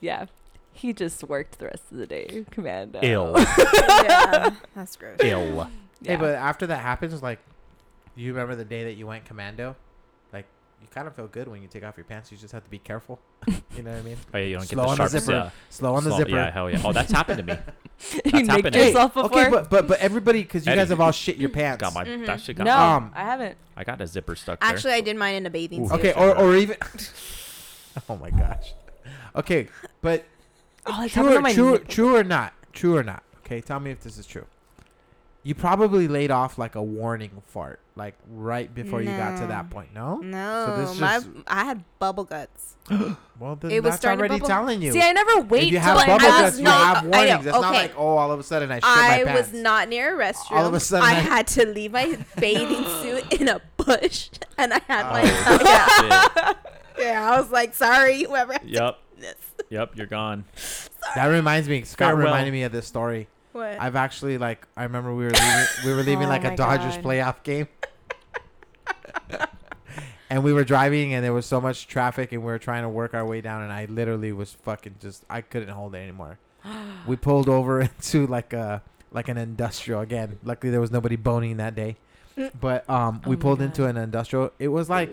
[SPEAKER 2] Yeah. He just worked the rest of the day commando. [LAUGHS]
[SPEAKER 3] Ill,
[SPEAKER 6] [LAUGHS] yeah, that's gross.
[SPEAKER 3] ill.
[SPEAKER 2] Yeah. [LAUGHS]
[SPEAKER 1] Hey, but after that happens, like, do you remember the day that you went commando? Like, you kind of feel good when you take off your pants. You just have to be careful. you know what I
[SPEAKER 3] [LAUGHS]
[SPEAKER 1] mean?
[SPEAKER 3] Oh yeah, you don't
[SPEAKER 1] Slow
[SPEAKER 3] get the
[SPEAKER 1] on the
[SPEAKER 3] sharp
[SPEAKER 1] zipper.
[SPEAKER 3] yeah.
[SPEAKER 1] Slow on the
[SPEAKER 3] Slow-
[SPEAKER 1] zipper.
[SPEAKER 3] Yeah, hell yeah. Oh, that's happened
[SPEAKER 1] [LAUGHS]
[SPEAKER 3] to me.
[SPEAKER 2] you
[SPEAKER 3] that's
[SPEAKER 2] nicked
[SPEAKER 3] happening.
[SPEAKER 2] yourself before.
[SPEAKER 1] Okay, but but but everybody, because you
[SPEAKER 3] Eddie. [LAUGHS]
[SPEAKER 1] guys have all shit your pants.
[SPEAKER 3] Got my that shit got
[SPEAKER 2] Mm-hmm. no,
[SPEAKER 3] me.
[SPEAKER 1] Um,
[SPEAKER 2] I haven't.
[SPEAKER 3] I got a zipper stuck there.
[SPEAKER 6] Actually, I did mine in a bathing
[SPEAKER 3] Ooh.
[SPEAKER 6] suit.
[SPEAKER 1] okay, or or
[SPEAKER 6] [LAUGHS]
[SPEAKER 1] even. [LAUGHS] oh my gosh. Okay, but
[SPEAKER 2] Oh, it's
[SPEAKER 1] true
[SPEAKER 2] happened on
[SPEAKER 1] or,
[SPEAKER 2] my
[SPEAKER 1] true,
[SPEAKER 2] knee.
[SPEAKER 1] true or not, true or not. Okay, tell me if this is true. You probably laid off like a warning fart, like right before you got to
[SPEAKER 6] No.
[SPEAKER 1] that point. No. So
[SPEAKER 6] No,
[SPEAKER 1] this
[SPEAKER 6] my
[SPEAKER 1] just-
[SPEAKER 6] I had bubble guts.
[SPEAKER 1] Well, then
[SPEAKER 6] It was
[SPEAKER 1] that's
[SPEAKER 6] starting to
[SPEAKER 1] already
[SPEAKER 6] bubble-
[SPEAKER 1] telling you.
[SPEAKER 2] See, I never wait
[SPEAKER 1] if you
[SPEAKER 2] till
[SPEAKER 1] have
[SPEAKER 2] like,
[SPEAKER 1] bubble
[SPEAKER 6] I
[SPEAKER 2] I
[SPEAKER 1] guts,
[SPEAKER 6] was
[SPEAKER 2] was
[SPEAKER 1] you
[SPEAKER 6] not-
[SPEAKER 1] have
[SPEAKER 6] I know,
[SPEAKER 1] warnings. It's not
[SPEAKER 6] okay.
[SPEAKER 1] like oh, all of a sudden I shit my
[SPEAKER 6] I
[SPEAKER 1] pants.
[SPEAKER 6] was not near a restroom.
[SPEAKER 1] All of a sudden
[SPEAKER 6] I
[SPEAKER 1] I-
[SPEAKER 6] had to
[SPEAKER 1] [LAUGHS]
[SPEAKER 6] leave my bathing suit in a bush, and I
[SPEAKER 1] Uh.
[SPEAKER 6] had my
[SPEAKER 3] Oh.
[SPEAKER 6] yeah,
[SPEAKER 3] Shit.
[SPEAKER 6] yeah. I was like, sorry, whoever. [LAUGHS] had to
[SPEAKER 3] Yep.
[SPEAKER 6] do This.
[SPEAKER 3] Yep. You're gone.
[SPEAKER 1] That reminds me. Scott
[SPEAKER 3] Farewell.
[SPEAKER 1] reminded me of this story.
[SPEAKER 6] What?
[SPEAKER 1] I've actually like I remember we were leaving, we were leaving
[SPEAKER 2] [LAUGHS] Oh
[SPEAKER 1] like a
[SPEAKER 2] my
[SPEAKER 1] Dodgers
[SPEAKER 2] God.
[SPEAKER 1] playoff game. and we were driving and there was so much traffic and we were trying to work our way down and I literally was fucking just I couldn't hold it
[SPEAKER 2] [GASPS]
[SPEAKER 1] anymore. we pulled over [LAUGHS] into like a like an industrial again. Luckily there was nobody boning that day. But um we
[SPEAKER 2] Oh my
[SPEAKER 1] pulled
[SPEAKER 2] God.
[SPEAKER 1] into an industrial. It was like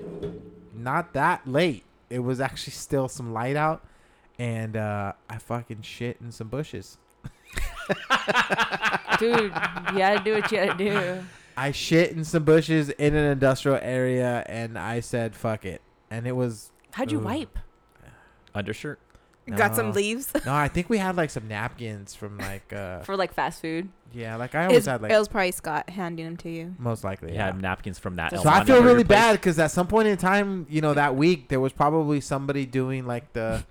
[SPEAKER 1] not that late. It was actually still some light out and uh I fucking shit in some bushes.
[SPEAKER 2] dude, you gotta do what you gotta do.
[SPEAKER 1] I shit in some bushes in an industrial area, and I said "fuck it," and it was.
[SPEAKER 2] How'd you
[SPEAKER 1] Ooh.
[SPEAKER 2] wipe?
[SPEAKER 3] Undershirt.
[SPEAKER 6] Got some
[SPEAKER 1] no.
[SPEAKER 6] leaves.
[SPEAKER 1] No, I think we had like some napkins from like,
[SPEAKER 6] [LAUGHS]
[SPEAKER 1] uh
[SPEAKER 2] For like fast food.
[SPEAKER 1] yeah, like I always had like
[SPEAKER 6] it was probably Scott handing them to you.
[SPEAKER 1] most likely.
[SPEAKER 3] They
[SPEAKER 1] Yeah.
[SPEAKER 3] had napkins from that.
[SPEAKER 1] So
[SPEAKER 3] El
[SPEAKER 1] I
[SPEAKER 3] Monte
[SPEAKER 1] feel
[SPEAKER 3] Burger
[SPEAKER 1] really
[SPEAKER 3] place.
[SPEAKER 1] bad because at some point in time, you know, that week there was probably somebody doing like
[SPEAKER 6] [LAUGHS]
[SPEAKER 1] the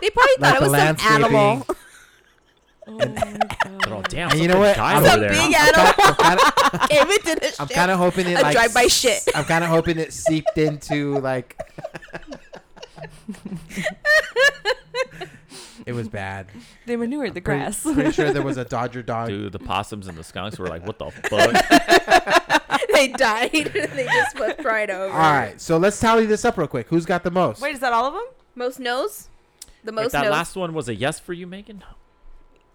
[SPEAKER 6] They probably
[SPEAKER 1] [LAUGHS]
[SPEAKER 6] thought
[SPEAKER 1] like
[SPEAKER 6] it
[SPEAKER 1] the
[SPEAKER 6] was some
[SPEAKER 1] landscaping.
[SPEAKER 6] animal,
[SPEAKER 1] [LAUGHS]
[SPEAKER 6] [LAUGHS]
[SPEAKER 2] Oh,
[SPEAKER 3] But, oh, damn.
[SPEAKER 1] And you know
[SPEAKER 3] something
[SPEAKER 1] what?
[SPEAKER 3] died
[SPEAKER 1] I'm-
[SPEAKER 3] over
[SPEAKER 6] some
[SPEAKER 3] there.
[SPEAKER 6] big
[SPEAKER 1] I'm
[SPEAKER 6] animal.
[SPEAKER 1] kinda-
[SPEAKER 6] Gave it to the
[SPEAKER 1] I'm
[SPEAKER 6] shit.
[SPEAKER 1] kind of hoping it
[SPEAKER 6] [LAUGHS] A
[SPEAKER 1] like
[SPEAKER 6] drive-by shit.
[SPEAKER 1] I'm kind of hoping it seeped into
[SPEAKER 6] [LAUGHS]
[SPEAKER 1] like. it was bad.
[SPEAKER 2] They manured the
[SPEAKER 1] Pretty-
[SPEAKER 2] grass. [LAUGHS]
[SPEAKER 1] Pretty, sure there was a Dodger dog.
[SPEAKER 3] Dude, the possums and the skunks were like,
[SPEAKER 1] [LAUGHS]
[SPEAKER 3] "What the fuck?"
[SPEAKER 6] they died. [LAUGHS] they just flipped right over.
[SPEAKER 1] All right, so let's tally this up real quick. Who's got the most?
[SPEAKER 2] Wait, is that all of them?
[SPEAKER 6] Most nose. The
[SPEAKER 3] Wait,
[SPEAKER 6] most
[SPEAKER 3] that
[SPEAKER 6] nose.
[SPEAKER 3] last one was a yes for you, Megan.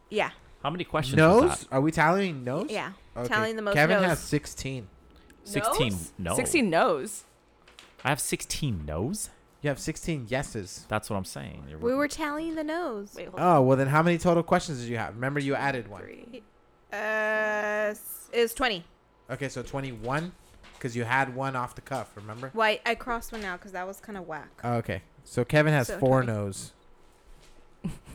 [SPEAKER 6] yeah.
[SPEAKER 3] How many questions? Was
[SPEAKER 1] nose?
[SPEAKER 3] that?
[SPEAKER 1] Are we tallying nose?
[SPEAKER 6] Yeah.
[SPEAKER 1] Okay.
[SPEAKER 6] Telling the most
[SPEAKER 1] Kevin
[SPEAKER 6] nose.
[SPEAKER 1] has 16.
[SPEAKER 3] Sixteen.
[SPEAKER 2] Nose?
[SPEAKER 3] No.
[SPEAKER 2] 16 no's.
[SPEAKER 3] I have sixteen no's.
[SPEAKER 1] You have 16 yeses.
[SPEAKER 3] That's what I'm saying. You're-
[SPEAKER 6] we were tallying the nose.
[SPEAKER 2] Wait, hold on.
[SPEAKER 1] Oh, well, then how many total questions did you have? Remember, you added one.
[SPEAKER 2] Three.
[SPEAKER 6] Uh, s- it was 20.
[SPEAKER 1] Okay, so 21, because you had one off the cuff, remember?
[SPEAKER 6] Why I crossed one out because that was kind of whack.
[SPEAKER 1] Oh, okay, so Kevin has
[SPEAKER 6] So
[SPEAKER 1] four
[SPEAKER 6] 20.
[SPEAKER 1] nose.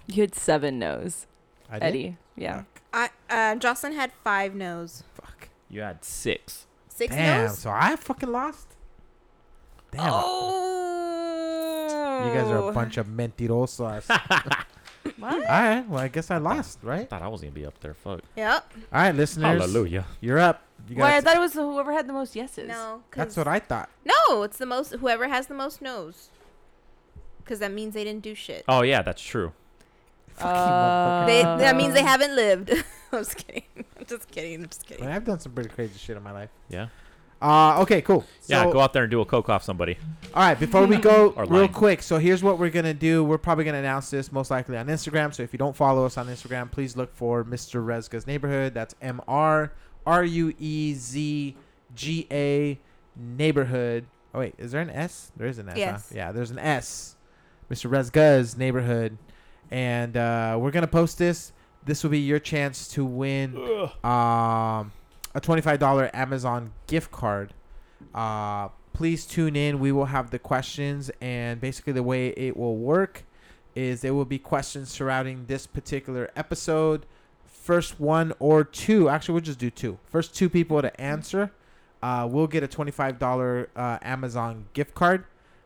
[SPEAKER 2] You had seven no's,
[SPEAKER 1] I did?
[SPEAKER 2] Eddie. Yeah.
[SPEAKER 1] Fuck.
[SPEAKER 6] I uh, Jocelyn had five nose.
[SPEAKER 1] Fuck.
[SPEAKER 3] You had six.
[SPEAKER 6] Six
[SPEAKER 1] Damn,
[SPEAKER 6] nose.
[SPEAKER 1] so I fucking lost. Damn.
[SPEAKER 6] Oh.
[SPEAKER 1] You guys are a bunch of
[SPEAKER 6] [LAUGHS]
[SPEAKER 1] mentirosos. All
[SPEAKER 2] What?
[SPEAKER 1] right, well, I guess I lost, right?
[SPEAKER 3] Thought I was gonna be up there. Fuck.
[SPEAKER 6] Yep.
[SPEAKER 1] All right, listeners.
[SPEAKER 3] Hallelujah.
[SPEAKER 1] You're up. You
[SPEAKER 2] Why? I
[SPEAKER 1] guys,
[SPEAKER 2] thought it was whoever had the most yeses.
[SPEAKER 6] No. 'cause-
[SPEAKER 1] that's what I thought. [LAUGHS]
[SPEAKER 6] No, it's the most. Whoever has the most nose. Because that
[SPEAKER 1] Oh.
[SPEAKER 6] means they didn't do shit.
[SPEAKER 3] Oh yeah, that's true.
[SPEAKER 6] Uh,
[SPEAKER 1] Fucking motherfucker.
[SPEAKER 6] They, that means they haven't lived. [LAUGHS] I'm just kidding. I'm just kidding. I'm just
[SPEAKER 1] But
[SPEAKER 6] kidding.
[SPEAKER 1] I've done some pretty crazy shit in my life.
[SPEAKER 3] Yeah.
[SPEAKER 1] Uh, okay, cool.
[SPEAKER 3] yeah,
[SPEAKER 1] So-
[SPEAKER 3] go out there and do a coke off somebody.
[SPEAKER 1] All right, before we go,
[SPEAKER 3] Or
[SPEAKER 1] real
[SPEAKER 3] line.
[SPEAKER 1] quick. So here's what we're gonna do. We're probably gonna announce this most likely on Instagram. So if you don't follow us on Instagram, please look for Mr. Rezga's Neighborhood. That's M R R U E Z G A Neighborhood. Oh wait, is there an S? There is an S. huh?
[SPEAKER 6] Yes.
[SPEAKER 1] Yeah, there's an S. Mr. Rezga's Neighborhood, and uh, we're gonna post this. This will be your chance to win um, a $25 Amazon gift card. Uh, please tune in. We will have the questions, and basically, the way it will work is there will be questions surrounding this particular episode. First one or two, actually, we'll just do two. First two people to answer, uh, will get a $25 uh, Amazon gift card.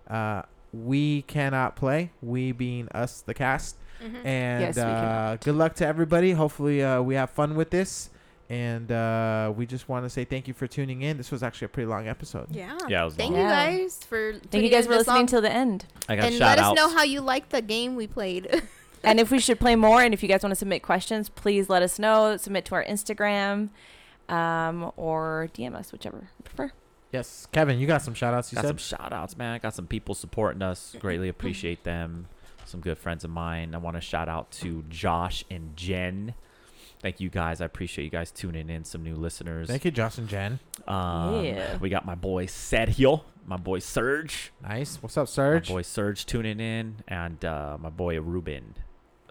[SPEAKER 1] Uh, we cannot play, we being us, the cast. And
[SPEAKER 2] Yes, we
[SPEAKER 1] uh,
[SPEAKER 2] cannot.
[SPEAKER 1] good luck to everybody. Hopefully, uh, we have fun with this. And uh, we just want to say thank you for tuning in. This was actually a pretty long episode.
[SPEAKER 6] Yeah.
[SPEAKER 3] Yeah, it was
[SPEAKER 6] Thank
[SPEAKER 3] long.
[SPEAKER 6] you
[SPEAKER 2] Yeah.
[SPEAKER 6] guys for
[SPEAKER 2] Thank you guys for listening till the end.
[SPEAKER 3] I got
[SPEAKER 6] and let
[SPEAKER 3] shout
[SPEAKER 6] us
[SPEAKER 3] outs.
[SPEAKER 6] know how you like the game we played.
[SPEAKER 2] And if we should play more, and if you guys want to submit questions, please let us know. Submit to our Instagram um, or DM us, whichever you prefer.
[SPEAKER 1] Yes, Kevin, you got some shout outs. You
[SPEAKER 3] got some
[SPEAKER 1] said Mm-hmm.
[SPEAKER 3] shout outs, man. I got some people supporting us. Greatly appreciate them. Some good friends of mine. I want to shout out to Josh and Jen. Thank you guys. I appreciate you guys tuning in. Some new listeners.
[SPEAKER 1] thank you, Josh and Jen.
[SPEAKER 3] Um,
[SPEAKER 2] Yeah.
[SPEAKER 3] We got my boy Sergio, my boy Serge,
[SPEAKER 1] Nice. What's up, Serge?
[SPEAKER 3] my boy Serge tuning in, and uh, my boy Ruben.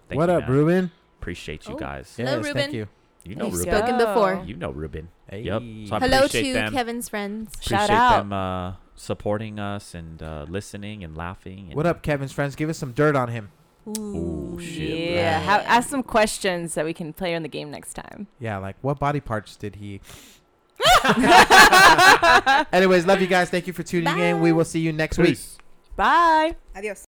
[SPEAKER 3] Thank
[SPEAKER 1] what
[SPEAKER 3] you,
[SPEAKER 1] up,
[SPEAKER 3] man.
[SPEAKER 1] Ruben?
[SPEAKER 3] Appreciate you
[SPEAKER 6] Oh.
[SPEAKER 3] guys.
[SPEAKER 6] Hello, Ruben.
[SPEAKER 1] Thank you.
[SPEAKER 3] You know
[SPEAKER 2] Let's
[SPEAKER 3] Ruben.
[SPEAKER 6] Spoken
[SPEAKER 2] go.
[SPEAKER 6] before.
[SPEAKER 3] You know Ruben.
[SPEAKER 1] Hey.
[SPEAKER 3] Yep. So I
[SPEAKER 6] [LAUGHS] Hello
[SPEAKER 3] appreciate
[SPEAKER 6] to
[SPEAKER 3] them.
[SPEAKER 6] Kevin's friends.
[SPEAKER 3] Appreciate
[SPEAKER 2] Shout out.
[SPEAKER 3] them uh, supporting us and uh, listening and laughing. And
[SPEAKER 1] What up, Kevin's friends? Give us some dirt on him.
[SPEAKER 3] Ooh, shit.
[SPEAKER 2] Yeah,
[SPEAKER 1] right.
[SPEAKER 2] ha- ask some questions that we can play in the game next time.
[SPEAKER 1] Yeah, like what body parts did
[SPEAKER 6] [LAUGHS]
[SPEAKER 1] he? Anyways, love you guys. Thank you for tuning in. We will see you next week.
[SPEAKER 3] Peace.
[SPEAKER 2] Bye.
[SPEAKER 6] Adios.